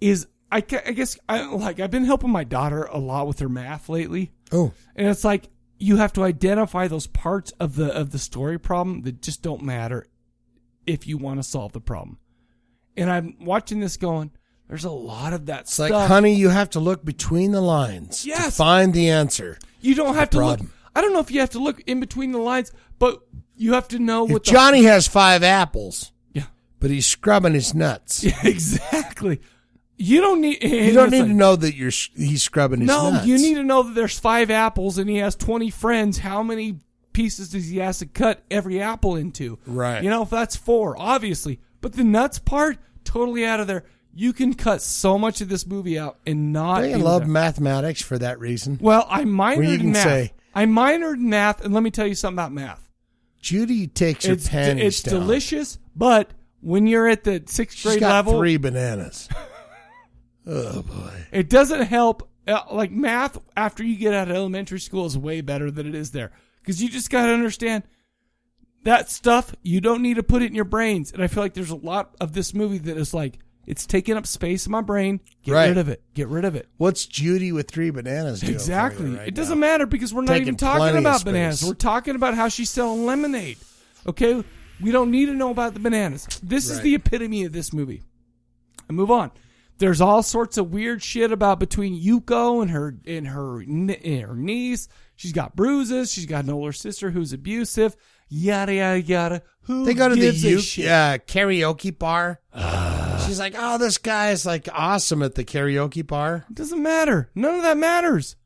A: is, I, ca- I guess, I like, I've been helping my daughter a lot with her math lately.
B: Oh.
A: And it's like, you have to identify those parts of the, of the story problem that just don't matter if you want to solve the problem. And I'm watching this going, there's a lot of that
B: It's
A: stuff.
B: like, honey, you have to look between the lines to
A: Yes.
B: find the answer.
A: You don't have to
B: problem.
A: look. I don't know if you have to look in between the lines, but you have to know
B: If
A: what the,
B: Johnny has five apples,
A: Yeah.
B: but he's scrubbing his nuts.
A: exactly. You don't need.
B: You don't need to know that you're s- he's scrubbing his
A: No,
B: nuts.
A: you need to know that there's five apples and he has 20 friends. How many pieces does he has to cut every apple into?
B: Right.
A: You know, if that's four, obviously. But the nuts part, totally out of there. You can cut so much of this movie out and not.
B: Don't you
A: do
B: love
A: that.
B: mathematics for that reason?
A: Well, I minored
B: Where you
A: in
B: can
A: math.
B: say,
A: I minored in math, and let me tell you something about math.
B: Judy takes her
A: it's,
B: panties
A: It's
B: down.
A: delicious, but when you're at the sixth
B: She's
A: grade
B: got
A: level,
B: three bananas. oh boy.
A: it doesn't help. Uh, like math, after you get out of elementary school, is way better than it is there because you just got to understand that stuff. You don't need to put it in your brains, and I feel like there's a lot of this movie that is like it's taking up space in my brain. Get
B: Right.
A: rid of it. Get rid of it.
B: What's Judy with three bananas doing? for you
A: Exactly.
B: right
A: it
B: now?
A: doesn't matter because we're not
B: Taking
A: even
B: plenty
A: talking
B: of
A: about
B: space.
A: bananas. We're talking about how she's selling lemonade. Okay? We don't need to know about the bananas. This is
B: Right.
A: the epitome of this movie. And move on. There's all sorts of weird shit about between Yuko and her and her n- and her niece. She's got bruises. She's got an older sister who's abusive. Yada yada yada. Who
B: They go to the
A: gives a
B: U-
A: shit?
B: uh, karaoke bar. She's like, oh, this guy is like awesome at the karaoke bar.
A: It doesn't matter. None of that matters.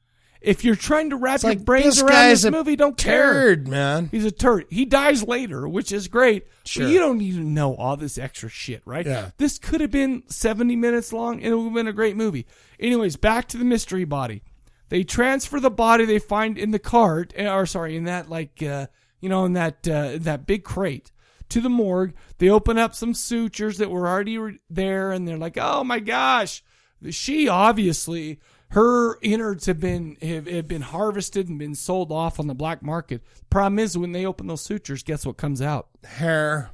A: If you're trying to wrap
B: It's
A: your
B: like,
A: brains
B: this
A: around
B: guy's
A: this
B: a
A: movie, don't
B: turd,
A: care.
B: man.
A: He's a turd. He dies later, which is great.
B: Sure.
A: But you don't need to know all this extra shit, right?
B: Yeah.
A: This could have been 70 minutes long and it would have been a great movie. Anyways, back to the mystery body. They transfer the body they find in the cart, eh, or sorry, in that like, uh, you know, in that uh, that big crate to the morgue. They open up some sutures that were already re- there, and they're like, "Oh my gosh, she obviously her innards have been have, have been harvested and been sold off on the black market." Problem is, when they open those sutures, guess what comes out?
B: Hair.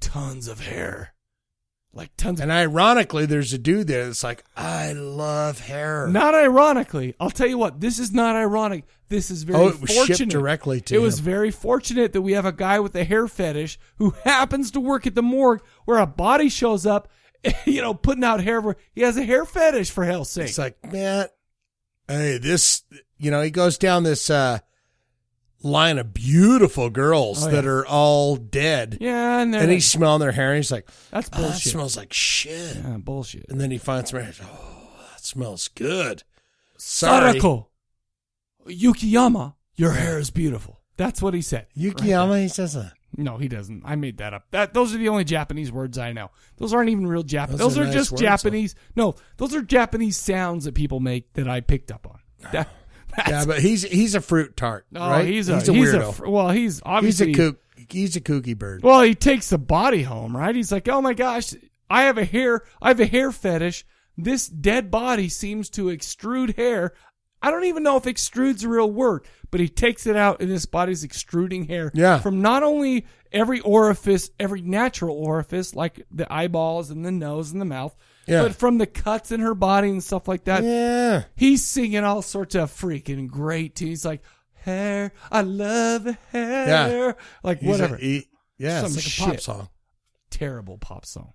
A: Tons of hair. Like tons.
B: And ironically, there's a dude there that's like, I love hair.
A: Not ironically, I'll tell you what. This is not ironic. This is very
B: Oh, it was shipped
A: fortunate.
B: directly to
A: It was
B: him.
A: very fortunate that we have a guy with a hair fetish who happens to work at the morgue where a body shows up, you know, putting out hair. everywhere. He has a hair fetish for hell's sake.
B: It's like, man, hey, this, you know, he goes down this uh, line of beautiful girls
A: Oh,
B: that
A: yeah.
B: are all dead.
A: Yeah, and they're
B: and
A: like-
B: he's smelling their hair. And he's like,
A: That's
B: "Oh, that
A: bullshit."
B: smells like shit.
A: Yeah, bullshit.
B: And then he finds some hair. he's like, Oh, that smells good. Sorry.
A: Sarako, Yukiyama, your hair is beautiful. That's what he said.
B: Yukiyama, he says that.
A: No, he doesn't. I made that up. That those are the only Japanese words I know. Those aren't even real Japanese.
B: Those
A: Those,
B: are
A: are,
B: nice
A: just
B: words, though.
A: Japanese. No, those are Japanese sounds that people make that I picked up on. That-
B: Oh. Yeah,
A: that's-
B: but he's he's a fruit tart.
A: No,
B: right?
A: Oh, he's a- he's a
B: weirdo.
A: fr- well, he's obviously-
B: he's a kook, he's a kooky bird.
A: Well, he takes the body home, right? He's like, "Oh my gosh, I have a hair. I have a hair fetish. This dead body seems to extrude hair. I don't even know if extrude's a real word, but he takes it out, and this body's extruding hair.
B: Yeah.
A: from not only every orifice, every natural orifice, like the eyeballs and the nose and the mouth,
B: Yeah.
A: But from the cuts in her body and stuff like that,
B: yeah,
A: he's singing all sorts of freaking great tunes. He's like hair, I love hair,
B: Yeah.
A: like
B: He's a-
A: whatever.
B: he- yeah, it's like a pop song.
A: Terrible pop song.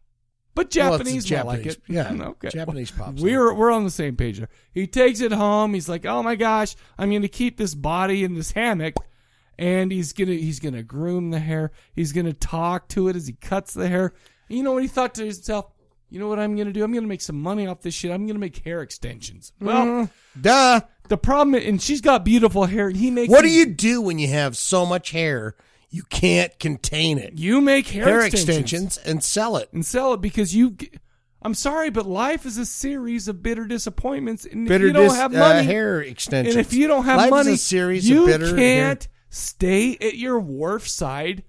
A: But
B: Well, it's a
A: Japanese, will like it.
B: Japanese- yeah,
A: okay.
B: Japanese pop song.
A: We're we're on the same page there. He takes it home. He's like, "Oh my gosh, I'm going to keep this body in this hammock." And he's gonna he's gonna groom the hair. He's gonna talk to it as he cuts the hair. And you know what he thought to himself? You know what I'm gonna do? I'm gonna make some money off this shit. I'm gonna make hair extensions. Well,
B: Mhm. duh.
A: The problem, and she's got beautiful hair, and he makes.
B: What do you do when you have so much hair you can't contain it?
A: You make hair,
B: Hair
A: extensions.
B: and sell it.
A: And sell it because you. g- I'm sorry, but life is a series of bitter disappointments, and
B: Bitter
A: if you don't
B: dis-
A: have
B: uh,
A: money,
B: hair extensions.
A: And if you don't have
B: Life is a
A: money,
B: series of
A: you
B: bitter hair-
A: can't stay at your wharf side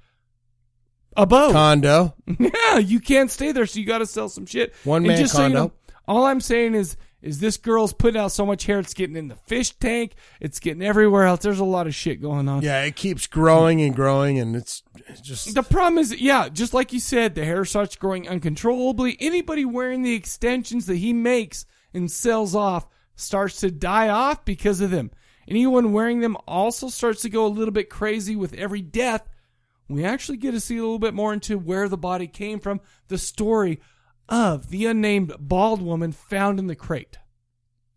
A: abode
B: condo.
A: Yeah, you can't stay there, so you got to sell some shit.
B: One man
A: and just So you
B: condo.
A: know, all I'm saying is, is this girl's putting out so much hair, it's getting in the fish tank, it's getting everywhere else. There's a lot of shit going on.
B: Yeah, it keeps growing and growing, and it's it's just
A: The problem is, yeah, just like you said, the hair starts growing uncontrollably. Anybody wearing the extensions that he makes and sells off starts to die off because of them. Anyone wearing them also starts to go a little bit crazy with every death. We actually get to see a little bit more into where the body came from, the story of the unnamed bald woman found in the crate.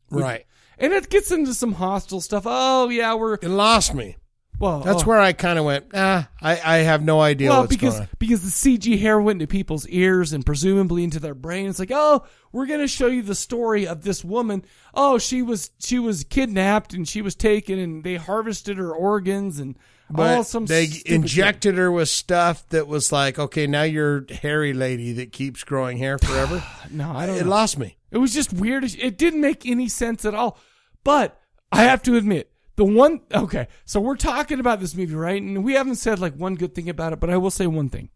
B: right.
A: And it gets into some hostile stuff. Oh, yeah, we're. It
B: lost me.
A: Well,
B: That's
A: oh.
B: where I kind of went. Ah, I I have no idea
A: well,
B: what's
A: because
B: going on.
A: because the CG hair went into people's ears and presumably into their brain. It's like, oh, we're gonna show you the story of this woman. Oh, she was she was kidnapped and she was taken and they harvested her organs and
B: But
A: all some
B: they
A: stupid shit.
B: injected her with stuff that was like, okay, now you're hairy lady that keeps growing hair forever.
A: no, I don't.
B: It
A: know.
B: lost me.
A: It was just weird. as- It didn't make any sense at all. But I have to admit, the one okay, so we're talking about this movie, right? And we haven't said like one good thing about it, but I will say one thing.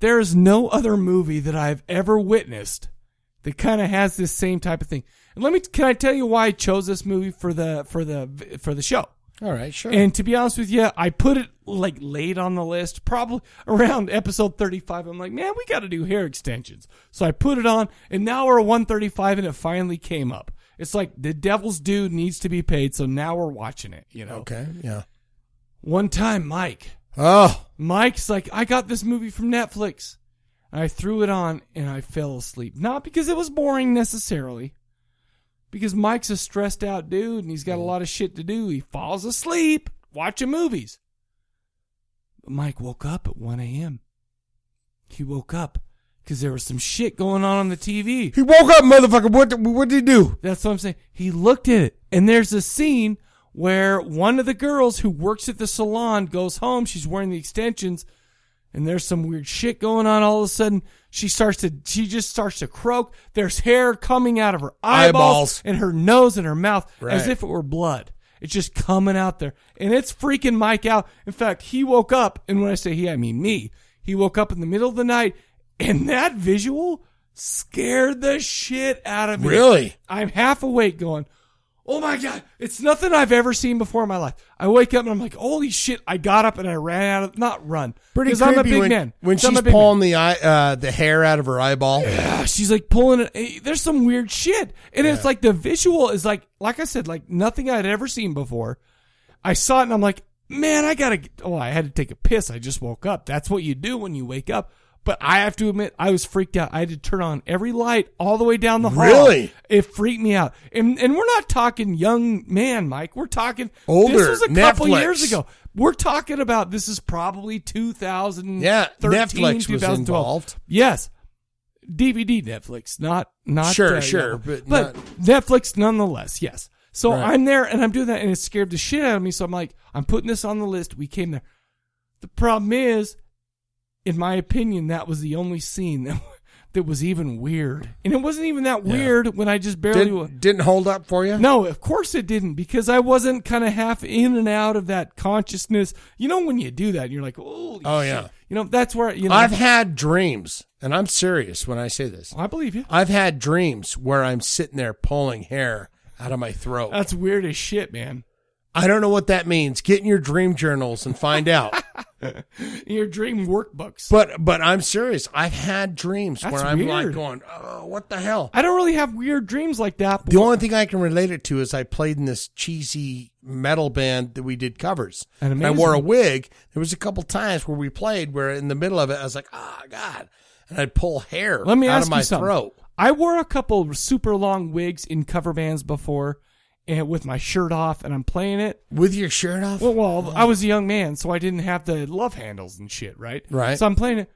A: There is no other movie that I've ever witnessed that kind of has this same type of thing. And let me can I tell you why I chose this movie for the for the for the show?
B: All right, sure.
A: And to be honest with you, I put it like late on the list, probably around episode 35. I'm like, man, we got to do hair extensions. So I put it on, and now we're at 135, and it finally came up. It's like the devil's due needs to be paid, so now we're watching it. You know.
B: Okay. Yeah.
A: One time, Mike.
B: Oh.
A: Mike's like, I got this movie from Netflix. And I threw it on and I fell asleep. Not because it was boring necessarily, because Mike's a stressed out dude and he's got a lot of shit to do. He falls asleep watching movies. But Mike woke up at 1 a.m. He woke up because there was some shit going on on the TV.
B: He woke up, motherfucker. What what did he do?
A: That's what I'm saying. He looked at it, and there's a scene where one of the girls who works at the salon goes home. She's wearing the extensions, and there's some weird shit going on. All of a sudden, she starts to she just starts to croak. There's hair coming out of her eyeballs,
B: Eyeballs.
A: and her nose and her mouth as
B: Right.
A: if it were blood. It's just coming out there, and it's freaking Mike out. In fact, he woke up, and when I say he, I mean me. He woke up in the middle of the night, and that visual scared the shit out of me.
B: Really?
A: I'm half awake going, oh my God, it's nothing I've ever seen before in my life. I wake up and I'm like, holy shit, I got up and I ran out of, not run.
B: Pretty
A: because
B: creepy
A: I'm a big
B: when,
A: man.
B: when
A: So I'm
B: she's
A: a big man.
B: pulling the eye, uh, the hair out of her eyeball.
A: Yeah, she's like pulling it. eh, There's some weird shit. And it's like the visual is like, like I said, like nothing I'd ever seen before. I saw it and I'm like, man, I gotta, get- oh, I had to take a piss. I just woke up. That's what you do when you wake up. But I have to admit, I was freaked out. I had to turn on every light all the way down the hall.
B: Really?
A: It freaked me out. And, and we're not talking young man, Mike. We're talking
B: Older,
A: This was a couple
B: Netflix.
A: years ago. We're talking about this is probably 2013,
B: Yeah, Netflix was
A: 2012.
B: involved.
A: Yes. DVD Netflix, not not
B: Sure,
A: uh,
B: sure,
A: yeah.
B: but
A: Netflix nonetheless. Yes. So
B: Right.
A: I'm there and I'm doing that and it scared the shit out of me. So I'm like, I'm putting this on the list. We came there. The problem is, in my opinion, that was the only scene that that was even weird, and it wasn't even that weird when I just barely
B: Didn't- didn't hold up for you.
A: No, of course it didn't because I wasn't kind of half in and out of that consciousness. You know when you do that, you're like, holy
B: Oh,
A: shit.
B: yeah.
A: you know that's where you know
B: I've had dreams, and I'm serious when I say this.
A: Oh, I believe you.
B: I've had dreams where I'm sitting there pulling hair out of my throat.
A: That's weird as shit, man.
B: I don't know what that means. Get in your dream journals and find out.
A: Your dream workbooks.
B: But but I'm serious. I've had dreams
A: That's
B: where I'm like
A: weird.
B: going, oh, what the hell?
A: I don't really have weird dreams like that.
B: The only thing I can relate it to is I played in this cheesy metal band that we did covers.
A: And
B: I wore a
A: amazing.
B: wig. There was a couple times where we played where in the middle of it I was like, oh God. And I'd pull hair
A: Let me
B: out
A: ask
B: of my
A: you something.
B: throat.
A: I wore a couple super long wigs in cover bands before, and with my shirt off, and I'm playing it
B: with your shirt off.
A: Well, well, I was a young man, so I didn't have the love handles and shit, right?
B: Right.
A: So I'm playing it.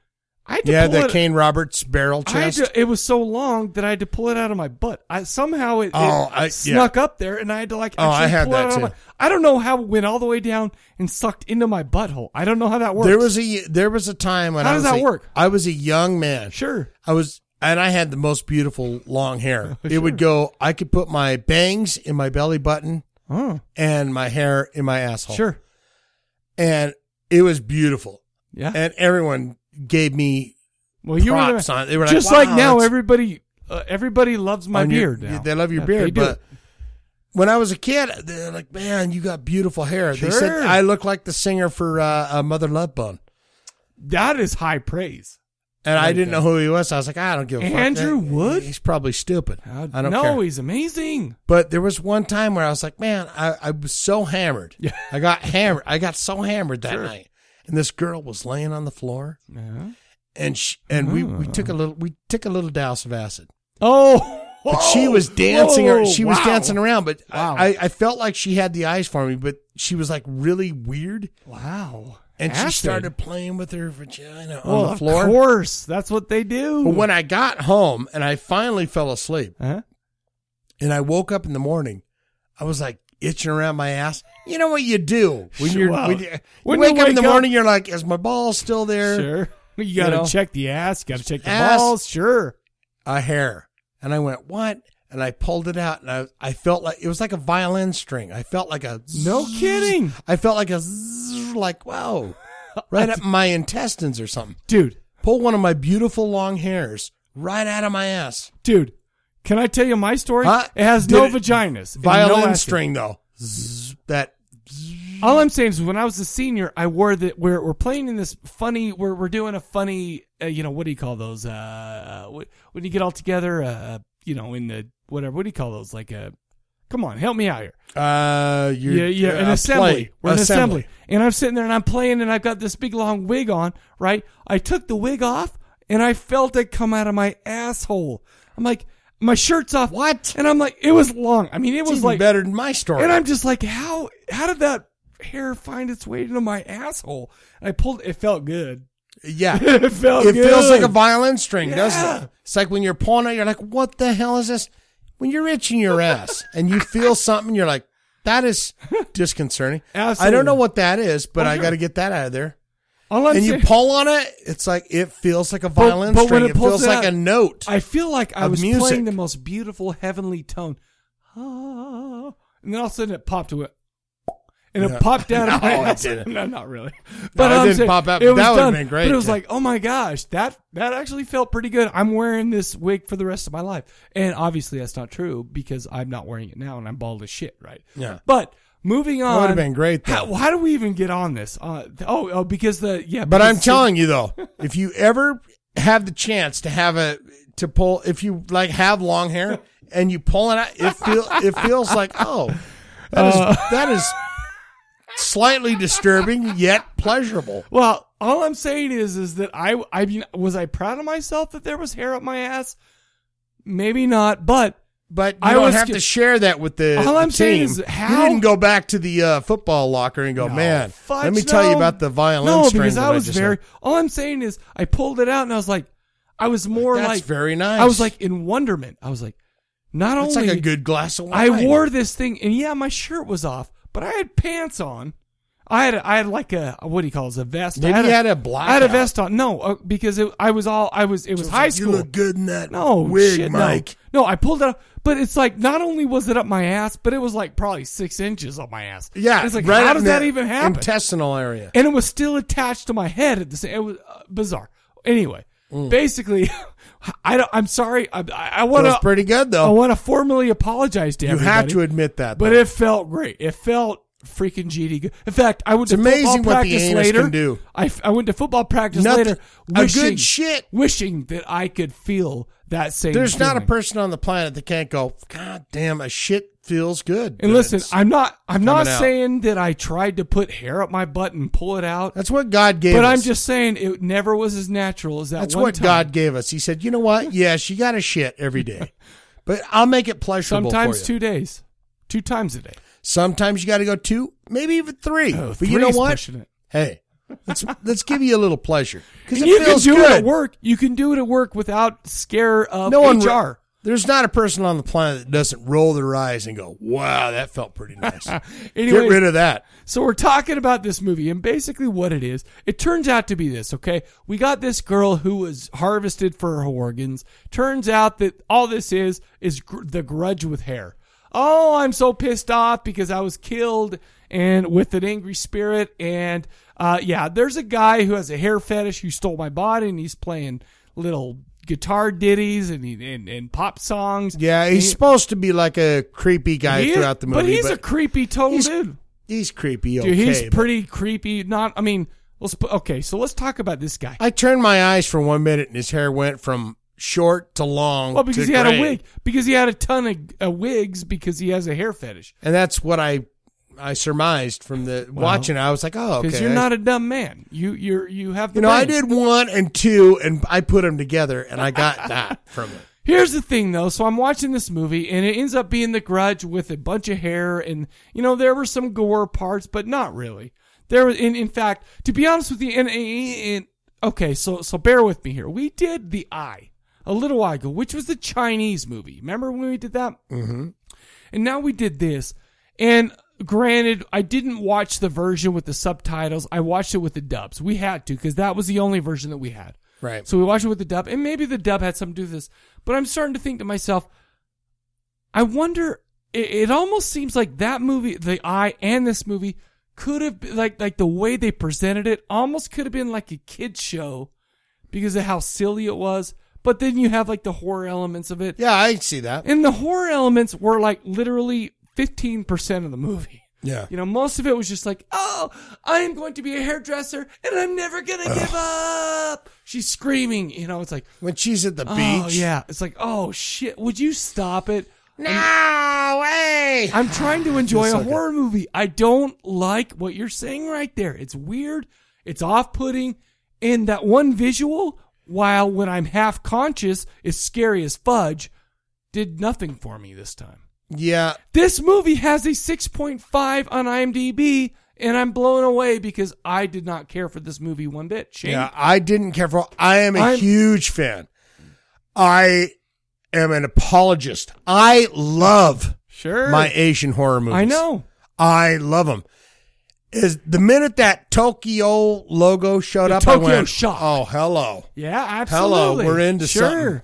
A: I had to
B: yeah,
A: pull
B: the
A: it,
B: Kane Roberts barrel
A: I had
B: chest.
A: to, it was so long that I had to pull it out of my butt. I somehow it, it
B: Oh, I- yeah.
A: snuck up there, and I had to like.
B: Oh, I
A: actually
B: had
A: pull it
B: that
A: out of
B: too.
A: my- I don't know how it went all the way down and sucked into my butthole. I don't know how that works.
B: There was a there was a time when
A: How
B: I
A: does
B: was
A: that
B: a-
A: work?
B: I was a young man.
A: Sure.
B: I was and I had the most beautiful long hair. It would go I could put my bangs in my belly button and my hair in my asshole.
A: Oh. Sure.
B: And it was beautiful.
A: Yeah.
B: And everyone gave me
A: well, you were
B: props
A: the-
B: on it. They were
A: just
B: like,
A: like,
B: "Wow,
A: now,
B: that's-
A: everybody, uh, everybody loves my
B: on your-
A: beard. now.
B: They love your
A: Yeah, they
B: beard,
A: do.
B: but when I was a kid, they're like, "Man, you got beautiful hair." They said
A: Sure.
B: I look like the singer for uh, uh, Mother Love Bone.
A: That is high praise.
B: And I
A: Right
B: didn't
A: there.
B: know who he was. I was like, "Ah, I don't give a fuck.
A: Andrew
B: That-
A: Wood?
B: He's probably stupid. I don't
A: no,
B: care.
A: he's amazing.
B: But there was one time where I was like, man, I, I was so hammered. Yeah. I got hammered. I got so hammered that
A: Sure. Uh-huh.
B: night. And this girl was laying on the floor. And she, and we, we took a little we took a little douse of acid.
A: Oh.
B: But she was dancing
A: Whoa.
B: ar- she was
A: Wow.
B: dancing around, but I-
A: Wow.
B: I, I felt like she had the eyes for me, but she was like really weird.
A: Wow.
B: And she
A: Acid.
B: started playing with her vagina on
A: Well,
B: the floor.
A: Of course, that's what they do. Uh-huh.
B: But when I got home and I finally fell asleep, and I woke up in the morning, I was like itching around my ass. You know what you do when
A: Sure.
B: you're
A: Wow.
B: when you, you
A: When
B: wake
A: you
B: up in the
A: wake up-
B: morning, you're like, is my ball still there?
A: Sure. You gotta
B: know?
A: check the ass. Gotta check the
B: Ass.
A: balls. Sure.
B: A hair, and I went what? And I pulled it out, and I I felt like it was like a violin string. I felt like a
A: No kidding.
B: I felt like a zzz, like whoa, right up my intestines or something,
A: dude.
B: Pull one of my beautiful long hairs right out of my ass,
A: dude. Can I tell you my story?
B: Huh?
A: It has
B: Did
A: no
B: it-
A: vaginas. and
B: Violin
A: no acid.
B: string though. Zzz, that
A: All I'm saying is, when I was a senior, I wore the we're we're playing in this funny we're we're doing a funny uh, you know what do you call those uh wh- when you get all together uh you know in the whatever what do you call those like a come on help me out here
B: Uh, you're,
A: yeah, yeah, an
B: uh,
A: assembly.
B: play.
A: We're an assembly. And I'm sitting there and I'm playing and I've got this big long wig on, right? I took the wig off and I felt it come out of my asshole. I'm like, my shirt's off. What? And I'm like, it was long. I mean, it
B: It's
A: was
B: even
A: like
B: better than my story.
A: And I'm just like, how how did that hair find its way into my asshole? And I pulled. It felt good.
B: Yeah,
A: it felt.
B: It feels like a
A: good.
B: violin string, doesn't
A: Yeah.
B: it? It's like when you're pulling it, you're like, "What the hell is this?" When you're itching your ass and you feel something, you're like, "That is disconcerting." I
A: Absolutely.
B: don't know what that is, but
A: Oh,
B: I
A: sure.
B: got to get that out of there.
A: All I'm
B: and you
A: saying-
B: pull on it, it's like it feels like a violin string. it,
A: pulls
B: feels
A: out,
B: like a note.
A: I feel like I
B: of
A: was
B: music.
A: playing the most beautiful heavenly tone. Ah. And then all of a sudden it popped to it. And it
B: No.
A: popped out of my
B: No, it
A: ass.
B: didn't.
A: No, not really.
B: No,
A: But
B: it
A: I'm
B: didn't
A: saying,
B: pop out,
A: it
B: but
A: was
B: that would've
A: done.
B: been great,
A: But it was
B: yeah.
A: like, oh my gosh, that that actually felt pretty good. I'm wearing this wig for the rest of my life. And obviously that's not true because I'm not wearing it now and I'm bald as shit, right?
B: Yeah.
A: But moving on.
B: That would've been great, though.
A: How, how do we even get on this? Uh, oh, oh, because the, yeah.
B: But I'm
A: because-
B: telling you though, if you ever have the chance to have a to pull, if you like have long hair and you pull it out, it feel it feels like oh, that is
A: Uh.
B: that is slightly disturbing yet pleasurable.
A: Well, all I'm saying is, is that I, I mean, was I proud of myself that there was hair up my ass? Maybe not, but
B: but You
A: I
B: don't
A: was
B: have to share that with the.
A: All
B: the
A: I'm saying
B: team.
A: is
B: you
A: how-
B: didn't go back to the uh, football locker and go, man.
A: fudge,
B: let me tell you
A: no.
B: about the violin
A: no,
B: string.
A: because
B: that
A: I was
B: just
A: very.
B: had."
A: All I'm saying is, I pulled it out and I was like, I was more
B: That's
A: like
B: very nice.
A: I was like in wonderment. I was like, not
B: That's
A: only
B: like a good glass of wine.
A: I wore this thing, and yeah, my shirt was off, but I had pants on. I had I had like a what do you call it? A vest.
B: Maybe
A: I had
B: you had
A: I
B: a
A: had a
B: blackout.
A: vest on. No, uh, because it, I was all I was. It was
B: it's
A: high
B: like, you
A: school.
B: look good in that
A: no
B: wig,
A: shit, no.
B: Mike.
A: No. I pulled it up, but it's like not only was it up my ass, but it was like probably six inches up my ass.
B: Yeah,
A: it's like
B: right
A: how
B: up
A: does
B: in
A: that
B: the
A: even happen?
B: Intestinal area.
A: and it was still attached to my head at the same. It was uh, bizarre. Anyway,
B: Mm.
A: basically, I don't. I'm sorry. I, I want
B: Feels
A: to
B: pretty good, though.
A: I want to formally apologize to
B: You
A: everybody.
B: have to admit that,
A: but
B: though.
A: it felt great. It felt freaking GD. go- In fact, I went
B: It's
A: to football
B: amazing what the
A: practice
B: anus
A: later.
B: can do.
A: I, f- I went to football practice
B: Nothing-
A: later.
B: a good
A: Wishing,
B: shit.
A: Wishing that I could feel that same.
B: There's not a
A: feeling.
B: person on the planet that can't go. God damn, a shit feels good.
A: And listen, I'm not. I'm not
B: coming out."
A: saying that I tried to put hair up my butt and pull it out.
B: That's what God gave.
A: but
B: us.
A: I'm just saying it never was as natural as that.
B: That's
A: one
B: what
A: time.
B: God gave us. He said, you know what? Yes, you got to shit every day, but I'll make it pleasurable.
A: Sometimes
B: for
A: two
B: you.
A: days, two times a day.
B: Sometimes you got to go two, maybe even three. but you know
A: three's
B: what?
A: pushing it.
B: Hey, let's let's give you a little pleasure because
A: And
B: it
A: you can
B: feels
A: do
B: good.
A: it at work. You can do it at work without scare of
B: no one.
A: HR.
B: There's not a person on the planet that doesn't roll their eyes and go, "Wow, that felt pretty nice."
A: Anyways,
B: Get rid of that.
A: So we're talking about this movie and basically what it is. It turns out to be this, okay? We got this girl who was harvested for her organs. Turns out that all this is is gr- the grudge with hair. Oh, I'm so pissed off because I was killed and with an angry spirit and uh yeah, there's a guy who has a hair fetish who stole my body and he's playing little guitar ditties and he, and, and pop songs.
B: Yeah,
A: And
B: he's
A: he-
B: supposed to be like a creepy guy
A: He is,
B: throughout the movie,
A: but he's a creepy total dude.
B: He's creepy. Okay,
A: Dude, he's
B: but-
A: pretty creepy. Not, I mean, let's put, okay. So let's talk about this guy.
B: I turned my eyes for one minute, and his hair went from short to long.
A: Well, because
B: to
A: he had a
B: gray.
A: wig. Because he had a ton of uh, wigs. Because he has a hair fetish.
B: and that's what I I surmised from the
A: Well,
B: watching. it. I was like, oh,
A: Because
B: okay.
A: you're not a dumb man. You you're you have. The
B: you know, I
A: brain.
B: did one and two, and I put them together, and I got that from it.
A: Here's the thing though, so I'm watching this movie and it ends up being the grudge with a bunch of hair and you know, there were some gore parts, but not really. There was in in fact, to be honest with you, and, and okay, so so bear with me here. We did the eye a little while ago, which was the Chinese movie. Remember when we did that?
B: Mm-hmm.
A: And now we did this. And granted, I didn't watch the version with the subtitles. I watched it with the dubs. We had to because that was the only version that we had.
B: Right.
A: So we watched it with the dub, and maybe the dub had something to do with this. But I'm starting to think to myself, I wonder. It, it almost seems like that movie, The Eye, and this movie could have been, like like the way they presented it almost could have been like a kid show because of how silly it was. But then you have like the horror elements of it.
B: Yeah, I see that.
A: And the horror elements were like literally 15% of the movie.
B: Yeah.
A: You know, most of it was just like, oh, I am going to be a hairdresser and I'm never going to give up. She's screaming. You know, it's like,
B: when she's at the
A: Oh,
B: beach.
A: yeah. It's like, oh, shit. Would you stop it?
B: No way.
A: I'm trying to enjoy
B: Feels
A: a
B: so good.
A: horror movie. I don't like what you're saying right there. It's weird. It's off putting. And that one visual, while when I'm half conscious, is scary as fudge, did nothing for me this time.
B: Yeah.
A: This movie has a 6.5 on IMDb, and I'm blown away because I did not care for this movie one bit. Shane,
B: Yeah, I didn't care for. I am a
A: I'm-
B: huge fan. I am an apologist. I love
A: sure
B: my Asian horror movies.
A: I know.
B: I love them. Is the minute that Tokyo logo showed
A: The
B: up,
A: Tokyo
B: I went,
A: Shock.
B: "Oh, hello,
A: Yeah,
B: hello,
A: absolutely.
B: we're into
A: sure.
B: something."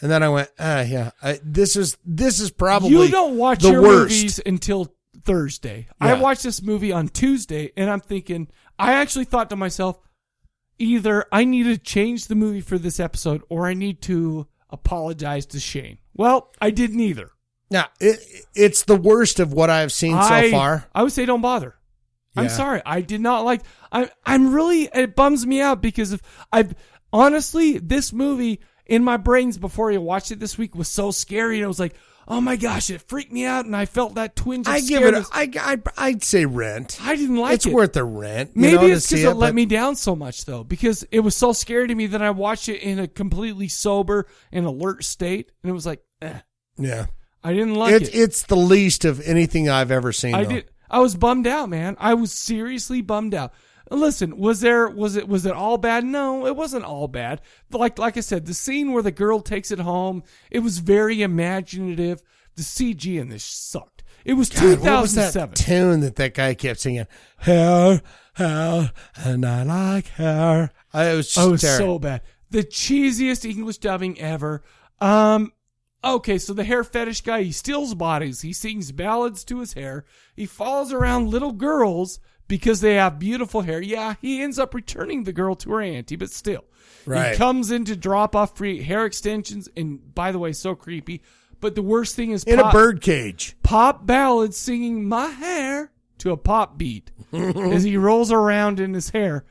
B: And then I went, "Ah, yeah, I, this is this is probably
A: You don't watch
B: the
A: your
B: worst."
A: movies until Thursday. I
B: Yeah.
A: watched this movie on Tuesday, and I'm thinking, I actually thought to myself, either I need to change the movie for this episode, or I need to apologize to Shane. Well, I didn't either.
B: Now it, it's the worst of what I've seen
A: I,
B: so far.
A: I would say don't bother. I'm
B: Yeah.
A: sorry. I did not like. I, I'm really. It bums me out because if I've honestly, this movie in my brains before I watched it this week was so scary, and I was like, oh my gosh, it freaked me out, and I felt that twinge. Of
B: I give it.
A: scariness.
B: I, I I'd say rent.
A: I didn't like
B: it's
A: it.
B: It's worth the rent. you
A: Maybe
B: know, to
A: it's because
B: see
A: it, let
B: but-
A: me down so much though, because it was so scary to me that I watched it in a completely sober and alert state, and it was like, eh,
B: Yeah,
A: I didn't like it.
B: It's the least of anything I've ever seen.
A: I
B: though.
A: did. I was bummed out, man. I was seriously bummed out. Listen, was there was it was it all bad? No, it wasn't all bad. But like like I said, the scene where the girl takes it home, it was very imaginative. The CG in this sucked. It was
B: God, what was that
A: 2007.
B: tune that that guy kept singing? Hair, hair, and I like hair. I it was just
A: oh, it was
B: terrible.
A: so bad. The cheesiest English dubbing ever. Um, okay, so the hair fetish guy, he steals bodies. He sings ballads to his hair. He follows around little girls because they have beautiful hair. Yeah, he ends up returning the girl to her auntie, but still. He
B: Right.
A: comes in to drop off free hair extensions, and by the way, so creepy. But the worst thing is
B: in a
A: Pop-
B: bird cage.
A: pop ballads singing my hair to a pop beat as he rolls around in his hair.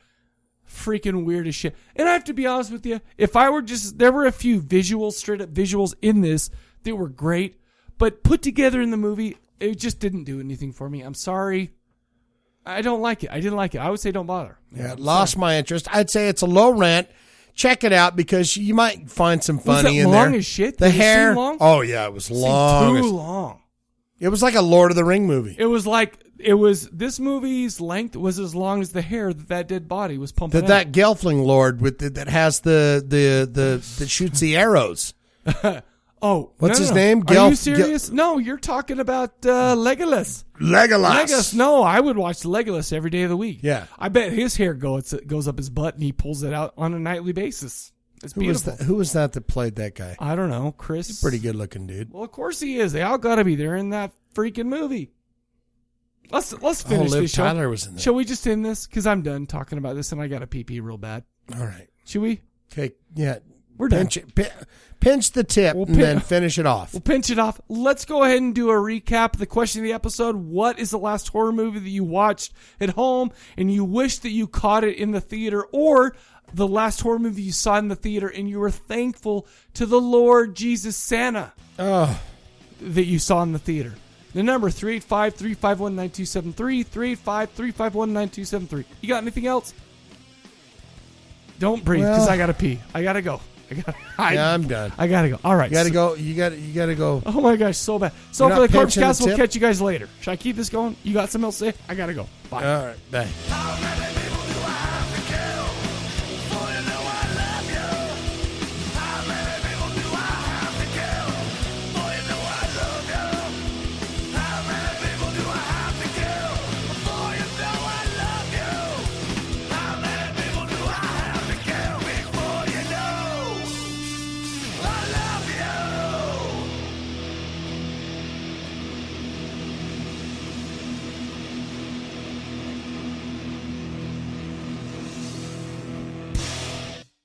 A: Freaking weird as shit. And I have to be honest with you, if I were just there were a few visuals, straight up visuals in this that were great, but put together in the movie, it just didn't do anything for me. I'm sorry. I don't like it. I didn't like it. I would say don't bother.
B: Yeah, it lost my interest. I'd say it's a low rent. Check it out because you might find some
A: Was
B: funny
A: it
B: in
A: long
B: there.
A: as shit?
B: The
A: Did it seem
B: hair.
A: long?
B: Oh yeah, it was
A: Seemed
B: long.
A: too
B: as-
A: long.
B: It was like a Lord of the Ring movie.
A: It was like it was this movie's length was as long as the hair that that dead body was pumping.
B: That
A: out.
B: that Gelfling lord with the, that has the the the that shoots the arrows.
A: Oh,
B: What's
A: no,
B: his
A: no,
B: name?
A: no.
B: Gelf-
A: Are
B: Gel-
A: you serious? no, you're talking about uh, Legolas.
B: Legolas.
A: Legolas. No, I would watch Legolas every day of the week.
B: Yeah.
A: I bet his hair goes goes up his butt and he pulls it out on a nightly basis. It's
B: Who was
A: beautiful.
B: that? Who was that that played that guy?
A: I don't know. Chris.
B: He's a pretty good looking dude.
A: Well, of course he is. They all got to be. They're in that freaking movie. Let's let's
B: Oh,
A: finish
B: Liv
A: this show.
B: Tyler was in there.
A: Shall we just end this? Because I'm done talking about this and I got a pee pee real bad.
B: All right.
A: Should we?
B: Okay. Yeah.
A: We're done.
B: Pinch, it- pin- pinch the tip and
A: pin-
B: then finish it off.
A: We'll pinch it off. Let's go ahead and do a recap. The question of the episode What is the last horror movie that you watched at home and you wish that you caught it in the theater or the last horror movie you saw in the theater and you were thankful to the Lord Jesus Santa that you saw in the theater? The number 385 351 9273. 385 351 9273. You got anything else? Don't breathe because
B: Well-
A: I got to pee. I got to go. I gotta, I,
B: yeah, I'm done.
A: I gotta go. All right,
B: You gotta
A: so-
B: go. You gotta. You gotta go.
A: Oh my gosh, so bad. So
B: You're
A: for the
B: not
A: Corpse
B: pinching the
A: Cast, we'll
B: tip?
A: catch you guys later. Should I keep this going? You got something else to say? I gotta go. Bye.
B: All right. Bye.
A: Bye.